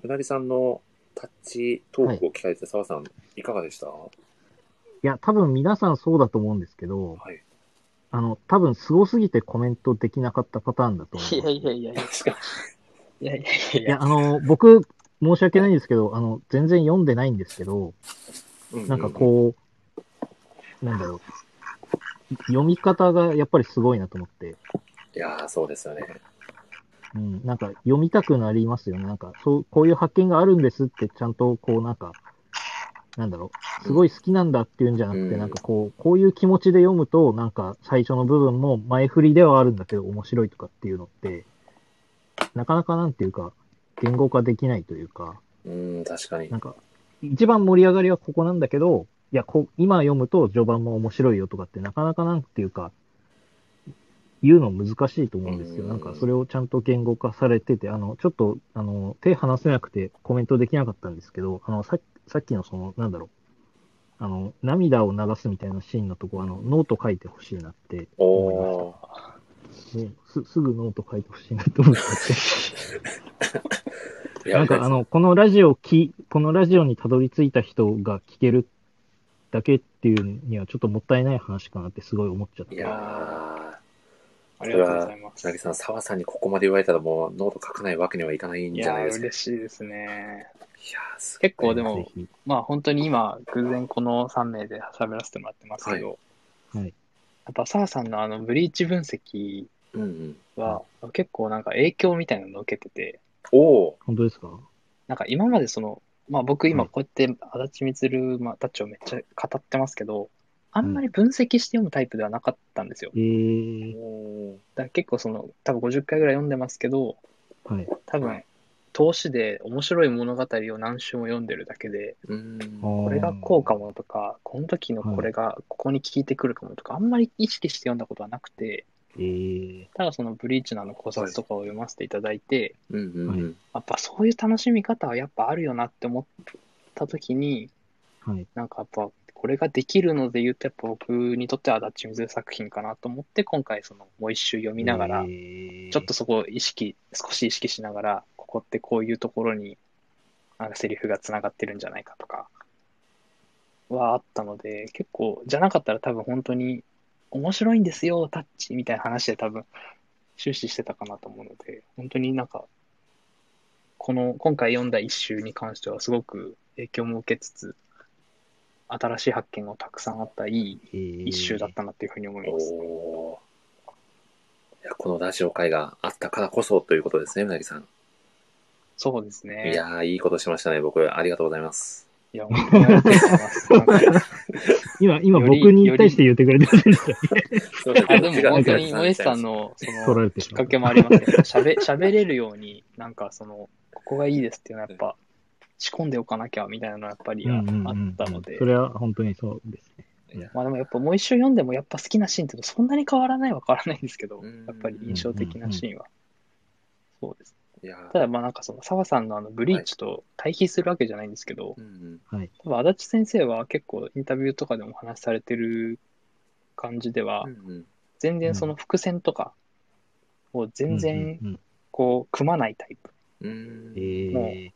Speaker 1: うなぎさんのタッチトークを聞かれて、澤さん、いかがでしたは
Speaker 3: と。いや、多分皆さんそうだと思うんですけど、
Speaker 1: い。
Speaker 3: あの、多分すごすぎてコメントできなかったパターンだと思い
Speaker 2: い
Speaker 3: ます
Speaker 2: や。いやいやいや。
Speaker 1: 確かに。
Speaker 2: いやいやいやい
Speaker 3: いや、
Speaker 2: や。
Speaker 3: あの、僕、申し訳ないんですけど、あの、全然読んでないんですけど、
Speaker 1: ううう
Speaker 3: なんかこう、なんだろう。読み方がやっぱりすごいなと思って、
Speaker 1: いやー、そうですよね。
Speaker 3: うん、なんか読みたくなりますよね。なんか、そう、こういう発見があるんですって、ちゃんとこう、なんか、なんだろう、すごい好きなんだっていうんじゃなくて、
Speaker 1: うん
Speaker 3: なんかこう、こういう気持ちで読むと、なんか最初の部分も前振りではあるんだけど、面白いとかっていうのって、なかなかなんていうか、言語化できないというか、
Speaker 1: うん、確かに。
Speaker 3: なんか、一番盛り上がりはここなんだけど、いや、こう今読むと序盤も面白いよとかって、なかなかなんていうか、言うの難しいと思うんですけ
Speaker 1: う
Speaker 3: ど、
Speaker 1: ん
Speaker 3: なんかそれをちゃんと言語化されてて、あの、ちょっと、あの、手離せなくてコメントできなかったんですけど、あの、ささっきのその、なんだろう、あの、涙を流すみたいなシーンのとこ、あの、ノート書いてほしいなって思いま
Speaker 1: おー。
Speaker 3: した。ねすすぐノート書いてほしいなって思って。
Speaker 1: いや
Speaker 3: なんかあ、の、このラジオき、このラジオにたどり着いた人が聞けるだけっていうにはちょっともったいない話かなってすごい思っちゃっ
Speaker 1: い
Speaker 3: て。
Speaker 1: やー、
Speaker 2: ありがとうございま
Speaker 1: うな
Speaker 2: す。
Speaker 1: ぎさん、澤さんにここまで言われたらもうノート書かないわけにはいかないん
Speaker 2: い
Speaker 1: じゃ
Speaker 2: や
Speaker 1: ないで
Speaker 2: ー、
Speaker 1: すか。いや
Speaker 2: 嬉しいですね。
Speaker 1: ーす
Speaker 2: 結構
Speaker 1: で
Speaker 2: でも
Speaker 3: ぜ、ひ。
Speaker 2: まあ本当に今、偶然この3名で喋らせてもらってますけど、
Speaker 3: はいはい
Speaker 2: やっぱ澤さんのあのブリーチ分析
Speaker 1: うんうん。
Speaker 2: は結構なんか影響みたいなのを受けてて、
Speaker 1: おー。
Speaker 3: 本当ですか
Speaker 2: なんか今までその、まあ僕今
Speaker 3: はい
Speaker 2: こうやって足立満、まあ、タッチをめっちゃ語ってますけど、あんまり分析して読むタイプではなかったんですよ。
Speaker 3: えー、
Speaker 1: おー
Speaker 2: だから結構その、多分50回ぐらい読んでますけど、
Speaker 3: はい。
Speaker 2: 多分投資で面白い物語を何週も読んでるだけで、
Speaker 1: うん。
Speaker 3: こ
Speaker 2: これがこうかもとか、この時のこれがここに効いてくるかもとか、あんまり意識して読んだことはなくて、
Speaker 3: えー、
Speaker 2: ただそのブリーチのあの考察とかを読ませていただいて、
Speaker 1: うんうんうん。
Speaker 2: やっぱそういう楽しみ方はやっぱあるよなって思った時に、
Speaker 3: はい。
Speaker 2: なんかやっぱこれができるので言うと、やっぱ僕にとってはダッチミズ作品かなと思って、今回そのもう一周読みながら、
Speaker 3: えー
Speaker 2: ちょっと、そこを意識、少し意識しながら、ここってこういうところに、なんかセリフがつながってるんじゃないかとか、はあったので、結構、じゃなかったら多分本当に、面白いんですよ、タッチみたいな話で多分、終始してたかなと思うので、本当になんか、この、今回読んだ一周に関してはすごく影響も受けつつ、新しい発見がたくさんあったいい
Speaker 3: えー
Speaker 2: 一周だったなっていうふうに思います。
Speaker 1: おーいやこのラジオ会があったからこそということですね、うなぎさん。
Speaker 2: そうですね。
Speaker 1: いやー、いいことしましたね、僕。ありがとうございます。
Speaker 2: いや、本当にありがとうございます。な んか
Speaker 3: 今、今
Speaker 2: より
Speaker 3: 僕に対して言ってくれてるんですよ。
Speaker 1: すいません
Speaker 2: あでも本当に、
Speaker 1: 違う
Speaker 2: もえさんの、そ
Speaker 3: 取ら
Speaker 2: の、
Speaker 3: れて
Speaker 2: き
Speaker 3: し
Speaker 2: っ
Speaker 3: ま
Speaker 2: か
Speaker 3: った
Speaker 2: けもありますね。喋、 喋れるように、なんかその、ここがいいですっていうのはやっぱ、仕込んでおかなきゃみたいなのはやっぱり
Speaker 3: う
Speaker 2: ああ
Speaker 3: んうんうんうん
Speaker 2: ったので
Speaker 3: そ。れは本当にそうですね。
Speaker 2: まあでもやっぱもう一周読んでもやっぱ好きなシーンっていうのはそんなに変わらないは変わらないんですけど、
Speaker 1: うん
Speaker 2: やっぱり印象的なシーンは。そうです。
Speaker 1: いや
Speaker 2: た
Speaker 1: ー
Speaker 2: だまあなんかその澤さんのあのブリーチと対比するわけじゃないんですけど、
Speaker 1: うんうん
Speaker 3: はい。
Speaker 2: 多分足立先生は結構インタビューとかでもお話しされてる感じでは、
Speaker 1: うんうん
Speaker 2: 全然その伏線とかを全然
Speaker 3: うんうんうん
Speaker 2: こう組まないタイプ、
Speaker 1: うん
Speaker 3: え
Speaker 2: も
Speaker 3: ー、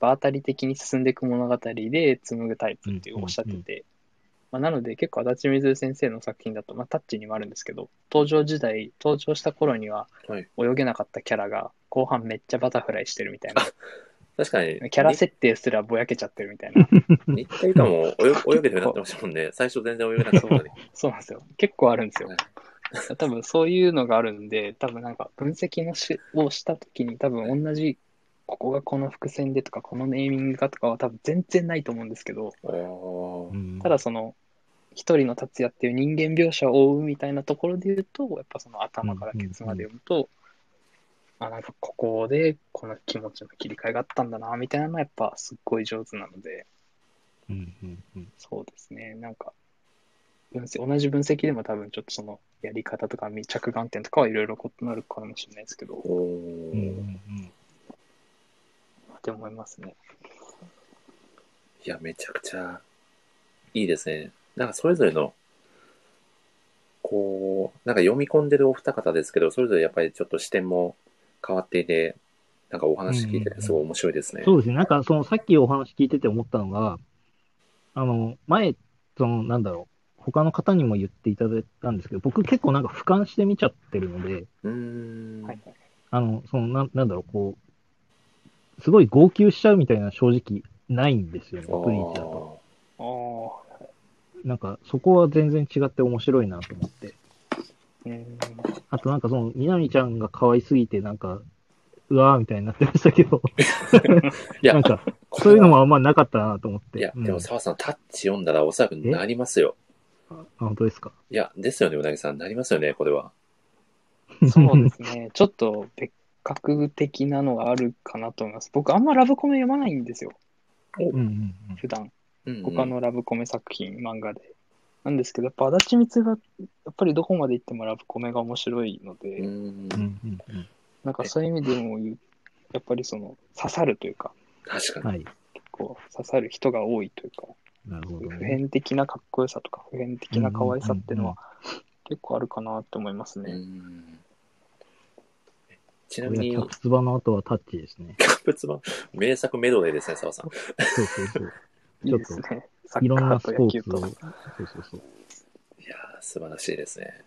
Speaker 2: 場当たり的に進んでいく物語で紡ぐタイプっておっしゃってて、まあ、なので結構足立水先生の作品だと、まあ、タッチにもあるんですけど登場時代登場した頃には
Speaker 1: はい
Speaker 2: 泳げなかったキャラが後半めっちゃバタフライしてるみ たいな
Speaker 1: 確かに、
Speaker 2: キャラ設定すらぼやけちゃってるみたいな
Speaker 1: 日体感も泳泳げてるようになってましたもんね。最初全然泳げなかったのに。
Speaker 2: そうなんですよ結構あるんですよ
Speaker 1: はい
Speaker 2: 多分そういうのがあるんで多分なんか分析のしをした時に多分同じここがこの伏線でとかこのネーミングがとかは多分全然ないと思うんですけど
Speaker 1: おー
Speaker 3: うん
Speaker 2: ただ、その一人の達也っていう人間描写を追うみたいなところで言うとやっぱその頭からケツまで読むと、あなんかここでこの気持ちの切り替えがあったんだなみたいなのはやっぱすっごい上手なので
Speaker 3: うんうんうん
Speaker 2: そうですねなんか分析、同じ分析でも多分ちょっとそのやり方とか見着眼点とかはいろいろ異なるかもしれないですけど、
Speaker 1: おー
Speaker 3: うんうんうん
Speaker 2: って思いますね。
Speaker 1: いや、めちゃくちゃいいですね。なんかそれぞれの、こう、なんか読み込んでるお二方ですけど、それぞれやっぱりちょっと視点も変わっていて、なんかお話聞いて
Speaker 3: うんうんう
Speaker 1: て
Speaker 3: ん
Speaker 1: すごい面白いですね。
Speaker 3: そうですね。なんか、その、さっきお話聞いてて思ったのが、あの、前、その、なんだろう、他の方にも言っていただいたんですけど、僕結構なんか俯瞰して見ちゃってるので、
Speaker 1: うーん。
Speaker 2: はいはい。
Speaker 3: あの、その、なんなんだろう、こう、すごい号泣しちゃうみたいなのは正直ないんですよね、
Speaker 1: あー
Speaker 3: 僕に言っちゃうと。
Speaker 2: ああ、
Speaker 3: なんか、そこは全然違って面白いなと思って。
Speaker 2: うん。
Speaker 3: あとなんかその、みなみちゃんが可愛すぎて、なんか、うわーみたいになってましたけど、
Speaker 1: いや
Speaker 3: なん、か、
Speaker 1: これは
Speaker 3: そういうのもあんまなかったなと思っ
Speaker 1: い
Speaker 3: て。
Speaker 1: や、で
Speaker 3: う
Speaker 1: も
Speaker 3: ん
Speaker 1: 澤さん、タッチ読んだらおそらくなりますよ。
Speaker 3: あ本当ですか。
Speaker 1: いや、ですよね、うなぎさん。なりますよね、これは。
Speaker 2: そうですね。ちょっと別格的なのがあるかなと思います。僕あんまラブコメ読まないんですよ。
Speaker 3: うんうんうん。
Speaker 2: 普段。
Speaker 1: うんうん
Speaker 2: 他のラブコメ作品、漫画で。なんですけど、やっぱ足立光が、やっぱりどこまで行ってもラブコメが面白いので、
Speaker 1: うー
Speaker 3: うん
Speaker 1: ん。
Speaker 3: うんうん
Speaker 2: なんかそういう意味でも、やっぱりその、刺さるというか、
Speaker 1: 確かに。
Speaker 3: はい。
Speaker 2: こう、刺さる人が多いというか、
Speaker 3: なるほど、
Speaker 2: 普
Speaker 3: ね。
Speaker 2: 遍的なかっこよさとか、普遍的な可愛さっていうの
Speaker 3: う
Speaker 2: は、結構あるかなと思います
Speaker 1: う
Speaker 2: ね。
Speaker 1: んちな
Speaker 3: これ
Speaker 1: み
Speaker 3: が
Speaker 1: に、
Speaker 3: キャプツバの後はタッチですね。
Speaker 1: キャプツバ、名作メドレーですね、澤さん。
Speaker 3: そうそうそう。
Speaker 2: いいですね。サ
Speaker 3: いろ
Speaker 2: ッ
Speaker 3: ん
Speaker 2: カ
Speaker 3: な
Speaker 2: ー
Speaker 3: ス
Speaker 2: と
Speaker 3: ポ
Speaker 2: 野球
Speaker 3: ーツ
Speaker 2: と
Speaker 3: を。。そうそうそう。
Speaker 1: いやー、素晴らしいですね。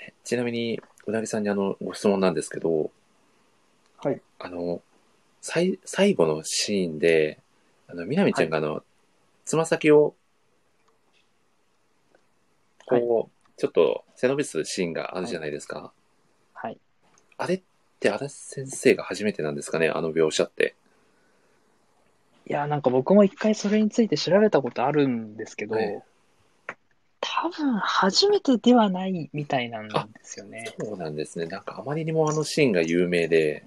Speaker 1: えちなみに、うなぎさんにあの、ご質問なんですけど、
Speaker 2: はい。
Speaker 1: あの、さい最後のシーンで、あの、みなみちゃんがあの、つま先を、こう、ちょっと背伸びするシーンがあるじゃないですか。
Speaker 2: はい。
Speaker 1: あれって、足立先生が初めてなんですかね、あの描写って。
Speaker 2: いや、なんか僕も一回それについて調べたことあるんですけど、
Speaker 1: はい
Speaker 2: 多分初めてではないみたいなんですよね。
Speaker 1: そうなんですね。なんかあまりにもあのシーンが有名で、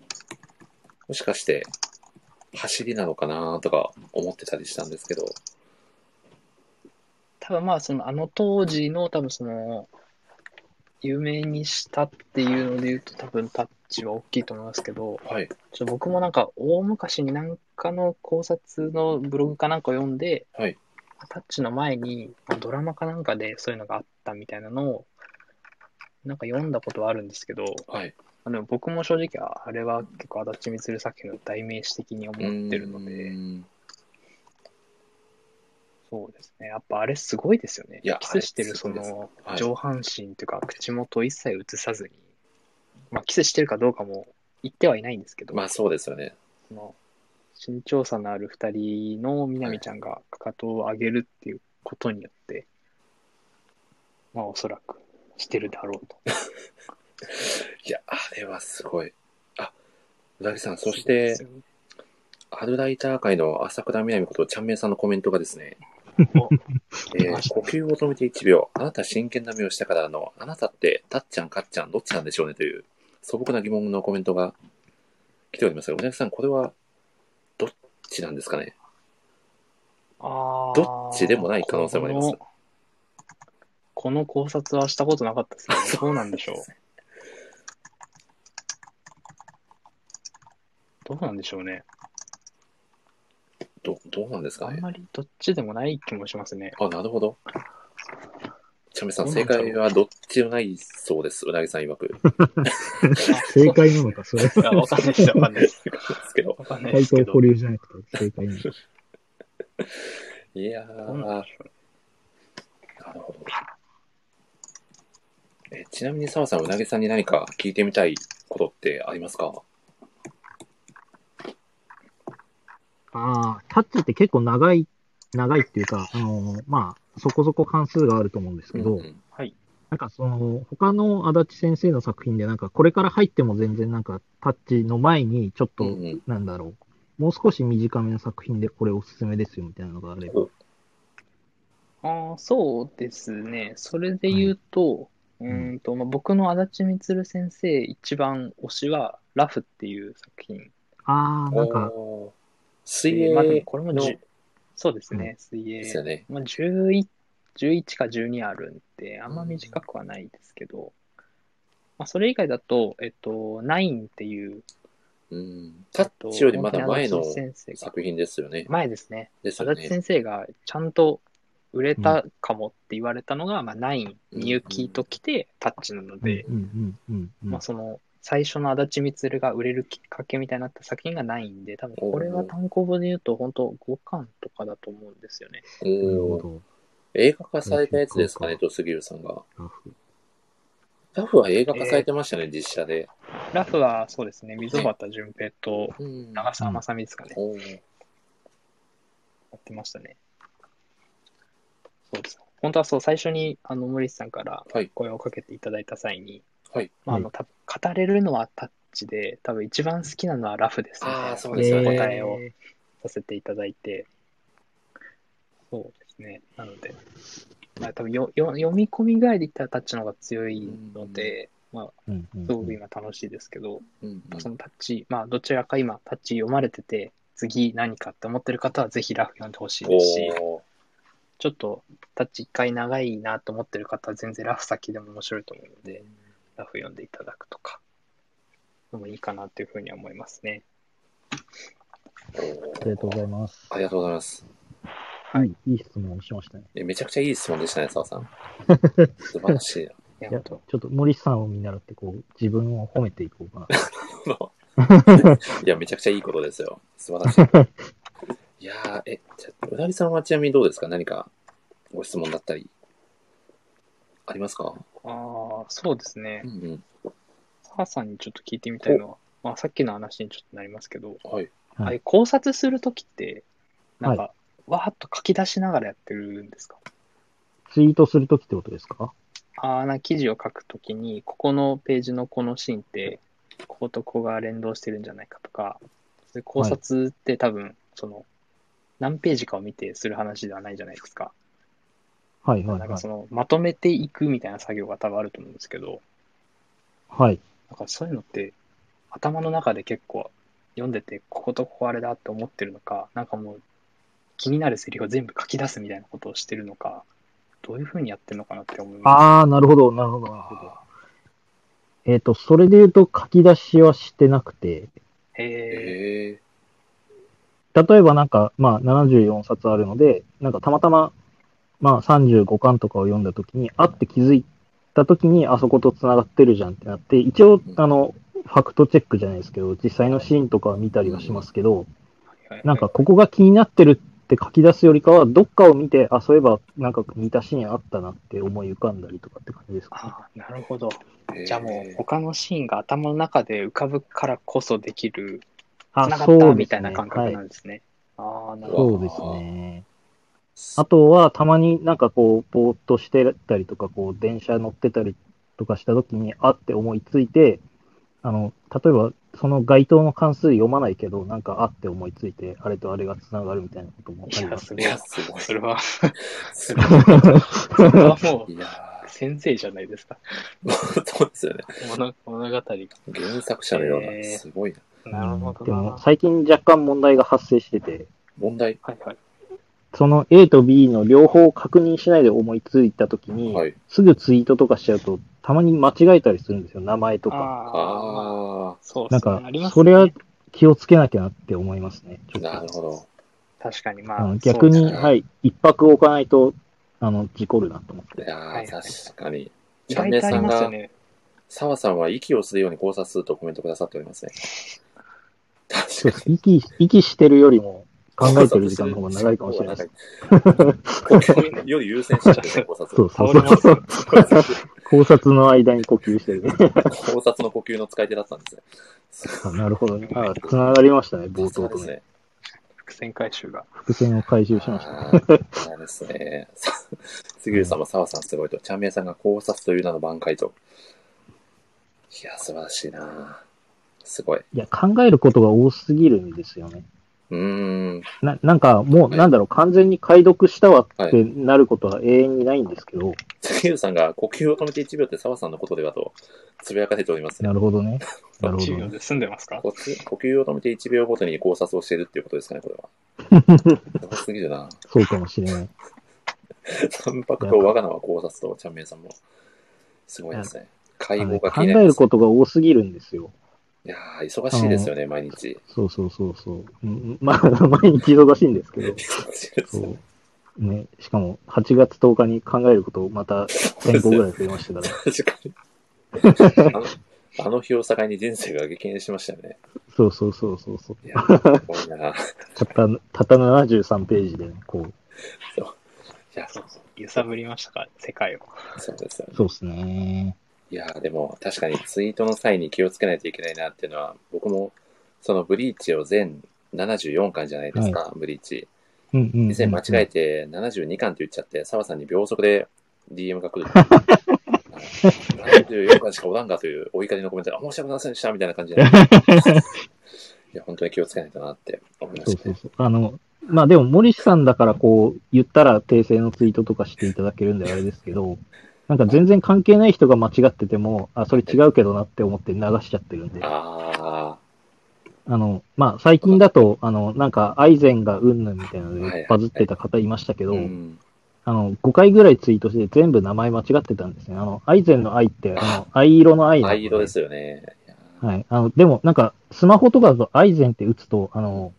Speaker 1: もしかして、走りなのかなとか思ってたりしたんですけど。
Speaker 2: 多分まあ、そのあの当時の多分その、有名にしたっていうので言うと多分タッチは大きいと思いますけど、
Speaker 1: はい。
Speaker 2: ちょっと僕もなんか大昔になんかの考察のブログかなんか読んで、
Speaker 1: はい
Speaker 2: タッチの前にまあドラマかなんかでそういうのがあったみたいなのをなんか読んだことはあるんですけど、
Speaker 1: はい。
Speaker 2: あでも僕も正直あれは結構足立光作品の代名詞的に思ってるの
Speaker 1: う
Speaker 2: で、
Speaker 1: ん
Speaker 2: そうですね。やっぱあれすごいですよね。
Speaker 1: いや
Speaker 2: キスして
Speaker 1: あ
Speaker 2: る
Speaker 1: れ
Speaker 2: そ
Speaker 1: すごいです
Speaker 2: の
Speaker 1: はい
Speaker 2: 上半身というか口元を一切映さずに、まあキスしてるかどうかも言ってはいないんですけど、
Speaker 1: まあそうですよね。
Speaker 2: その身長差のある二人のみなみちゃんがかかとを上げるっていうことによって、まあおそらくしてるだろうと。
Speaker 1: いや、あれはすごい。あ、うなぎさん、そし
Speaker 2: す
Speaker 1: て、
Speaker 2: ごいです
Speaker 1: アルライター界の朝倉みなみことちゃんめいさんのコメントがですね、
Speaker 2: よね
Speaker 1: えー 呼吸を止めて1秒、あなた真剣な目をしたからの、あなたって、たっちゃん、かっちゃん、どっちなんでしょうねという、素朴な疑問のコメントが来ておりますが、うなぎさん、これは、どっちなんですかね
Speaker 2: あー
Speaker 1: どっちでもない可能性もあります
Speaker 2: このこの考察はしたことなかっ たですね。そうなんでしょう。どうなんでしょうね。
Speaker 1: ど、どうなんです
Speaker 2: あ
Speaker 1: か
Speaker 2: ん
Speaker 1: ね
Speaker 2: まりどっちでもない気もします ね。
Speaker 1: あ、なるほど。ちゃんめいさん、
Speaker 2: どうな
Speaker 1: 正
Speaker 2: んだろう
Speaker 1: 解はどっちもないそうです。うなぎさん曰く。
Speaker 3: 正解なのか、それ。
Speaker 2: いやわかんないです。わかんないです。
Speaker 1: ですけど。
Speaker 2: わかんないで
Speaker 3: 回
Speaker 2: すけ
Speaker 3: 答
Speaker 2: ど。
Speaker 3: 保留じゃなくて、正解なのか。
Speaker 1: いやー、
Speaker 2: どうなんでしょう
Speaker 1: なるほど。えちなみに澤さん、うなぎさんに何か聞いてみたいことってありますか
Speaker 3: ああ、タッチって結構長い、長いっていうか、あのーまあ、そこそこ関数があると思うんですけ
Speaker 1: う
Speaker 3: ど、
Speaker 1: ん
Speaker 2: はい。
Speaker 3: なんかその、他の足立先生の作品で、なんかこれから入っても全然なんかタッチの前に、ちょっと、
Speaker 1: うんうん
Speaker 3: なんだろう、もう少し短めの作品でこれおすすめですよみたいなのがあれば。
Speaker 2: ああ、そうですね。それで言うと、うーんと、まあ、僕の足立光先生一番推しは、ラフっていう作品。
Speaker 3: ああ、なんか、
Speaker 1: おー水
Speaker 2: まあでも
Speaker 1: 泳
Speaker 2: これも
Speaker 1: の
Speaker 2: じゅそうですね、水泳。
Speaker 1: ですよね。
Speaker 2: まあ、11 11か12あるんで、あんま短くはないですけど、まあ、それ以外だと、えっと、9っていう、
Speaker 1: うん。タッチよりまだ前の
Speaker 2: 本当に足立先生が
Speaker 1: 作品ですよね。
Speaker 2: 前ですね。
Speaker 1: です
Speaker 2: 足
Speaker 1: よ
Speaker 2: 立
Speaker 1: ね。
Speaker 2: 先生がちゃんと売れたかもって言われたのが、まあ、9、みゆきと来てタッチなので、
Speaker 3: うんうんうんうん
Speaker 2: まあ、その最初の足立光が売れるきっかけみたいになった作品がないんで、多分これは単行本で言うと、本当5巻とかだと思うんですよね。
Speaker 1: お
Speaker 3: なるほ
Speaker 1: ー
Speaker 3: ど。
Speaker 1: 映画化されたやつですかね、
Speaker 3: そ
Speaker 1: と杉浦さんが。
Speaker 3: ラフ
Speaker 1: ラフは映画化されてましたね、実写で。
Speaker 2: ラフはそうですね、溝端淳平と
Speaker 1: うん
Speaker 2: 長澤まさみですかね、や
Speaker 1: おー
Speaker 2: ってましたね。そうです。本当はそう、最初にあの森内さんから
Speaker 1: はい
Speaker 2: 声をかけていただいた際に、
Speaker 1: はい
Speaker 2: まあ、あのた語れるのはタッチで、多分一番好きなのはラフですみたいな
Speaker 1: あーそうですよね
Speaker 2: 答えをさせていただいて、そうですね、なので、まあ、多分よよ読み込みぐらいでいったらタッチの方が強いので、まあ、
Speaker 3: うんうんうん
Speaker 2: すごく今楽しいですけど、
Speaker 1: うん
Speaker 2: まあそのタッチ、まあ、どちらか今、タッチ読まれてて、次何かって思ってる方は、ぜひラフ読んでほしいですし、
Speaker 1: おー
Speaker 2: ちょっとタッチ一回長いなと思ってる方は、全然ラフ先でも面白いと思うので、ラフ読んでいただくとか、でもいいかなというふうには思いますね。
Speaker 3: ありがとうございます。
Speaker 1: ありがとうございます。
Speaker 3: はい。いい質問をしましたね。
Speaker 1: えめちゃくちゃいい質問でしたね、澤さん。素晴らしいな。
Speaker 2: いや
Speaker 3: い
Speaker 2: 本
Speaker 3: や、ち
Speaker 2: 当
Speaker 3: ょっと森さんを見習って、こう、自分を褒めていこうかな。
Speaker 1: のいや、めちゃくちゃいいことですよ。素晴らしい。いやーえ、じゃあうなぎさんはちなみにどうですか何かご質問だったり。ありますか
Speaker 2: ああ、そうですね
Speaker 1: うん。うん。
Speaker 2: 母さんにちょっと聞いてみたいのは、まあ、さっきの話にちょっとなりますけど、
Speaker 1: はい。
Speaker 3: はい
Speaker 2: あれ考察するときって、なんか、わーっと書き出しながらやってるんですか
Speaker 3: ツイートするときってことですか
Speaker 2: あーなんか記事を書くときに、ここのページのこのシーンって、こことここが連動してるんじゃないかとか、で考察って多分、その、何ページかを見てする話ではないじゃないですか。
Speaker 3: はい
Speaker 2: なん
Speaker 3: はい
Speaker 2: か
Speaker 3: はい
Speaker 2: そ。の、まとめていくみたいな作業が多分あると思うんですけど、
Speaker 3: はい。
Speaker 2: なんかそういうのって、頭の中で結構読んでて、こことここあれだって思ってるのか、なんかもう気になるセリフを全部書き出すみたいなことをしてるのか、どういうふうにやってるのかなって思います。
Speaker 3: ああ、なるほど、なるほど、なるほど。えっ、と、それで言うと書き出しはしてなくて、
Speaker 2: へえ。
Speaker 1: え
Speaker 3: 例えばなんか、まあ、74冊あるので、なんかたまたま、まあ、35巻とかを読んだときに、あって気づいたときに、あそこと繋がってるじゃんってなって、一応、あの、ファクトチェックじゃないですけど、実際のシーンとかは見たりはしますけど、
Speaker 2: はい
Speaker 3: なんかここが気になってるって書き出すよりかは、どっかを見て、あ、そういえば、なんか似たシーンあったなって思い浮かんだりとかって感じですか、ね、
Speaker 2: ああ、なるほど。
Speaker 1: ー、
Speaker 2: じゃあもう他のシーンが頭の中で浮かぶからこそできる、
Speaker 3: あ、
Speaker 2: 繋が
Speaker 3: そ
Speaker 2: っ
Speaker 3: うで
Speaker 2: た
Speaker 3: すね
Speaker 2: みたいな感覚
Speaker 3: は
Speaker 2: ないんですね。ああ、なるほど。
Speaker 3: そうですね。
Speaker 1: す
Speaker 3: あとは、たまになんかこう、ぼーっとしてたりとか、こう、電車乗ってたりとかした時に、あって思いついて、あの、例えば、その街灯の関数読まないけど、なんかあって思いついて、あれとあれが繋がるみたいなこともあ
Speaker 2: い
Speaker 3: り
Speaker 2: や、
Speaker 3: ます。
Speaker 2: す
Speaker 1: い
Speaker 2: ごい
Speaker 1: や、。すごい。
Speaker 2: それは、
Speaker 1: すごい。
Speaker 2: それはも
Speaker 1: いや
Speaker 2: う、先生じゃないですか。
Speaker 1: ー、そうですよね。
Speaker 2: 物物語が。
Speaker 1: 原作者のよう
Speaker 2: え
Speaker 1: な、
Speaker 2: ー
Speaker 1: すごいな。
Speaker 2: なるほど
Speaker 3: で
Speaker 2: な。
Speaker 3: も、最近若干問題が発生してて、
Speaker 1: 問題。
Speaker 2: はいはい。
Speaker 3: その A と B の両方を確認しないで思いついた時に、
Speaker 1: はい。
Speaker 3: すぐツイートとかしちゃうと、たまに間違えたりするんですよ、名前と
Speaker 2: あ
Speaker 3: か。
Speaker 1: あ
Speaker 2: あ、まあ、
Speaker 1: あ
Speaker 2: そうで
Speaker 3: なん
Speaker 2: すね。
Speaker 3: か
Speaker 2: ありま、す
Speaker 3: そ
Speaker 2: ね
Speaker 3: れは気をつけなきゃなって思いますね。ち
Speaker 1: ー、
Speaker 3: ょっと
Speaker 1: なるほど。
Speaker 2: 確かに、
Speaker 3: あ
Speaker 2: まあ
Speaker 3: の、逆
Speaker 2: そう
Speaker 3: に、
Speaker 2: ですね
Speaker 3: はい、一泊置かないと、あの、事故るなと思って。
Speaker 1: いや
Speaker 2: はい
Speaker 1: ー、確かに。
Speaker 2: 意
Speaker 1: チャン
Speaker 2: 外
Speaker 1: ネル
Speaker 2: とあ
Speaker 1: さ
Speaker 2: り
Speaker 1: ん
Speaker 2: ますよ
Speaker 1: が、
Speaker 2: ね。
Speaker 1: 澤さんは息をするように考察するとコメントくださっておりますね。
Speaker 3: そ
Speaker 1: 確
Speaker 3: うで
Speaker 1: か
Speaker 3: す。
Speaker 1: に。
Speaker 3: 息、息してるよりも考えてる時間の方が長いかもしれないです。
Speaker 1: 考察する方が長い。呼吸より優先しちゃうんですね、考察。
Speaker 3: そうそ
Speaker 2: 倒
Speaker 3: う
Speaker 2: れます
Speaker 3: そう。考察の間に呼吸してるね。
Speaker 1: 考察の呼吸の使い手だったんですね。
Speaker 3: あなるほどね。あ、繋がりましたね、冒
Speaker 1: 冒頭
Speaker 3: 頭と
Speaker 1: です
Speaker 3: ね。
Speaker 1: ね。
Speaker 2: 伏線回収が。
Speaker 3: 伏線を回収しました。
Speaker 1: あーそうですね。さ杉浦さんも澤さんすごいと、チャンメイさんが考察という名の挽回と。いや、素晴らしいなすごい。
Speaker 3: いや、考えることが多すぎるんですよね。
Speaker 1: うーん。
Speaker 3: な、なんか、もう、
Speaker 1: はい
Speaker 3: なんだろう、完全に解読したわ
Speaker 1: は
Speaker 3: って
Speaker 1: い。
Speaker 3: なることは永遠にないんですけど、
Speaker 1: 杉浦さんが呼吸を止めて1秒って澤さんのことではと、つぶやかれておりますね
Speaker 3: な。るほどね。なるほど
Speaker 2: 授
Speaker 3: ね
Speaker 2: 業。で済んでますか
Speaker 1: 呼吸呼吸を止めて1秒ごとに 考察をしてるっていうことですかね、これは。すごすぎるな。
Speaker 3: そうかもしれない。
Speaker 1: 三泊と我が名は考察と、ちゃんめいさんも。すごいですね。
Speaker 3: あ
Speaker 1: 会
Speaker 3: の
Speaker 1: 合
Speaker 3: ね
Speaker 1: が気
Speaker 3: 考
Speaker 1: にな
Speaker 3: え
Speaker 1: りま
Speaker 3: る
Speaker 1: す。
Speaker 3: ことが多すぎるんですよ。
Speaker 1: いやー、忙しいですよね、毎日。
Speaker 3: そうそうそうそう。うんまあ、毎日忙しいんですけど。
Speaker 1: 忙しいです
Speaker 3: そ
Speaker 1: よね
Speaker 3: う。ね、しかも、8月10日に考えることをまた1000個ぐらい増えましたから。
Speaker 1: 確かに。あのあの日を境に人生が激変しましたよね。
Speaker 3: そうそうそうそうそう。
Speaker 1: いやー、すごいな。い
Speaker 3: たった、たった73ページでね、こう。
Speaker 1: や、
Speaker 2: 揺さぶりましたか、世界を。
Speaker 1: そうですよね。
Speaker 3: そうですね。
Speaker 1: いやー、でも確かにツイートの際に気をつけないといけないなっていうのは、僕もそのブリーチを全74巻じゃないですか、ブリーチ。
Speaker 3: うんうんうん、うん。
Speaker 1: 以前間違えて72巻って言っちゃって、澤さんに秒速で DM が来 る。はい74巻しかおらんかというお怒りのコメントで、あ、申し訳ございませんでしたみたいな 感じで。いや、本当に気をつけないとなって思いま
Speaker 3: そ
Speaker 1: し
Speaker 3: う
Speaker 1: た
Speaker 3: そう
Speaker 1: ね。
Speaker 3: そう。あの、まあでも、森氏さんだから、こう、言ったら訂正のツイートとかしていただけるんであれですけど、なんか全然関係ない人が間違ってても、あ、それ違うけどなって思って流しちゃってるんで。
Speaker 1: あ
Speaker 3: あの、まあ、最近だと、あの、なんか、アイゼンがうんぬんみたいなの
Speaker 1: はいはい
Speaker 3: でバズってた方いましたけ
Speaker 1: ー、
Speaker 3: ど、
Speaker 1: うん。
Speaker 3: あの、5回ぐらいツイートして全部名前間違ってたんですね。あの、アイゼンの愛って、あの、藍色の愛なの
Speaker 1: 藍色ですよね。いやー
Speaker 3: はい。あの、でも、なんか、スマホとかだとアイゼンって打つと、あの、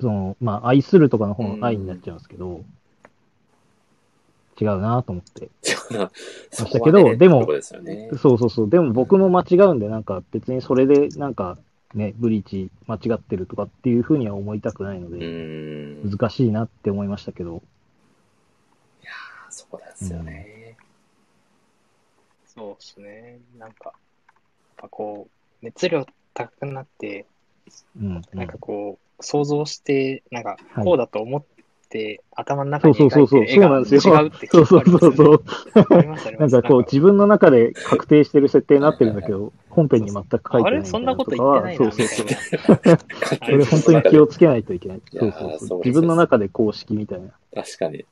Speaker 3: その、まあ、愛するとかの方の愛になっちゃうんですけど、違うなと思って。
Speaker 1: そ
Speaker 3: した
Speaker 1: こ
Speaker 3: け
Speaker 1: は
Speaker 3: ど
Speaker 1: ね
Speaker 3: でも
Speaker 1: とこですよね。
Speaker 3: そうそうそう。でも僕も間違うんで、なんか、別にそれで、なんか、ね、ブリーチ間違ってるとかっていうふうには思いたくないの
Speaker 1: う
Speaker 3: で、
Speaker 1: ん。
Speaker 3: 難しいなって思いましたけど、
Speaker 1: そこですよね。
Speaker 2: そうですね。なんか、やっぱこう、熱量高くなって、
Speaker 3: うん、う
Speaker 2: なん
Speaker 3: ん
Speaker 2: か。こう、想像して、なんか、
Speaker 3: はい
Speaker 2: こうだと思って、頭の中
Speaker 3: そう
Speaker 2: に
Speaker 3: そう
Speaker 2: 描
Speaker 3: そう
Speaker 2: いて
Speaker 3: そう、
Speaker 2: る
Speaker 3: そうなんです
Speaker 2: 絵が違うって
Speaker 3: よ。そうそうそう
Speaker 2: 結構ありますよね
Speaker 3: そう。
Speaker 2: ありますあり
Speaker 3: な
Speaker 2: ま
Speaker 3: ん
Speaker 2: す。
Speaker 3: かこう自分の中で確定してる設定になってるんだけど、本編に全く書いて
Speaker 2: あ
Speaker 3: ない
Speaker 2: れ
Speaker 3: みた
Speaker 2: そ
Speaker 3: い
Speaker 2: ん
Speaker 3: な
Speaker 2: な
Speaker 3: の
Speaker 2: こと
Speaker 3: と
Speaker 2: 言って
Speaker 3: かは、
Speaker 2: ない
Speaker 3: そ
Speaker 2: な、
Speaker 3: う
Speaker 2: み
Speaker 3: そう
Speaker 2: た
Speaker 3: そ。
Speaker 2: いうな。
Speaker 3: それ本当に気をつけないといけない。
Speaker 1: いや
Speaker 3: そ
Speaker 1: ー
Speaker 3: うそう
Speaker 1: そ
Speaker 3: そうう。
Speaker 1: です
Speaker 3: 自分の中で公式みたいな。
Speaker 1: 確かに。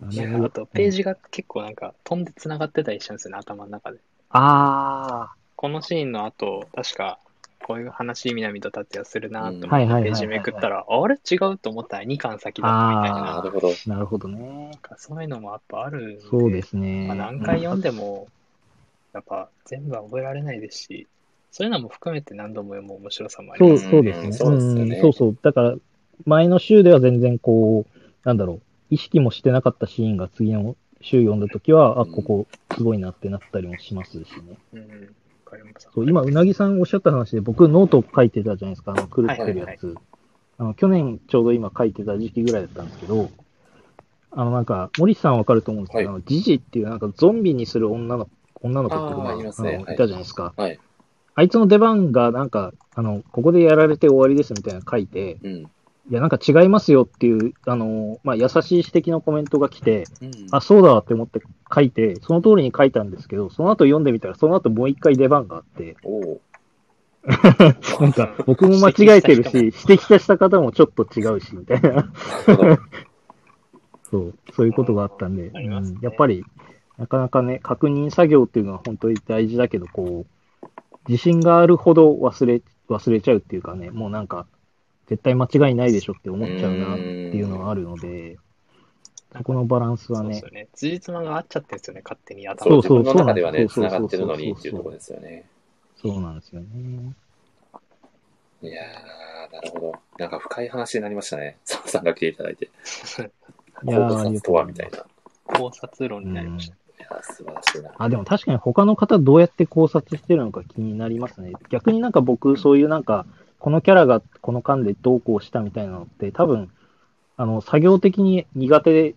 Speaker 2: なん かあと、ペー
Speaker 3: ジ。
Speaker 2: ジが結構なんか、飛んで繋がってたりしたんですよね、頭の中で。
Speaker 3: あ
Speaker 2: このシーンの後、確か、こういう話、南と達也するなと
Speaker 1: うん
Speaker 3: は
Speaker 2: 思
Speaker 3: い
Speaker 2: っ
Speaker 3: はいはいは
Speaker 2: て、ペ
Speaker 3: いはい
Speaker 2: ージめくったら、あれ違うと思ったら2巻先
Speaker 3: ー。
Speaker 2: だったみたいな。
Speaker 1: な
Speaker 3: あ
Speaker 1: るほど。
Speaker 3: ー。なるほどね
Speaker 2: なん。かそういうのもやっぱあるんで、
Speaker 3: そうですね
Speaker 2: まあ、。何回読んでも、やっぱ全部は覚えられないですし、そういうのも含めて何度も読む面白さもあり
Speaker 3: そ
Speaker 2: ま
Speaker 3: う、
Speaker 2: す。
Speaker 3: そうです
Speaker 1: う
Speaker 3: ね。
Speaker 1: んそうですよね
Speaker 3: んそうそう。だから、前の週では全然こう、なんだろう、意識もしてなかったシーンが次の週読んだときは、あ、
Speaker 1: うん
Speaker 3: ここ、すごいなってなったりもしますしね。
Speaker 2: うん、わかります。
Speaker 3: そう、今、うなぎさんおっしゃった話で、僕、ノート書いてたじゃないですか、あの、狂ってるやつ。あの、去年ちょうど今書いてた時期ぐらいだったんですけど、あの、なんか、森さんわかると思うんですけど、
Speaker 1: は
Speaker 3: あの、ジジっていうなんかゾンビにする女の、女の子ってい
Speaker 1: あ
Speaker 3: うか、
Speaker 1: ー
Speaker 3: まあ、
Speaker 1: いますね
Speaker 3: あの
Speaker 1: はい
Speaker 3: いたじゃないですか。
Speaker 1: はい。
Speaker 3: あいつの出番が、なんか、あの、ここでやられて終わりですみたいなの書いて、
Speaker 1: うん。
Speaker 3: いや、なんか違いますよっていう、あの、まあ、優しい指摘のコメントが来て、
Speaker 1: うん
Speaker 3: あ、そうだわって思って書いて、その通りに書いたんですけど、その後読んでみたら、その後もう一回出番があって、
Speaker 1: おお。
Speaker 3: なんか、僕も間違えてるし、 指摘した方もちょっと違うし、みたいな。
Speaker 1: なるほど
Speaker 3: そう、そういうことがあったんで、
Speaker 2: ありますね
Speaker 3: うん、やっぱり、なかなかね、確認作業っていうのは本当に大事だけど、こう、自信があるほど忘れ、忘れちゃうっていうかね、もうなんか、絶対間違いないでしょって思っちゃうなっていうのはあるので、そこのバランスは
Speaker 2: そうで
Speaker 3: ね
Speaker 2: す、よね。辻褄が合っちゃってるんですよね、勝手に
Speaker 1: そう、
Speaker 2: 頭
Speaker 3: う
Speaker 1: 自
Speaker 3: そう
Speaker 1: 分の中ではね、
Speaker 3: そ
Speaker 1: つ
Speaker 3: う
Speaker 1: な
Speaker 3: なんです
Speaker 1: がってるの
Speaker 3: そ
Speaker 1: に
Speaker 3: うそ
Speaker 1: っ
Speaker 3: うそうそう
Speaker 1: ていうところですよね。
Speaker 3: そうなんですよね。
Speaker 1: いやー、なるほど。なんか深い話になりましたね。澤さんが来ていただいて。
Speaker 3: いや
Speaker 1: 考
Speaker 3: ー
Speaker 1: 察とはみたいな。い
Speaker 2: 考察論になりました。
Speaker 1: やー、素晴らしいな。
Speaker 3: あ、でも確かに他の方どうやって考察してるのか気になりますね。逆になんか僕、そういうなんか、このキャラがこの間でどうこうしたみたいなのって、多分、あの、作業的に苦手で、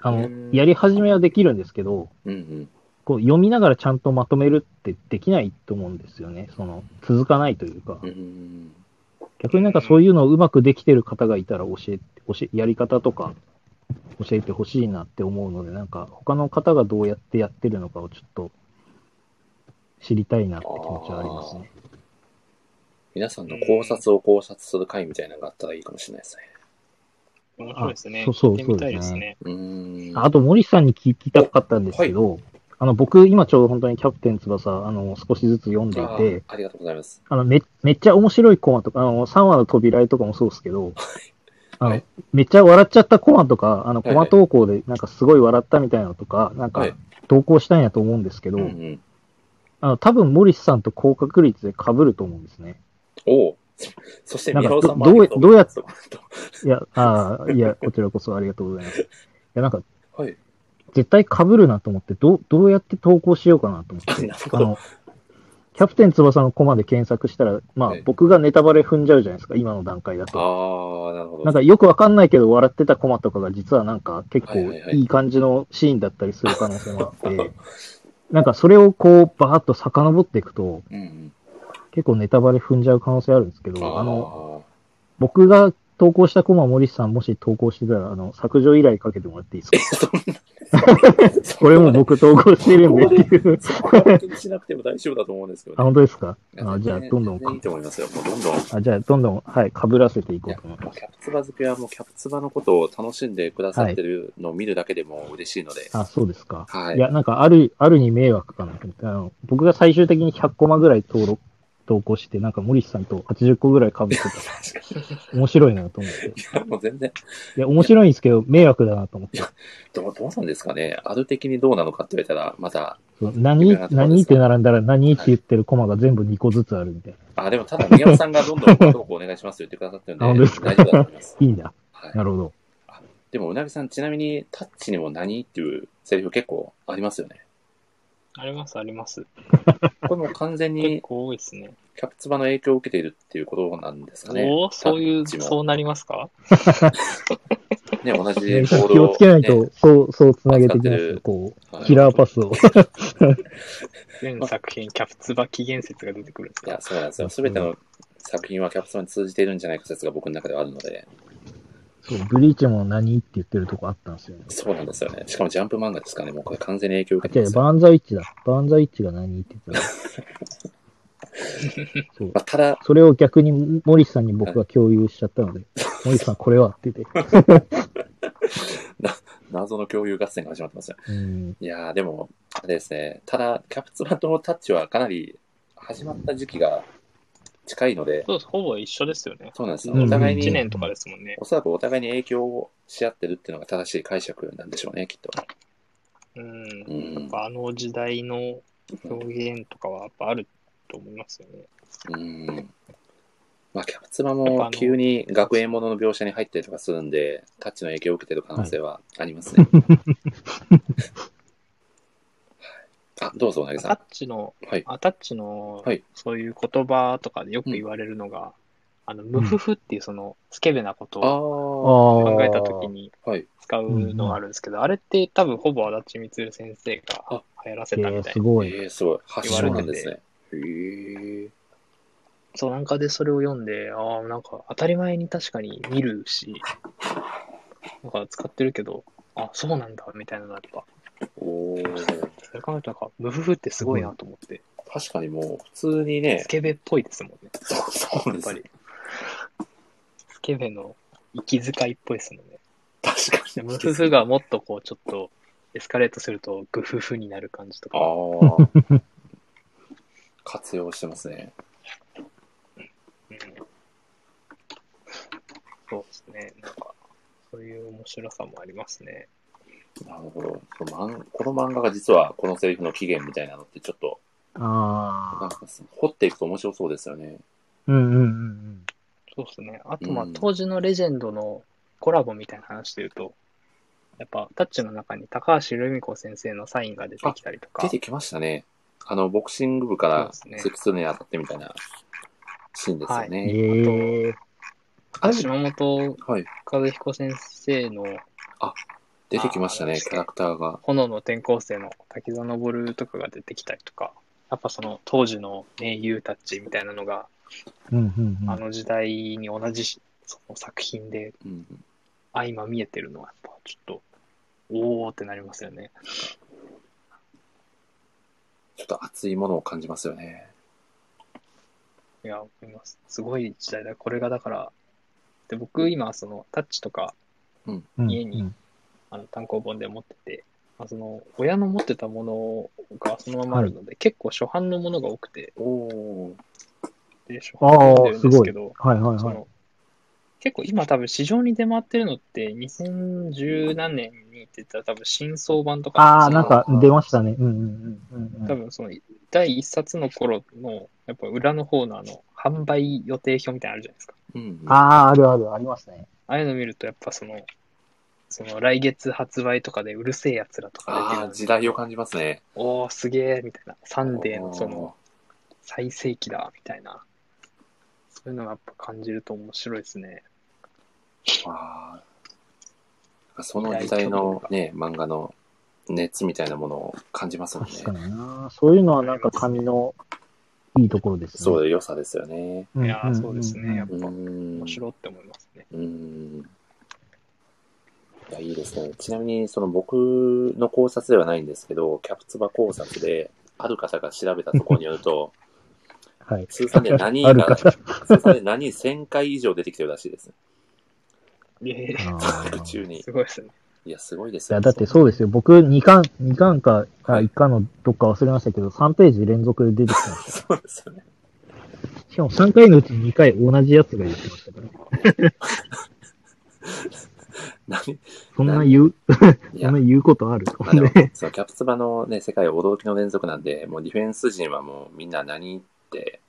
Speaker 3: あ
Speaker 1: う
Speaker 3: の
Speaker 1: ん、
Speaker 3: やり始めはできるんですけど、
Speaker 1: うんうん。
Speaker 3: こう読みながらちゃんとまとめるってできないと思うんですよね。その、続かないというか
Speaker 1: う。ん。
Speaker 3: 逆になんかそういうのをうまくできてる方がいたら教えて、教え、やり方とか教えてほしいなって思うので、なんか他の方がどうやってやってるのかをちょっと知りたいなって気持ちはありますね。
Speaker 1: 皆さんの考察を考察する回みたいなのがあったらいいかもしれないですね。
Speaker 2: 面白いですね。
Speaker 3: あそうそう
Speaker 2: 聞いてみたいですね。
Speaker 1: うーん。
Speaker 3: あと森さんに聞きたかったんですけど、あの僕今ちょうど本当にキャプテン翼、あの少しずつ読んでい
Speaker 1: あー
Speaker 3: て、
Speaker 1: ありがとうございます。
Speaker 3: あのめめっちゃ面白いコマとか、あの3話の扉絵とかもそうですけど、あ
Speaker 1: は
Speaker 3: の
Speaker 1: い、
Speaker 3: めっちゃ笑っちゃったコマとか、あ
Speaker 1: は
Speaker 3: の、
Speaker 1: い
Speaker 3: コ
Speaker 1: はい
Speaker 3: マ投稿でなんかすごい笑ったみたいなのとか、なん
Speaker 1: は
Speaker 3: か
Speaker 1: い
Speaker 3: 投稿したいんやと思うんですけど
Speaker 1: うんう、ん。
Speaker 3: あの、多分モリスさんと高確率で被ると思うんですね。
Speaker 1: おお。そして、
Speaker 3: なん
Speaker 1: 宮
Speaker 3: か
Speaker 1: 尾さんも
Speaker 3: どどうどうやっ
Speaker 1: って。
Speaker 3: いや、ああ、いや、こちらこそありがとうございます。いや、なんか、
Speaker 1: はい。
Speaker 3: 絶対被るなと思って、どう、どうやって投稿しようかなと思って。
Speaker 1: なるほ
Speaker 3: あ
Speaker 1: ど
Speaker 3: の、キャプテン翼のコマで検索したら、まあ
Speaker 1: はい、
Speaker 3: 僕がネタバレ踏んじゃうじゃないですか、今の段階だと。
Speaker 1: ああ、なるほど。
Speaker 3: なんかよくわかんないけど笑ってたコマとかが実はなんか結
Speaker 1: はい
Speaker 3: 構
Speaker 1: はいはい
Speaker 3: いい感じのシーンだったりする可能性もあ って、なんかそれをこうバーッと遡っていくと
Speaker 1: うんうん。
Speaker 3: 結構ネタバレ踏んじゃう可能性あるんですけ
Speaker 1: あ
Speaker 3: ど、
Speaker 1: ー
Speaker 3: あの、僕が投稿したコマ森さんもし投稿してたらあの削除依頼かけてもらっていいですかこれもう僕投稿してるんでって いう。
Speaker 1: そこは気にしなくても大丈夫だと思うんですけど
Speaker 3: あ、
Speaker 1: ね。
Speaker 3: 本当ですか
Speaker 1: いや
Speaker 3: あじゃあ
Speaker 1: 全然
Speaker 3: どんどん
Speaker 1: 全然いいと思いますよ。もうどんどん。
Speaker 3: あ、じゃあどんどん、はい、被らせていこうと思います。
Speaker 1: キャプツバ好きはもうキャプツバのことを楽しんでくださってるのを見るだけでも嬉しいので。
Speaker 3: あ、そうですか。、
Speaker 1: はいい。
Speaker 3: や、なんか、ある、あるに迷惑かなと思って、あの、僕が最終的に100コマぐらい登録、投稿して、なんか、森さんと80個ぐらい被ってた。 面白いなと思って。い
Speaker 1: もう全然、
Speaker 3: や、面白いんですけど、迷惑だなと思って。
Speaker 1: どうどうなんですかね。ある的にどうなのかって言われたら、また、
Speaker 3: そう何
Speaker 1: 微妙な、ところですね
Speaker 3: 何って並んだら、何って言ってるコマが全部2個ずつあるみたいな。
Speaker 1: あ、でもただ宮尾さんがどんどんどうこうお願いしますよって言ってくださってるんで、
Speaker 3: あ本当ですか
Speaker 1: 大丈夫だと思います。
Speaker 3: いいな。
Speaker 1: はい
Speaker 3: なるほど。
Speaker 1: でも、うなぎさん、ちなみに、タッチにも何っていうセリフ結構ありますよね。
Speaker 2: あります、あります。
Speaker 1: これも完全
Speaker 2: 結
Speaker 1: に
Speaker 2: 構多いですね。
Speaker 1: キャプツバの影響を受けているっていうことなんですかね。
Speaker 2: おお、そういう、
Speaker 1: タッチも
Speaker 2: そうなりますか
Speaker 1: ね、同じボ
Speaker 3: 気
Speaker 1: ールを、ね。
Speaker 3: をつけないと、そう、そう繋げてき
Speaker 1: 扱っ
Speaker 3: ま
Speaker 1: て
Speaker 3: す
Speaker 1: る
Speaker 3: よ。こ
Speaker 1: は
Speaker 3: う、
Speaker 1: い
Speaker 3: キラーパスを。
Speaker 2: 全作品、キャプツバ起源説が出てくるんです
Speaker 1: いや
Speaker 2: か、
Speaker 1: そうなんですよ。すべての作品はキャプツバに通じているんじゃないか説が僕の中ではあるので、
Speaker 3: そう、ブリーチも何って言ってるとこあったんですよね。
Speaker 1: そうなんですよね。しかもジャンプ漫画ですかね。もうこれ完全に影響を
Speaker 3: あ、
Speaker 1: 受けて
Speaker 3: 違
Speaker 1: ま
Speaker 3: う、
Speaker 1: すよ。
Speaker 3: バーンザウィッチだ。バーンザウィッチが何って言 ってた。そ
Speaker 1: ま。
Speaker 3: う
Speaker 1: あ、ただ、
Speaker 3: それを逆に森さんに僕が共有しちゃったので、森さんこれはって言って。
Speaker 1: 謎の共有合戦が始まってますよ。
Speaker 3: うん。
Speaker 1: いやー、でも、あれですね。ただ、キャプツバとタッチはかなり始まった時期が近いので、
Speaker 2: そうです。ほぼ一緒ですよね。
Speaker 1: そうなんですよ。
Speaker 3: うん
Speaker 1: お互い
Speaker 2: 1
Speaker 1: に、
Speaker 2: 年とかですもんね。
Speaker 1: おそらくお互いに影響をし合ってるっていうのが正しい解釈なんでしょうね、きっと。
Speaker 2: うん
Speaker 1: う。ん。
Speaker 2: あの時代の表現とかはやっぱあると思いますよね。
Speaker 1: うんまあ、キャプツバ
Speaker 2: やっぱあ
Speaker 1: も
Speaker 2: の
Speaker 1: 急に学園ものの描写に入ったりとかするんで、タッチの影響を受けてる可能性はあり ますね。あ、どうぞ、なぎ
Speaker 2: ア
Speaker 1: さ
Speaker 2: タッチの、
Speaker 1: ん。はい。
Speaker 2: アタッチの
Speaker 1: はい、
Speaker 2: そういう言葉とかでよく言われるのが、あの、ムフフっていうその、スケベなこと
Speaker 1: あ
Speaker 2: を
Speaker 3: あ
Speaker 1: あ、
Speaker 3: あ。
Speaker 2: 考えたとき。に
Speaker 1: はい。
Speaker 2: 使うのがあるんですけど、あれって多分ほぼ足立光先生が流行らせ
Speaker 3: え
Speaker 2: たみた
Speaker 3: ー、
Speaker 2: い
Speaker 3: す
Speaker 2: な。
Speaker 3: ごい。
Speaker 1: えー、すごい。発祥なんですね。へえ。
Speaker 2: そう、なんかでそれを読んで、ああ、なんか当たり前に確かに見るし、なんか使ってるけど、あ、そうなんだ、みたいなのがやっぱ、
Speaker 1: おー
Speaker 2: それ考えるとなんか、ムフフってすごいなと思って、
Speaker 1: 確かにもう、普通にね
Speaker 2: ス、ケベっぽいですもんね。
Speaker 1: そうそう
Speaker 2: や
Speaker 1: で
Speaker 2: っぱ
Speaker 1: す
Speaker 2: り
Speaker 1: ね。。
Speaker 2: スケベの息遣いっぽいですもんね。
Speaker 1: 確か
Speaker 2: で
Speaker 1: に。
Speaker 2: ムフフがもっとこう、ちょっと、エスカレートすると、グフフになる感じと
Speaker 1: あ
Speaker 2: か。
Speaker 1: あ。活用してますね。
Speaker 2: うんそうですね。なんか、そういう面白さもありますね。
Speaker 1: なるほど。この漫この漫画が実はこのセリフの起源みたいなのってちょっと、な
Speaker 3: あ
Speaker 1: ん
Speaker 3: あ。
Speaker 1: か掘っていくと面白そうですよね。
Speaker 3: うんうんうん
Speaker 2: そうですね。あと、まあ
Speaker 1: う、ん
Speaker 2: 当時のレジェンドのコラボみたいな話で言うと、やっぱ、タッチの中に高橋留美子先生のサインが出てきたりとか
Speaker 1: 出、てきましたね。あの、ボクシング部か
Speaker 2: そう
Speaker 1: ら
Speaker 2: ですね
Speaker 1: セクスに当たってみたいなシーンですよ
Speaker 3: うん。
Speaker 1: ね。
Speaker 3: ええ。
Speaker 1: あれ
Speaker 2: 島本
Speaker 1: はい。
Speaker 2: 和彦先生の
Speaker 1: 出てきました
Speaker 2: ああ
Speaker 1: ね、
Speaker 2: れです
Speaker 1: キ
Speaker 2: ね
Speaker 1: ャラクターが。
Speaker 2: 炎の転校生の滝沢昇とかが出てきたりとか、やっぱその当時の名優たちみたいなのが、
Speaker 3: うんうんうん。
Speaker 2: あの時代に同じしその作品で
Speaker 1: うん。
Speaker 2: 相ま見えてるのは、やっぱちょっと、おーってなりますよね。
Speaker 1: ちょっと熱いものを感じますよね。
Speaker 2: いや、思います。すごい時代だ。これがだから、で僕今、その、タッチとか、
Speaker 3: うん
Speaker 2: 家に
Speaker 3: うん
Speaker 2: あの単行本で持ってて、まあ、その、親の持ってたものがそのままあるので、結構初版のものが多くて、
Speaker 1: おお。
Speaker 2: で、初版
Speaker 3: あ
Speaker 2: 読んで
Speaker 3: あ、
Speaker 2: るん
Speaker 3: す
Speaker 2: です
Speaker 3: ご
Speaker 2: け
Speaker 3: い。
Speaker 2: ど、
Speaker 3: はいはい
Speaker 2: そ
Speaker 3: はい。
Speaker 2: の、結構今多分市場に出回ってるのって2010何年に出た多分新装版とか
Speaker 3: ああ、
Speaker 2: そ
Speaker 3: な
Speaker 2: の
Speaker 3: んか出ましたね。うんうんうんうんう
Speaker 2: 多
Speaker 3: ん。
Speaker 2: 分その第一冊の頃のやっぱ裏の方のあの販売予定表みたいなのあるじゃないですか。
Speaker 1: うん。
Speaker 3: ああ、あるある、ありますね。
Speaker 2: ああいうの見るとやっぱそのその来月発売とかでうるせえやつらとか出て
Speaker 1: あ
Speaker 2: る
Speaker 1: あ、
Speaker 2: の
Speaker 1: 時代を感じますね。
Speaker 2: おおすげえみたいなサンデーのその最盛期だみたいなそういうのがやっぱ感じると面白いですね。
Speaker 1: ああ。その時代のね、漫画の熱みたいなものを感じますもんね
Speaker 3: 確。かにな。そういうのはなんか紙のいいところですね。
Speaker 1: そうだ、良さですよね。
Speaker 3: うん
Speaker 2: い
Speaker 3: んんん
Speaker 2: やーそうですねやっぱ
Speaker 1: うーん
Speaker 2: 面。白いって思いますね。
Speaker 1: うん。いや、いいですね。ちなみに、その僕の考察ではないんですけど、キャプツバ考察で、ある方が調べたところによる と、
Speaker 3: はい。
Speaker 1: 通算で何
Speaker 3: ある
Speaker 1: が、
Speaker 3: か
Speaker 1: 通算で何1000回以上出てきてるらしいですね。
Speaker 2: え
Speaker 3: あ
Speaker 1: 作
Speaker 3: ー
Speaker 1: 中
Speaker 2: え
Speaker 1: に
Speaker 2: す。ごいですね。
Speaker 1: いや、すごいで
Speaker 3: い
Speaker 1: す
Speaker 3: や、
Speaker 1: よ。
Speaker 3: だってそうですよ。僕、2巻、二巻か、あ
Speaker 1: はい
Speaker 3: 1巻のどっか忘れましたけど、3ページ連続で出てきまし
Speaker 1: そうですよね。
Speaker 3: た。しかも3回のうち2回同じやつが言ってましたから。
Speaker 1: 何
Speaker 3: そんな言う、
Speaker 1: い
Speaker 3: そ
Speaker 1: や
Speaker 3: んな、言うことある
Speaker 1: まあで も、そのキャプツバのね、世界は驚きの連続なんで、もうディフェンス陣はもうみんな何って、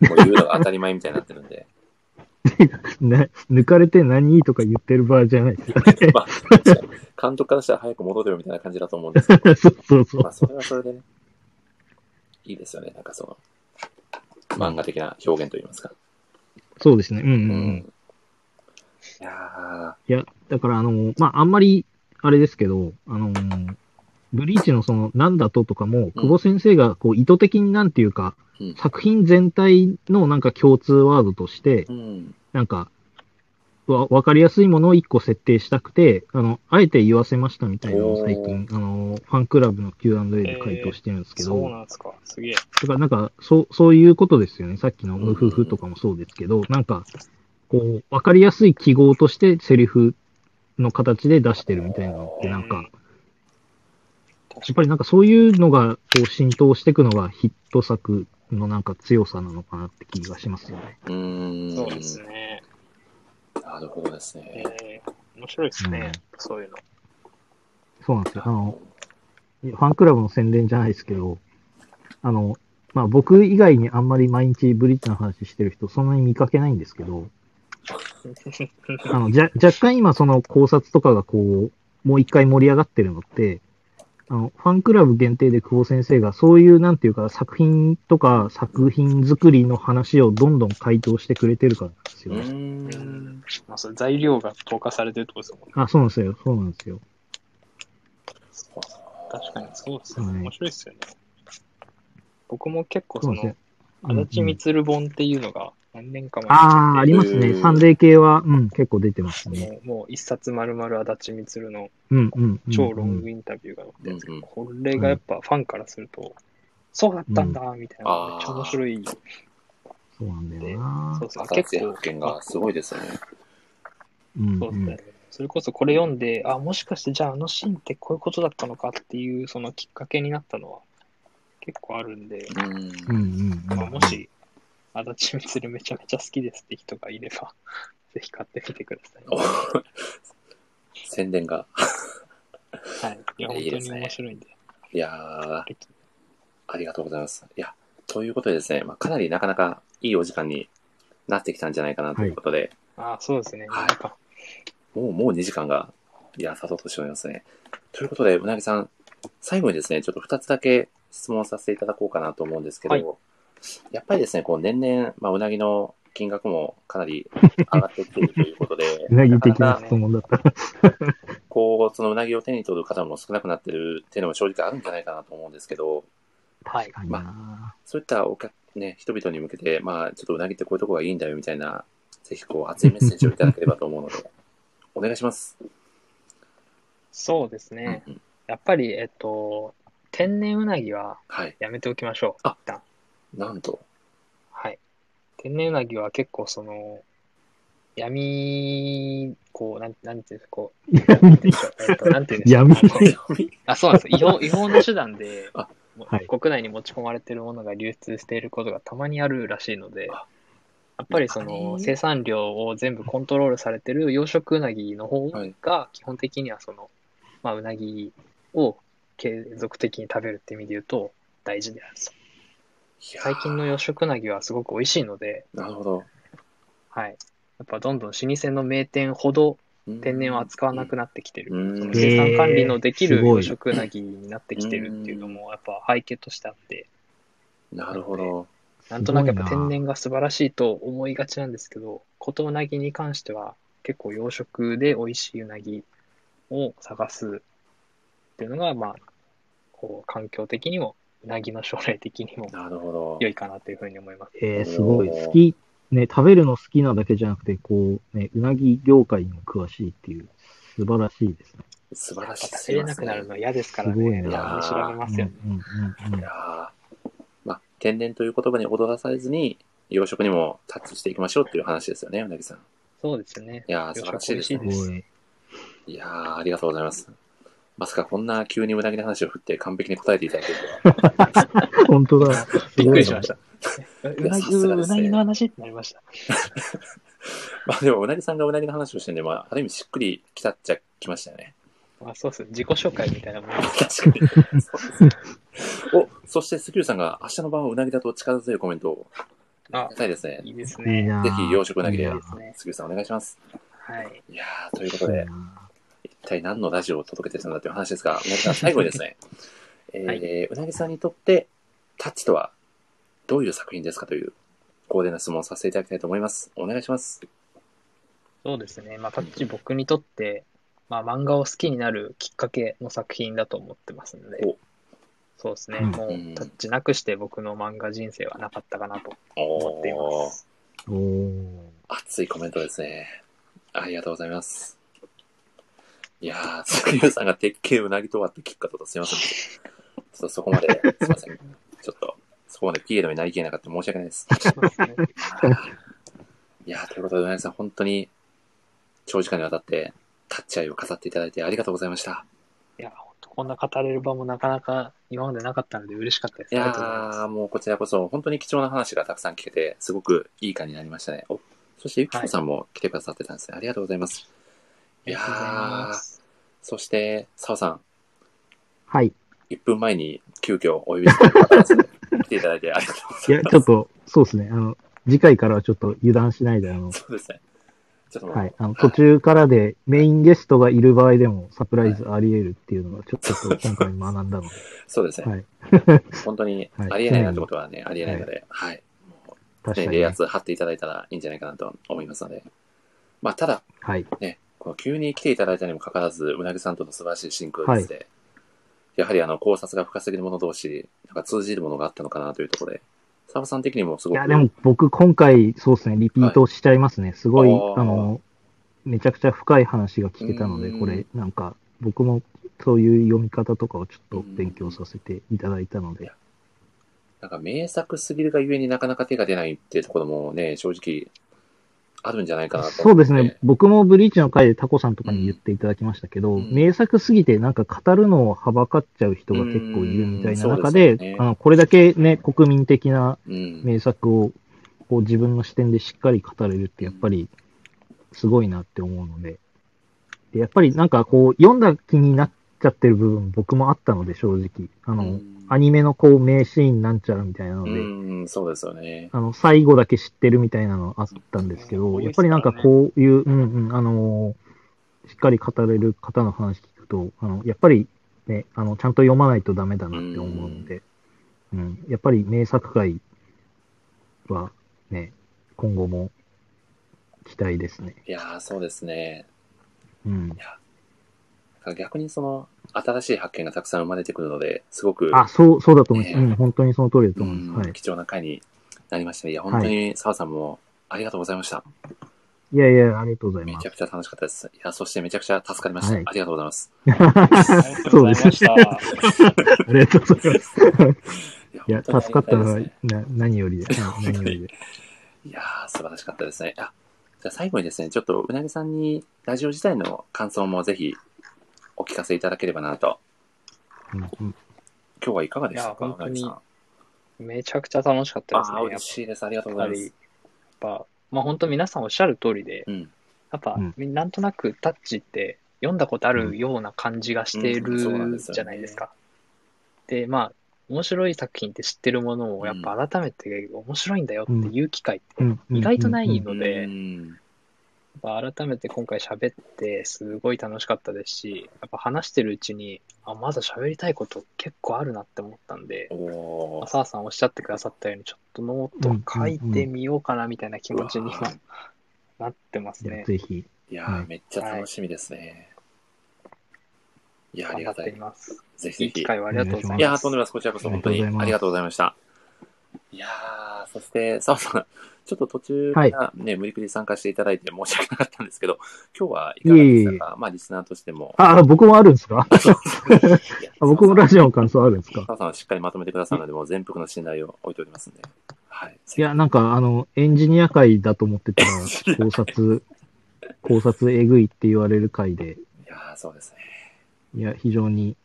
Speaker 1: もう言うのが当たり前みたいになってるん で。
Speaker 3: ね、抜かれて何とか言ってる場合じゃない ですよ
Speaker 1: まあ、確かに監督からしたら早く戻れよみたいな感じだと思うんですけ
Speaker 3: ね。そうそうそ
Speaker 1: ど、ま
Speaker 3: う
Speaker 1: あ、。それはそれでね、いいですよね。なんかその、漫画的な表現といいますか。
Speaker 3: そうですね。うん
Speaker 1: う
Speaker 3: うんうん。。
Speaker 1: いやー
Speaker 3: いや、だからあの、まあ、あんまり、あれですけど、あの、ブリーチのその、なんだととかも、久保先生がこう意図的になんていうか、
Speaker 1: うん
Speaker 3: 作品全体のなんか共通ワードとして
Speaker 1: う、ん。
Speaker 3: なんか、わ、わかりやすいものを一個設定したくて、あの、あえて言わせましたみたいなのを最近、あの、ファンクラブの Q&A で回答してるんですけど、
Speaker 2: そうなんですか。すげえ。
Speaker 3: だからなんか、そう、そういうことですよね。さっきのムフフとかもそうですけど、なんか、こう、わかりやすい記号としてセリフの形で出してるみたいなのって、なん
Speaker 2: うん
Speaker 3: か、
Speaker 2: 確
Speaker 3: やっぱりなんかそういうのが、こう、浸透していくのがヒット作のなんか強さなのかなって気がしますよね。
Speaker 1: うーん。
Speaker 2: そうですね。
Speaker 1: なるほどですね。
Speaker 2: えー、面白いですね、そういうの。
Speaker 3: そうなんですよ。あの、ファンクラブの宣伝じゃないですけど、あの、まあ僕以外にあんまり毎日ブリッジの話してる人そんなに見かけないんですけど、あの、じゃ、若干今その考察とかがこう、もう一回盛り上がってるのって、あの、ファンクラブ限定で久保先生がそういうなんていうか作品とか作品作りの話をどんどん回答してくれてるからなんですよ
Speaker 1: う
Speaker 3: ね。
Speaker 2: う
Speaker 1: ーん。
Speaker 2: ん。 まあ、それ材料が投下されてるってことですもんね。
Speaker 3: あ、そうなんですよ。そうなんですよ。
Speaker 2: 確かにそうですね。
Speaker 3: はい
Speaker 2: 面白いですよね。僕も結構
Speaker 3: そ
Speaker 2: そう
Speaker 3: なんで
Speaker 2: の
Speaker 3: すよ、。うんう
Speaker 2: 足立
Speaker 3: ん
Speaker 2: 光本っていうのが何年か前に
Speaker 3: ああ、あります
Speaker 1: う
Speaker 3: ね。
Speaker 1: ん
Speaker 3: サンデー系は、うん、結構出てますね。
Speaker 2: もうもう一冊丸々足立光の
Speaker 3: うんうんうんうん。
Speaker 2: 超ロングインタビューが載ってるんですけ
Speaker 1: うんう
Speaker 2: ど、
Speaker 1: ん
Speaker 2: これがやっぱファンからすると、そうだったんだ、みたいな、
Speaker 1: うん
Speaker 2: めっちゃ面白い。そう
Speaker 3: そうなんだよな
Speaker 2: で。すね。
Speaker 1: 新し
Speaker 2: 結
Speaker 1: い
Speaker 2: 構
Speaker 1: 発、見がすごいですよね。
Speaker 3: うん
Speaker 2: そう
Speaker 3: う
Speaker 2: ですね
Speaker 3: ん。
Speaker 2: それこそこれ読んで、あ、もしかしてじゃああのシーンってこういうことだったのかっていう、そのきっかけになったのは結構あるんで、
Speaker 1: うん。
Speaker 3: うんうんうん。、
Speaker 2: まあ、もし、足立みつるめちゃめちゃ好きですって人がいれば、 ぜひ買ってみてください。
Speaker 1: お宣伝が。
Speaker 2: はい。いや、本
Speaker 1: いい
Speaker 2: 当
Speaker 1: です
Speaker 2: に
Speaker 1: ね
Speaker 2: 面白いんで。
Speaker 1: いやー、ありがとうございます。いや、ということでですね、まあ、かなりなかなかいいお時間になってきたんじゃないかなということで、
Speaker 2: あ、そうですね。
Speaker 1: はい
Speaker 2: なんか
Speaker 1: もう、もう2時間が、いや、さとうとしておりますね。ということで、うなぎさん、最後にですね、ちょっと2つだけ質問させていただこうかなと思うんですけど、
Speaker 2: はい
Speaker 1: やっぱりですね、こう、年々、まあ、うなぎの金額もかな り上がってきているということで
Speaker 3: うなぎ的
Speaker 1: か
Speaker 3: な
Speaker 1: か
Speaker 3: 質問だった。
Speaker 1: こう、そのうなぎを手に取る方も少なくなってるっていうのも正直あるんじゃないかなと思うんですけど、
Speaker 2: はい。
Speaker 3: 確かにな。
Speaker 1: そういったお客、ね、人々に向けて、まあ、ちょっとうなぎってこういうとこがいいんだよみたいな、ぜひこう、熱いメッセージをいただければと思うので、お願いします。
Speaker 2: そうです
Speaker 1: うん
Speaker 2: ね。
Speaker 1: うん
Speaker 2: やっぱり、えっと、天然うなぎは
Speaker 1: はい。
Speaker 2: やめておきましょう。
Speaker 1: あ
Speaker 2: 一旦。
Speaker 1: なん と。
Speaker 2: はい。天然うなぎは結構その、闇、こう、なんなんていうんですか、こう、なんていうんでしょうえっと、なんていうんですか
Speaker 3: 闇
Speaker 2: あのあ、そうなんです。違法、違法の手段で、
Speaker 1: あ
Speaker 2: も
Speaker 3: はい
Speaker 2: 国内に持ち込まれてるものが流通していることがたまにあるらしいので
Speaker 1: あ、
Speaker 2: やっぱりその生産量を全部コントロールされてる養殖うなぎの方
Speaker 4: はい
Speaker 2: が基本的にはその、まあ、うなぎを継続的に食べるって意味で言うと大事であると
Speaker 1: いやー
Speaker 2: 最近の養殖うなぎはすごく美味しいので、
Speaker 1: なるほど。
Speaker 2: はい、やっぱどんどん老舗の名店ほど
Speaker 1: うん
Speaker 2: 天然を扱わなくなってきてる、
Speaker 1: うん
Speaker 2: その生産管理のでき
Speaker 3: へー
Speaker 2: る
Speaker 3: すご
Speaker 2: 養
Speaker 3: い
Speaker 2: 殖うなぎになってきてるっていうのもやっぱ背景としてあって
Speaker 1: なるほど。
Speaker 2: なんとなくやっぱ
Speaker 3: すごいな
Speaker 2: 天然が素晴らしいと思いがちなんですけど、ことうなぎに関しては結構養殖で美味しいうなぎを探すっていうのが、まあ、こう、環境的にも、うなぎの将来的にも
Speaker 1: なるほど。
Speaker 2: 良いかなというふうに思います。
Speaker 3: え
Speaker 1: お
Speaker 3: ー、
Speaker 1: ー
Speaker 3: すごい。好き、ね、食べるの好きなだけじゃなくて、こう、ね、うなぎ業界にも詳しいっていう、素晴らしいですね。
Speaker 1: 素晴らしい
Speaker 2: やっぱ
Speaker 1: です
Speaker 2: 食
Speaker 1: ね。
Speaker 2: べれなくなるの嫌ですから
Speaker 3: すごい
Speaker 2: ね、
Speaker 3: な
Speaker 2: やっぱり調べますよね。
Speaker 3: うんうんうんう
Speaker 1: い
Speaker 3: ん
Speaker 1: やーまあ、天然という言葉に踊らされずに、養殖にもタッチしていきましょうっていう話ですよね、うなぎさん。い
Speaker 2: そうですね。
Speaker 1: やー素晴らしいです
Speaker 2: 養殖美味しい
Speaker 1: ね。
Speaker 3: すごい。
Speaker 1: いやーありがとうございます。まさかこんな急にうなぎの話を振って完璧に答えていただけるとは。
Speaker 3: 本当だ。す
Speaker 2: びっ
Speaker 3: ご
Speaker 2: く
Speaker 3: い
Speaker 2: りし
Speaker 3: な
Speaker 2: まし。た。う
Speaker 1: いや
Speaker 2: な
Speaker 1: さ
Speaker 2: ぎ、
Speaker 1: すがで
Speaker 2: う
Speaker 1: すね
Speaker 2: なぎの話ってなりました。
Speaker 1: まあでも、うなぎさんがうなぎの話をしてるんで、まあ、ある意味しっくりきたっちゃきましたよね。
Speaker 2: まあ、そうです。自己紹介みたいなもの。
Speaker 1: 確かに。 そうですお、そしてスキルさんが明日の晩はうなぎだと力強いコメントをいただ
Speaker 2: あ
Speaker 1: きたいですね。
Speaker 2: いいです
Speaker 3: いい
Speaker 2: ね。
Speaker 3: な
Speaker 1: ぜひ養殖うなぎ
Speaker 3: い
Speaker 1: で
Speaker 3: いな
Speaker 2: ですね。
Speaker 1: スキルさんお願いします。
Speaker 2: はい。
Speaker 1: いやーということで
Speaker 3: いい、な
Speaker 1: 一体何のラジオを届けてたんだという話ですが、うなぎさん、最後にです ね、えー
Speaker 2: は
Speaker 1: うなぎさんにとって、タッチとはどういう作品ですかという、高でな質問をさせていただきたいと思います。お願いします。
Speaker 2: そうですね。まあ、タッチ僕にとって、まあ、漫画を好きになるきっかけの作品だと思ってますので
Speaker 1: お、
Speaker 2: そうですね。
Speaker 3: うん
Speaker 2: もう
Speaker 1: うん
Speaker 2: タッチなくして僕の漫画人生はなかったかなと思
Speaker 1: お
Speaker 2: っていま
Speaker 1: ー、
Speaker 2: す。
Speaker 3: おー。
Speaker 1: 熱いコメントですね。ありがとうございます。いやー、スクリューさんが鉄拳うなぎとはって聞くかとすみま せん。ちょっとそこまで、すいません。ちょっと、そこまでピエロになりきれなかった申し訳ないです。
Speaker 2: そうですね
Speaker 1: いやーということで、うなぎさん、本当に長時間にわたって、タッチ愛を飾っていただいてありがとうございました。
Speaker 2: いや、本当こんな語れる場もなかなか今までなかったので嬉しかったです。
Speaker 1: い
Speaker 2: あり
Speaker 1: や
Speaker 2: がとうございます。
Speaker 1: ー、もうこちらこそ、本当に貴重な話がたくさん聞けて、すごくいい感じになりましたね。おそして、ゆきこさんも来てくださってたんですね。ありがとうございます。
Speaker 2: ありがとうございます。
Speaker 1: そして、さおさん、
Speaker 3: はい。
Speaker 1: 1分前に急遽お呼びしてくださったん ですね来ていただいてありがとうございます。
Speaker 3: いや、ちょっと、そうですね。あの、次回からはちょっと油断しないで、あの、
Speaker 1: そうですね。ちょっともう、
Speaker 3: はい。あの、途中からでメインゲストがいる場合でもサプライズあり得るっていうのはちょっと今回学んだので。
Speaker 1: そうですね。
Speaker 3: はい。
Speaker 1: 本当に
Speaker 3: はい
Speaker 1: ありえないなんてことはね、ありえないので、はい。常
Speaker 3: 確か
Speaker 1: に
Speaker 3: に、
Speaker 1: 冷
Speaker 3: ね。
Speaker 1: 圧張っていただいたらいいんじゃないかなと思いますので。まあ、ただ、
Speaker 3: はい。
Speaker 1: ね、この急に来ていただいたにもかかわらず、うなぎさんとの素晴らしいシンクロですで、やはりあの考察が深すぎるもの同士、なんか通じるものがあったのかなというところで、澤さん的にもす
Speaker 3: い
Speaker 1: ごく、
Speaker 3: や、でも僕今回、そうですね。リピートしちゃいますね。すごい、
Speaker 1: あー
Speaker 3: あの、めちゃくちゃ深い話が聞けたので、
Speaker 1: うん
Speaker 3: これ、なんか、僕もそういう読み方とかをちょっと勉強させていただいたので、
Speaker 1: なんか名作すぎるがゆえになかなか手が出ないっていうところもね、正直あるんじゃないかなと思って。
Speaker 3: そうですね。。僕もブリーチの回でタコさんとかに言っていただきましたけど、
Speaker 1: うん
Speaker 3: 名作すぎてなんか語るのをはばかっちゃう人が結構いるみたいな
Speaker 1: うん
Speaker 3: 中で、
Speaker 1: そうですよね
Speaker 3: あの、これだけね、国民的な
Speaker 1: うん。
Speaker 3: 名作をこう自分の視点でしっかり語れるってやっぱりすごいなって思うので、でやっぱりなんかこう読んだ気になっちゃってる部分僕もあったので正直、あの、
Speaker 1: うん
Speaker 3: アニメのこう名シーンなんちゃらみたいなので、
Speaker 1: うん、そうですよね。
Speaker 3: あの、最後だけ知ってるみたいなのあったんですけ
Speaker 2: うん
Speaker 3: ど、
Speaker 2: 多い
Speaker 3: や
Speaker 2: っ
Speaker 3: っ
Speaker 2: す
Speaker 3: ぱ
Speaker 2: からね
Speaker 3: りなんかこういう、うんうん、あのーしっかり語れる方の話聞くと、あの、やっぱりね、あの、ちゃんと読まないとダメだなって思うので、うん、やっぱり名作会はね、今後も期待ですね。
Speaker 1: いやー、そうですね。
Speaker 3: うん。
Speaker 1: 逆にその、新しい発見がたくさん生まれてくるので、すごく、
Speaker 3: あ、そう、そうだと思います。
Speaker 1: ね
Speaker 3: うん、本当にその通りだと
Speaker 1: う
Speaker 3: 思います。
Speaker 1: ん
Speaker 3: はい。
Speaker 1: 貴重な回になりましたね。いや、本当に澤さんもありがとうございました。
Speaker 3: いやいや、ありがとうござい
Speaker 1: め
Speaker 3: ま
Speaker 1: ちゃ
Speaker 3: す。
Speaker 1: くちゃ楽しかったです。いや、そしてめちゃくちゃ助かりました。
Speaker 3: はい
Speaker 1: ありがとうございます。
Speaker 2: ありがとうございました。
Speaker 3: ありがとうございます。
Speaker 1: いや
Speaker 3: い
Speaker 1: 本
Speaker 3: や、
Speaker 1: 当に
Speaker 3: 助かったの
Speaker 1: あ
Speaker 3: は、
Speaker 1: りがたいですね
Speaker 3: な何よりで、はい何よりで。
Speaker 1: いやー、素晴らしかったですね。あ、じゃあ最後にですね、ちょっとうなぎさんにラジオ自体の感想もぜひお聞かせいただければなと。
Speaker 3: うんうん
Speaker 1: 今日はいかがでしたか、
Speaker 2: いや本当
Speaker 1: うなぎ
Speaker 2: に
Speaker 1: さん。
Speaker 2: めちゃくちゃ楽しかったです
Speaker 1: あ
Speaker 2: ね。
Speaker 1: ー、
Speaker 2: やっ
Speaker 1: 嬉しいです。ありがとうご
Speaker 2: ぱ
Speaker 1: ざいます
Speaker 2: り。、ぱ、まあ本当皆さんおっしゃる通りで、
Speaker 1: うん
Speaker 2: やっぱ、
Speaker 3: うん
Speaker 2: みなんとなくタッチって読んだことあるような感じがして
Speaker 1: うんうんそうなんで
Speaker 2: る
Speaker 1: すよね
Speaker 2: じゃないですか。で、まあ、面白い作品って知ってるものをやっぱ改めて面白いんだよっていう機会って
Speaker 3: うん
Speaker 2: 意外とな
Speaker 3: うん
Speaker 2: い
Speaker 3: うん
Speaker 2: ので、
Speaker 1: うん
Speaker 2: やっぱ改めて今回喋ってすごい楽しかったですし、やっぱ話してるうちに、あ、まだ喋りたいこと結構あるなって思ったんで、
Speaker 1: おー
Speaker 2: 澤さんおっしゃってくださったように、ちょっとノート書いてみようかなみたいな気持ちに
Speaker 1: うんうんう
Speaker 2: 今
Speaker 1: ん
Speaker 2: なってます
Speaker 3: いや
Speaker 2: ね。
Speaker 3: ぜひ。
Speaker 1: いや
Speaker 3: は
Speaker 1: ー、
Speaker 3: い
Speaker 1: めっちゃ楽しみですね。いやー、あ
Speaker 2: 頑
Speaker 1: り
Speaker 2: 張
Speaker 1: が
Speaker 2: ったてい
Speaker 1: い。
Speaker 2: ます。
Speaker 1: ぜひ
Speaker 2: い
Speaker 1: ぜ
Speaker 2: い
Speaker 1: ひ。
Speaker 2: 機会をありがとうござ
Speaker 1: い
Speaker 2: い
Speaker 1: や
Speaker 2: ま
Speaker 1: ー、
Speaker 2: す。
Speaker 1: とんでもないです。こちらこそ本当に
Speaker 3: ありがとうござい
Speaker 1: あり
Speaker 3: ます
Speaker 1: がとうございました。いやー、そして、澤さん、ちょっと途中からね、無理くり参加していただいて申し訳なかったんですけど、今日はいかがでしたかまあ、リスナーとしても。
Speaker 3: あ、僕もあるんで すか
Speaker 1: いや
Speaker 3: あ僕もラジオの感想あるんですか
Speaker 1: 澤さんはしっかりまとめてくださるので、もう全幅の信頼を置いておりますんで。はい。
Speaker 3: いや、なんか、あの、エンジニア界だと思ってたら、考察、考察えぐいって言われる回で、
Speaker 1: いやー、そうですね。
Speaker 3: いや、非常に、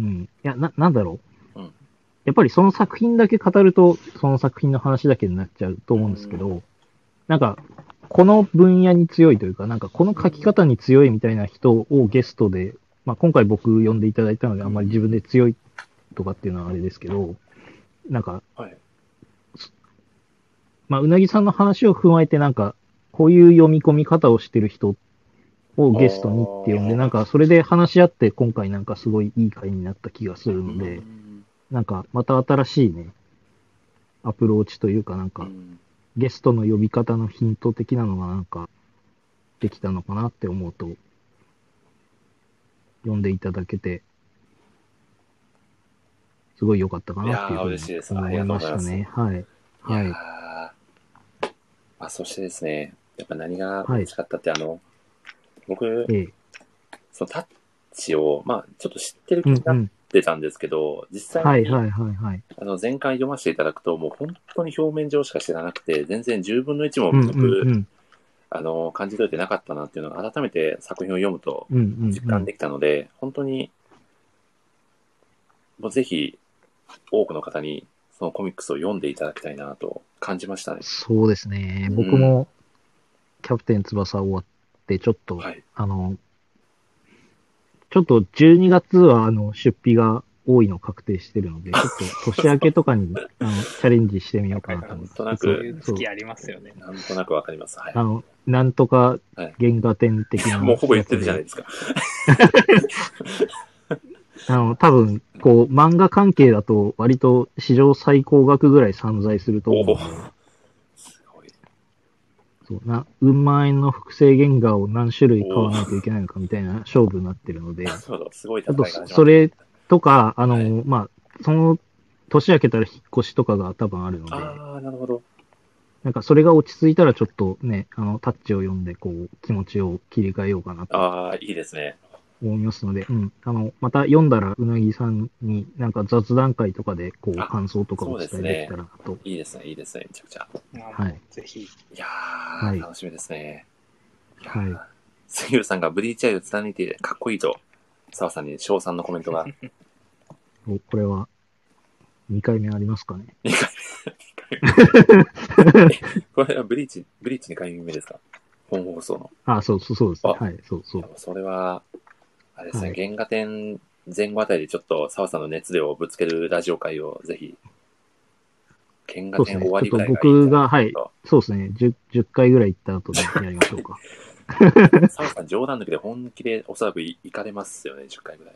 Speaker 3: うん。いや、な、なんだろう。
Speaker 1: うん
Speaker 3: やっぱりその作品だけ語ると、その作品の話だけになっちゃうと思うんですけど、なんか、この分野に強いというか、なんかこの書き方に強いみたいな人をゲストで、まあ今回僕呼んでいただいたので、あんまり自分で強いとかっていうのはあれですけど、なんか、
Speaker 1: はい
Speaker 3: まあうなぎさんの話を踏まえて、なんか、こういう読み込み方をしてる人をゲストにって呼んで、
Speaker 1: あー
Speaker 3: なんかそれで話し合って今回なんかすごいいい回になった気がするので、
Speaker 1: うん
Speaker 3: なんかまた新しいね、アプローチというかなん
Speaker 1: う
Speaker 3: か
Speaker 1: ん
Speaker 3: ゲストの呼び方のヒント的なのがなんかできたのかなって思うと、読んでいただけて、すごい良かったかなっていう
Speaker 1: いやー
Speaker 3: ふ
Speaker 1: 嬉しいで
Speaker 3: う
Speaker 1: す
Speaker 3: に
Speaker 1: あり
Speaker 3: 思い
Speaker 1: がとう
Speaker 3: ま
Speaker 1: ございま
Speaker 3: した
Speaker 1: す
Speaker 3: ね。はい。は
Speaker 1: や
Speaker 3: いい
Speaker 1: ー。まあ、そしてですね、やっぱ何が嬉しかったって、あの、僕、
Speaker 3: ええ。
Speaker 1: そのタッチを、まあ、ちょっと知ってる気
Speaker 3: う
Speaker 1: に
Speaker 3: んう
Speaker 1: なっ
Speaker 3: ん。
Speaker 1: てたんですけど、実
Speaker 3: は
Speaker 1: 際
Speaker 3: い
Speaker 1: に、
Speaker 3: はいはいはい。
Speaker 1: あの、前回読ませていただくと、もう本当に表面上しか知らなくて、全然10分の1も
Speaker 3: うん
Speaker 1: 僕、
Speaker 3: うんうん。
Speaker 1: あの、感じといてなかったなっていうのが、改めて作品を読むと
Speaker 3: うんうんうん
Speaker 1: 実感できたので、本当に、もうぜひ、多くの方に、そのコミックスを読んでいただきたいなと感じましたね。
Speaker 3: そうですね。
Speaker 1: うん
Speaker 3: 僕も、キャプテン翼終わって、ちょっと、
Speaker 1: はい。
Speaker 3: あの、ちょっと12月は、あの、出費が多いの確定してるの で、ちょっと年明けとかに、あの、チャレンジしてみようかなと思います。
Speaker 1: なんとなく
Speaker 2: そういう
Speaker 3: そう
Speaker 2: 月ありますよね。
Speaker 1: なんとなくわかります。はい
Speaker 3: あ。の、なんとか
Speaker 1: はい、
Speaker 3: 原画展的
Speaker 1: い
Speaker 3: な、
Speaker 1: や、もうほぼ言ってるじゃないですか。
Speaker 3: あの、多分、こう、漫画関係だと、割と史上最高額ぐらい散財すると思う
Speaker 1: おお
Speaker 3: ので、。
Speaker 1: すごい。
Speaker 3: そうな、うん万円の複製原画を何種類買わないといけないのかみたいな勝負になってるので、
Speaker 1: なるほど。すごい
Speaker 3: ちょ
Speaker 1: 戦
Speaker 3: っ
Speaker 1: いが
Speaker 3: と
Speaker 1: 始ま
Speaker 3: そ
Speaker 1: った
Speaker 3: それとか、あの、
Speaker 1: はい
Speaker 3: まあ、その年明けたら引っ越しとかが多分あるので、
Speaker 1: ああ、なるほど。
Speaker 3: なんかそれが落ち着いたらちょっとね、あの、タッチを読んで、こう、気持ちを切り替えようかなと
Speaker 1: ああ、いいですね。
Speaker 3: 思いますので、うん。あの、また読んだら、うなぎさんになんか雑談会とかで、こう、
Speaker 1: あ
Speaker 3: 感想とかをお伝えできたらなと。
Speaker 1: いいですね、いいですね、めちゃくちゃ。
Speaker 3: はい。
Speaker 2: ぜひ。
Speaker 1: いやー、
Speaker 3: はい
Speaker 1: 楽しみですね。
Speaker 3: はい。
Speaker 1: 杉浦さんがブリーチアイを貫いていてかっこいいと、澤さんに賞賛のコメント が。
Speaker 3: おこれは、2回目ありますかね。
Speaker 1: これはブリーチ、ブリーチ2回目ですか本放送の。
Speaker 3: あ、そうそうそうですね。
Speaker 1: あ
Speaker 3: はい、そうそ
Speaker 1: でもそれは、あれですね、
Speaker 3: はい
Speaker 1: 原画展前後あたりでちょっと澤さんの熱量をぶつけるラジオ会をぜひ、原画展終わりぐらいがいいんじゃないですか
Speaker 3: う。そうですね。10、10回ぐらい行った後でやりましょう か。
Speaker 1: 澤さん冗談抜きで本気でおそらくい行かれますよね、10回ぐらい。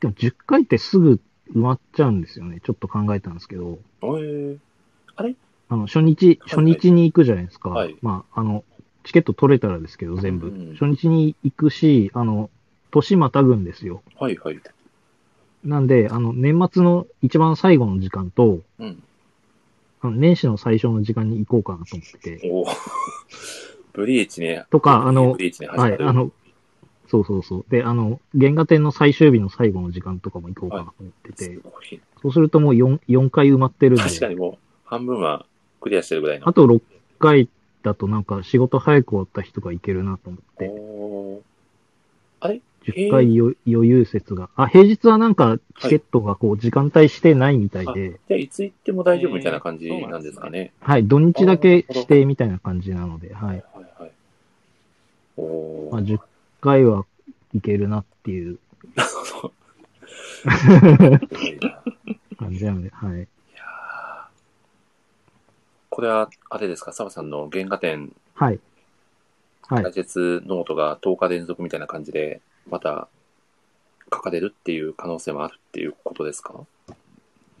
Speaker 3: でも10回ってすぐ埋まっちゃうんですよね。ちょっと考えたんですけど、
Speaker 1: おえ
Speaker 3: あの、初日、
Speaker 1: はい
Speaker 3: 初日に行くじゃないですか。
Speaker 1: はい
Speaker 3: まあ、あの、チケット取れたらですけど、全部。
Speaker 1: うん
Speaker 3: 初日に行くし、あの、年またぐんですよ。
Speaker 1: はいはい。
Speaker 3: なんで、あの、年末の一番最後の時間と、
Speaker 1: うん。
Speaker 3: あの年始の最初の時間に行こうかなと思ってて。
Speaker 1: おお。ブリーチね。
Speaker 3: とか、あの
Speaker 1: ブ、リーチね、始ま
Speaker 3: はい、
Speaker 1: る。
Speaker 3: あの、そうそうそう。で、あの、原画展の最終日の最後の時間とかも行こうかなと思ってて、
Speaker 1: すごい
Speaker 3: そうするともう 4, 4回埋まってるんで、
Speaker 1: 確かにもう、半分はクリアしてるぐらいの。
Speaker 3: あと6回だとなんか仕事早く終わった人が行けるなと思って、
Speaker 1: おー
Speaker 3: 10回よ余裕説が。あ、平日はなんかチケットがこう時間帯してないみたいで、はい、
Speaker 1: じゃあ、いつ行っても大丈夫みたいな感じなんですかね。
Speaker 3: 土日だけ指定みたいな感じなので、は
Speaker 1: は
Speaker 3: い。
Speaker 1: いはい。おー
Speaker 3: まあ、10回はいけるなっていう
Speaker 1: なるほど。すごいな
Speaker 3: 感じなので、はい。
Speaker 1: いやー これは、あれですか、澤さんの原画展、
Speaker 3: はい。はい
Speaker 1: 解説ノートが10日連続みたいな感じで、また書かれるっていう可能性もあるっていうことですか
Speaker 3: い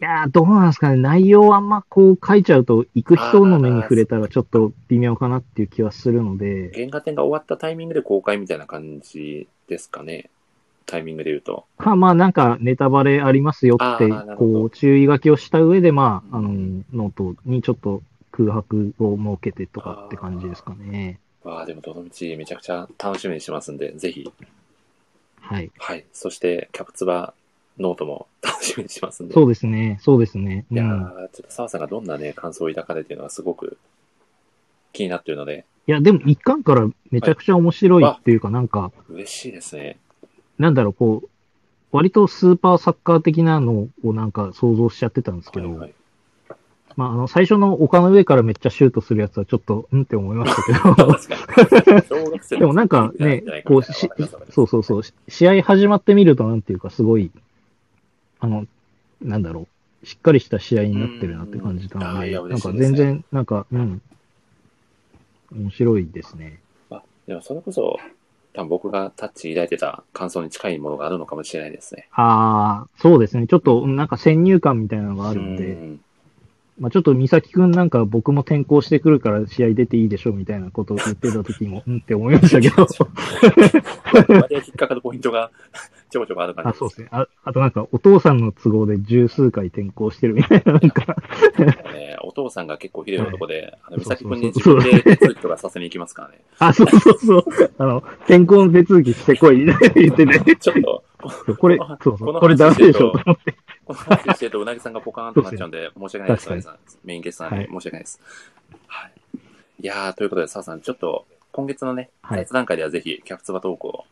Speaker 3: やーどうなんですかね。内容あんまこう書いちゃうと、行く人の目に触れたらちょっと微妙かなっていう気はするので、
Speaker 1: 原画展が終わったタイミングで公開みたいな感じですかね。タイミングで言うと。
Speaker 3: か、まあなんかネタバレありますよ
Speaker 1: あ
Speaker 3: って
Speaker 1: ーなる、ほど
Speaker 3: こう注意書きをした上で、まあ、あの
Speaker 1: う、
Speaker 3: ノートにちょっと空白を設けてとかって感じですかね。
Speaker 1: わあ、でもどの道めちゃくちゃ楽しみにしてますんで、ぜひ。
Speaker 3: はい。
Speaker 1: はい。そして、キャプツバノートも楽しみにしてますんで。
Speaker 3: そうですね。そうですね。う
Speaker 1: いや
Speaker 3: ん、
Speaker 1: ーちょっと澤さんがどんなね、感想を抱かれているのがすごく気になっているので、
Speaker 3: いや、でも一巻からめちゃくちゃ面白いっていうか、なんか、
Speaker 1: 嬉しいですね。
Speaker 3: なんだろう、こう、割とスーパーサッカー的なのをなんか想像しちゃってたんですけど、
Speaker 1: はいはい
Speaker 3: まあ、あの、最初の丘の上からめっちゃシュートするやつはちょっと、うんって思いました けど、
Speaker 1: 確かに。小学生
Speaker 3: でもなんかね、こう、しそうそうそう、し試合始まってみるとなんていうか、すごい、あの、なんだろう、しっかりした試合になってるなって感じた
Speaker 1: うん
Speaker 3: の
Speaker 1: あー
Speaker 3: で、
Speaker 1: いや
Speaker 3: なんか
Speaker 1: 嬉しいです
Speaker 3: 全
Speaker 1: ね
Speaker 3: 然、なんか、うん、面白いですね。
Speaker 1: あでもそれこそ、多分僕がタッチ抱いてた感想に近いものがあるのかもしれないですね。
Speaker 3: ああ、そうですね。ちょっと、うんなんか先入観みたいなのがあるので、
Speaker 1: うん
Speaker 3: まあ、ちょっと美咲くんなんか僕も転校してくるから試合出ていいでしょみたいなことを言ってた時 も、うんって思いましたけど。
Speaker 1: 割合引っかかるポイント がちょこちょこある感
Speaker 3: あ、
Speaker 1: じ
Speaker 3: そう
Speaker 1: で
Speaker 3: ですね。ああとなんかお父さんの都合で十数回転校してるみたいな、なんか、
Speaker 1: すね。お父さんが結構ひどい男で、あの、
Speaker 3: そう
Speaker 1: 美
Speaker 3: そ
Speaker 1: 咲
Speaker 3: うそ
Speaker 1: く
Speaker 3: うん
Speaker 1: に自分で手続きとかさせに行きますから ね。
Speaker 3: あ、そうそうそう。あの、転校の手続きしてこい、 みたいな言ってて、
Speaker 1: ちょっと、
Speaker 3: これ、そうそう、これダメでしょ。
Speaker 1: この話してると、うなぎさんがポカーンとなっちゃうんで、申し訳ないです、うなぎ
Speaker 3: 確
Speaker 1: さん。メインゲストなんで、
Speaker 3: はい
Speaker 1: 申し訳ないです。はい。いやー、ということで、澤さん、ちょっと、今月のね、
Speaker 3: はい
Speaker 1: 雑談会ではぜひ、キャプツバ投稿を。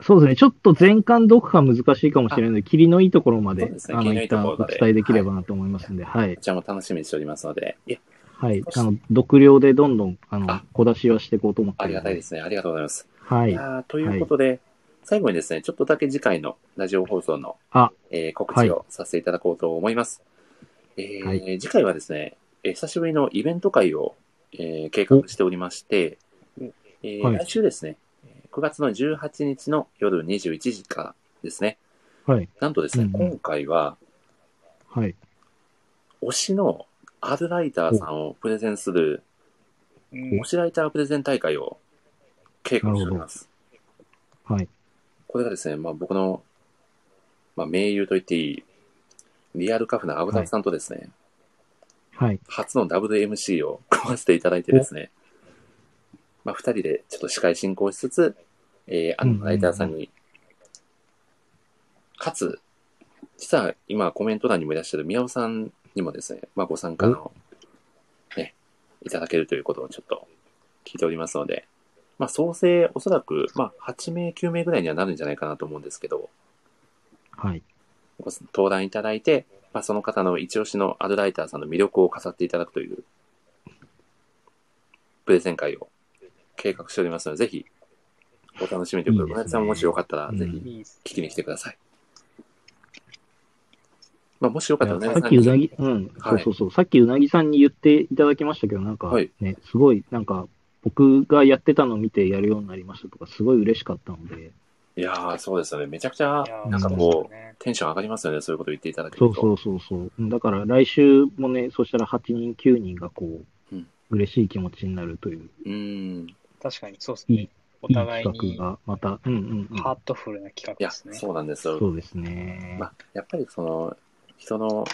Speaker 3: そうですね。ちょっと全巻読破難しいかもしれないので、霧のいいところまで、
Speaker 1: そうですね
Speaker 3: あ
Speaker 1: 霧
Speaker 3: の、
Speaker 1: のいい
Speaker 3: 一
Speaker 1: と
Speaker 3: 旦
Speaker 1: ころ
Speaker 3: お
Speaker 1: まで
Speaker 3: 伝えできればなと思いますんで、はい
Speaker 1: こ。ちらも楽しみにしておりますので、いや、
Speaker 3: はい。あの、読量でどんどん、あの
Speaker 1: あ、
Speaker 3: 小出しはしていこうと思って
Speaker 1: あり
Speaker 3: るの
Speaker 1: がたいですね。ありがとうございます。
Speaker 3: はいい。
Speaker 1: やーということで、最後にですね、ちょっとだけ次回のラジオ放送の
Speaker 3: あ、
Speaker 1: えー告知をさせていただこうと思います。えー
Speaker 3: は
Speaker 1: 次回はですね、えー久しぶりのイベント会を、えー計画しておりまして、えー
Speaker 3: はい
Speaker 1: 来週ですね、9月の18日の夜21時からですね、
Speaker 3: はい。
Speaker 1: なんとですね、
Speaker 3: うんうん
Speaker 1: 今回は
Speaker 3: はい。
Speaker 1: 推しのアルライターさんをプレゼンする、推しライタープレゼン大会を計画しております。
Speaker 3: はい。
Speaker 1: これがですね、まあ、僕の、まあ、盟友と言っていい、リアルカフのアブタクさんとですね、
Speaker 3: はい。
Speaker 1: 初の WMC を組ませていただいてですね、まあ、二人でちょっと司会進行しつつ、えー、あのライターさんに、かつ、実は今コメント欄にもいらっしゃる宮尾さんにもですね、まあ、ご参加の、ね、いただけるということをちょっと聞いておりますので、まあ、総勢おそらく、まあ、8名、9名ぐらいにはなるんじゃないかなと思うんですけど、
Speaker 3: はい。
Speaker 1: ご登壇いただいて、まあ、その方の一押しのアドライターさんの魅力を語っていただくというプレゼン会を計画しておりますので、ぜひお楽しみということで、
Speaker 3: いい
Speaker 1: 小夏
Speaker 3: ですね
Speaker 1: さんもしよかったら、
Speaker 3: うん
Speaker 1: ぜひ
Speaker 2: いいっす
Speaker 1: 聞きに来てください。まあ、もしよかったら、小
Speaker 3: さ
Speaker 1: 夏
Speaker 3: っ
Speaker 1: さん
Speaker 3: きうな
Speaker 1: に。
Speaker 3: ぎ、うん、
Speaker 1: は
Speaker 3: そ
Speaker 1: いう
Speaker 3: そうそう、さっきうなぎさんに言っていただきましたけど、なんか
Speaker 1: はい
Speaker 3: ね、すごい、なんか、僕がやってたのを見てやるようになりましたとか、すごい嬉しかったので、
Speaker 1: いやー、そうですよね。めちゃくちゃ
Speaker 2: いやー
Speaker 1: なんか
Speaker 2: そう
Speaker 1: こ
Speaker 2: ですね
Speaker 1: う、テンション上がりますよね。そういうこと言っていただける
Speaker 3: そ
Speaker 1: と。
Speaker 3: うそうそうそう、うんだから来週もね、そしたら8人、9人がこう、
Speaker 1: うん
Speaker 3: 嬉しい気持ちになるという、
Speaker 1: うーん。
Speaker 2: 確かにそうです
Speaker 3: い
Speaker 2: ね
Speaker 3: い。
Speaker 2: お
Speaker 3: いい
Speaker 2: 互い
Speaker 3: 企
Speaker 2: に
Speaker 3: 画がまた、うんうん、うん
Speaker 2: ハートフルな企
Speaker 1: い
Speaker 2: 画
Speaker 1: や、
Speaker 2: ですね。
Speaker 1: そうなんですよ。
Speaker 3: そうですね
Speaker 1: ま。あ、やっぱりその人の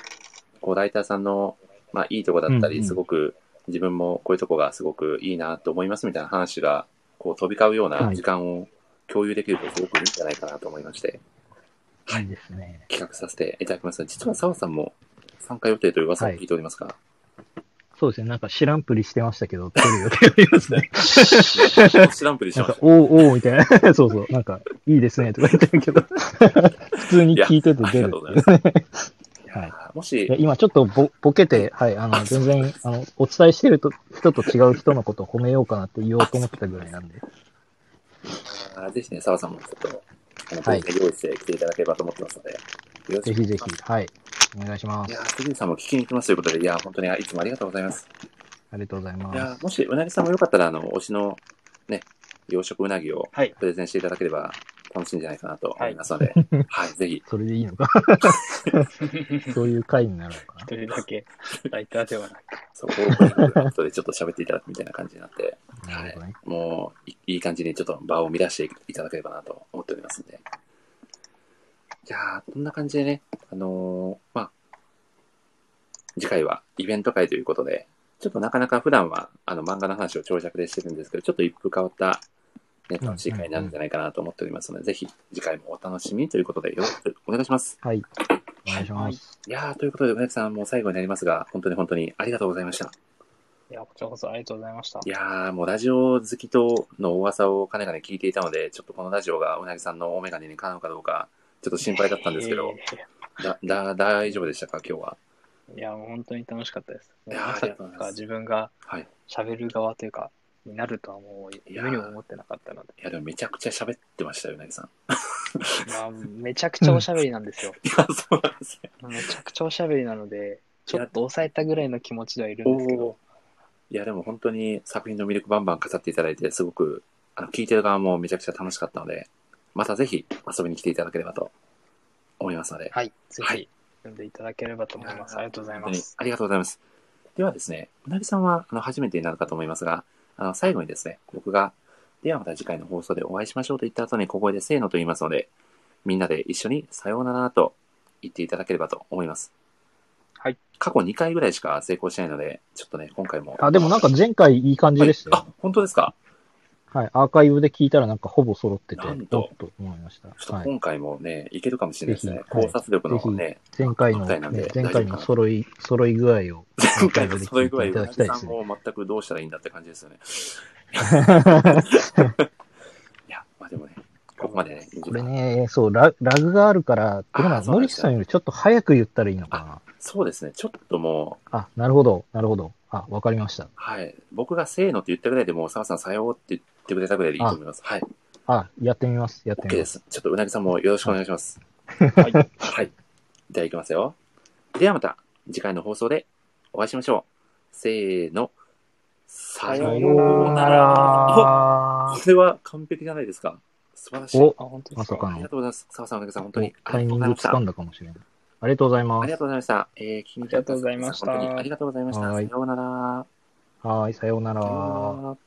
Speaker 1: こうライターさんの、まあ、いいとこだったり、
Speaker 3: うんうん
Speaker 1: すごく自分もこういうとこがすごくいいなと思いますみたいな話がこう飛び交うような
Speaker 3: はい
Speaker 1: 時間を共有できるとすごくいいんじゃないかなと思いまして
Speaker 3: いいですね。
Speaker 1: 企画させていただきます実は澤さんも参加予定という噂を聞いておりますが、
Speaker 3: そうですね。なんか知らんぷりしてましたけど、撮る予定あります ね。
Speaker 1: スランプにし
Speaker 3: なん
Speaker 1: まし、
Speaker 3: か
Speaker 1: た。
Speaker 3: おうおうみたいな。 そうそう。なんか、いいですね、とか言ってるけど。 普通に聞いてて
Speaker 1: あり
Speaker 3: 出
Speaker 1: が
Speaker 3: る
Speaker 1: とうございます。
Speaker 3: は
Speaker 1: も
Speaker 3: い。いや
Speaker 1: し、
Speaker 3: 今ちょっとぼボケて、はい、あの、
Speaker 1: あそ
Speaker 3: 全
Speaker 1: う
Speaker 3: 然、あの、お伝えしてると人と違う人のことを褒めようかなって言おうと思ってたぐらいなんで。
Speaker 1: あぜひね、澤さんもちょっと、あの、
Speaker 3: はい
Speaker 1: 動画用意して来ていただければと思ってますので、よろ
Speaker 3: ぜ
Speaker 1: しく
Speaker 3: ひぜひ、はい。お願いしま
Speaker 1: い
Speaker 3: す
Speaker 1: や。ー、杉内さんも聞きに行きますということで、いやー、本当にいつもありがとうございます。
Speaker 3: ありがとうござい
Speaker 1: いや
Speaker 3: ま
Speaker 1: ー、もし、うなぎさんもよかったら、あの、推しの、ね、養殖うなぎを
Speaker 2: はい。
Speaker 1: プレゼンしていただければ楽しいんじゃないかなと思いますので、はい、ぜひ、
Speaker 3: す。それでい いのかそういう回になるのかな
Speaker 2: 一人だけライターではなく。
Speaker 1: そこを、後でちょっと喋っていただくみたいな感じになって、
Speaker 3: なるほどね。
Speaker 1: もうい、いい感じにちょっと場を乱していただければなと思っておりますんで。じゃあ、こんな感じでね、あのーまあ、次回はイベント会ということで、ちょっとなかなか普段はあの漫画の話を長尺でしてるんですけど、ちょっと一風変わった、ね、楽しい会になるんじゃないかなと思っておりますので、ぜひ次回もお楽しみにということで、よろしくお願いします。
Speaker 3: はい。お願いします。
Speaker 1: いやー、ということで、うなぎさんもう最後になりますが、本当に本当にありがとうございました。
Speaker 2: いや、こちらこそありがとうございました
Speaker 1: い。やー、もうラジオ好きとの噂をかねがね聞いていたので、ちょっとこのラジオがうなぎさんのお眼鏡にかなうかどうか、ちょっと心配だったんですけど、だ、だ、大丈夫でしたか、今日は。
Speaker 2: いや、もう本当に楽しかったです。
Speaker 1: いやー
Speaker 2: まさ
Speaker 1: ありがとうござい
Speaker 2: か
Speaker 1: ます
Speaker 2: 自分が
Speaker 1: はい。
Speaker 2: 喋る側というか、になるとはもう夢にも思ってなかったので。
Speaker 1: いや、でもめちゃくちゃ喋ってましたよ、うなぎさん。
Speaker 2: まあ、めちゃくちゃおしゃべりなんですよ。
Speaker 1: いや、そうなんですね。
Speaker 2: めちゃくちゃおしゃべりなので、ちょっと抑えたぐらいの気持ちではいるん
Speaker 1: お
Speaker 2: ですけど、
Speaker 1: ーいや、でも本当に作品の魅力バンバン飾っていただいて、すごく、あの、聞いてる側もめちゃくちゃ楽しかったので、またぜひ遊びに来ていただければと思いますので、
Speaker 2: はい、ぜ
Speaker 1: は
Speaker 2: ひ
Speaker 1: い
Speaker 2: 読んでいただければと思います。ありがとうござい
Speaker 1: 本当
Speaker 2: ま
Speaker 1: に
Speaker 2: す。
Speaker 1: ありがとうございます。ではですね、うなぎさんはあの初めてになるかと思いますが、あの最後にですね、僕が、ではまた次回の放送でお会いしましょうと言った後に小声でせーのと言いますので、みんなで一緒にさようならと言っていただければと思います。
Speaker 2: はい。
Speaker 1: 過去2回ぐらいしか成功してないので、ちょっとね、今回も。
Speaker 3: あ、でもなんか前回いい感じでした
Speaker 1: あ
Speaker 3: よ。、
Speaker 1: 本当ですか
Speaker 3: はい。アーカイブで聞いたらなんかほぼ揃ってて、
Speaker 1: なん
Speaker 3: お
Speaker 1: と
Speaker 3: っと思いました。
Speaker 1: ちょっ
Speaker 3: は
Speaker 1: と
Speaker 3: い。
Speaker 1: 今回もね、いけるかもしれないですね
Speaker 3: ぜ。ひはい
Speaker 1: 考察力のね、
Speaker 3: 前回の、
Speaker 1: 今回なんで
Speaker 3: ね
Speaker 1: 大丈夫かな
Speaker 3: 前回の揃い、揃い具合を、
Speaker 1: 前回のそういう具合
Speaker 3: い
Speaker 1: う
Speaker 3: ただ
Speaker 1: な
Speaker 3: き
Speaker 1: ぎ
Speaker 3: たいで
Speaker 1: さん
Speaker 3: すね。
Speaker 1: も全くどうしたらいいんだって感じですよ ね。いや、まあでもね、ここまでね、
Speaker 3: これね、そう、ララグがあるから、どうな
Speaker 1: あー
Speaker 3: の
Speaker 1: そうなん
Speaker 3: 森
Speaker 1: で
Speaker 3: 木
Speaker 1: すよ
Speaker 3: さんよりちょっと早く言ったらいいのか
Speaker 1: そうですね、ちょっともう、
Speaker 3: な。あ、なるほど、なるほど。あ、わかりました。
Speaker 1: はい、僕がせーのって言ったぐらいでもう、澤さんさようって言ってくれたぐらいでいいと思います。はい、
Speaker 3: あ、やってみます、やって
Speaker 1: OK
Speaker 3: み
Speaker 1: で
Speaker 3: ます。
Speaker 1: す。ちょっとうなぎさんもよろしくお願いします。
Speaker 2: はい、
Speaker 1: はい、ではいきますよ。ではまた次回の放送でお会いしましょう。せーの、さよ
Speaker 2: さ
Speaker 1: うなら。おこれは完璧じゃないですか。素晴らしい。
Speaker 3: お、
Speaker 2: あ、本当で
Speaker 3: ます
Speaker 2: か
Speaker 3: さ。か
Speaker 1: あり
Speaker 3: の
Speaker 1: が、とうございます。澤さん、うなぎさん、本当
Speaker 3: お
Speaker 1: にあ
Speaker 3: タ
Speaker 1: り
Speaker 3: イ
Speaker 1: がと
Speaker 3: ミ
Speaker 1: う
Speaker 3: ン
Speaker 1: ござい
Speaker 3: グ
Speaker 1: ました
Speaker 3: 掴。んだかもしれない。ありがとうござい
Speaker 1: あ
Speaker 3: ま
Speaker 1: りが
Speaker 3: す
Speaker 1: と。うございました。えー、気に入ってくださった皆さん本当にありがとうございました。
Speaker 3: あ
Speaker 1: さ
Speaker 3: り
Speaker 1: ようなら。
Speaker 3: はーい、さような
Speaker 1: さよ
Speaker 3: ら
Speaker 1: う。なら。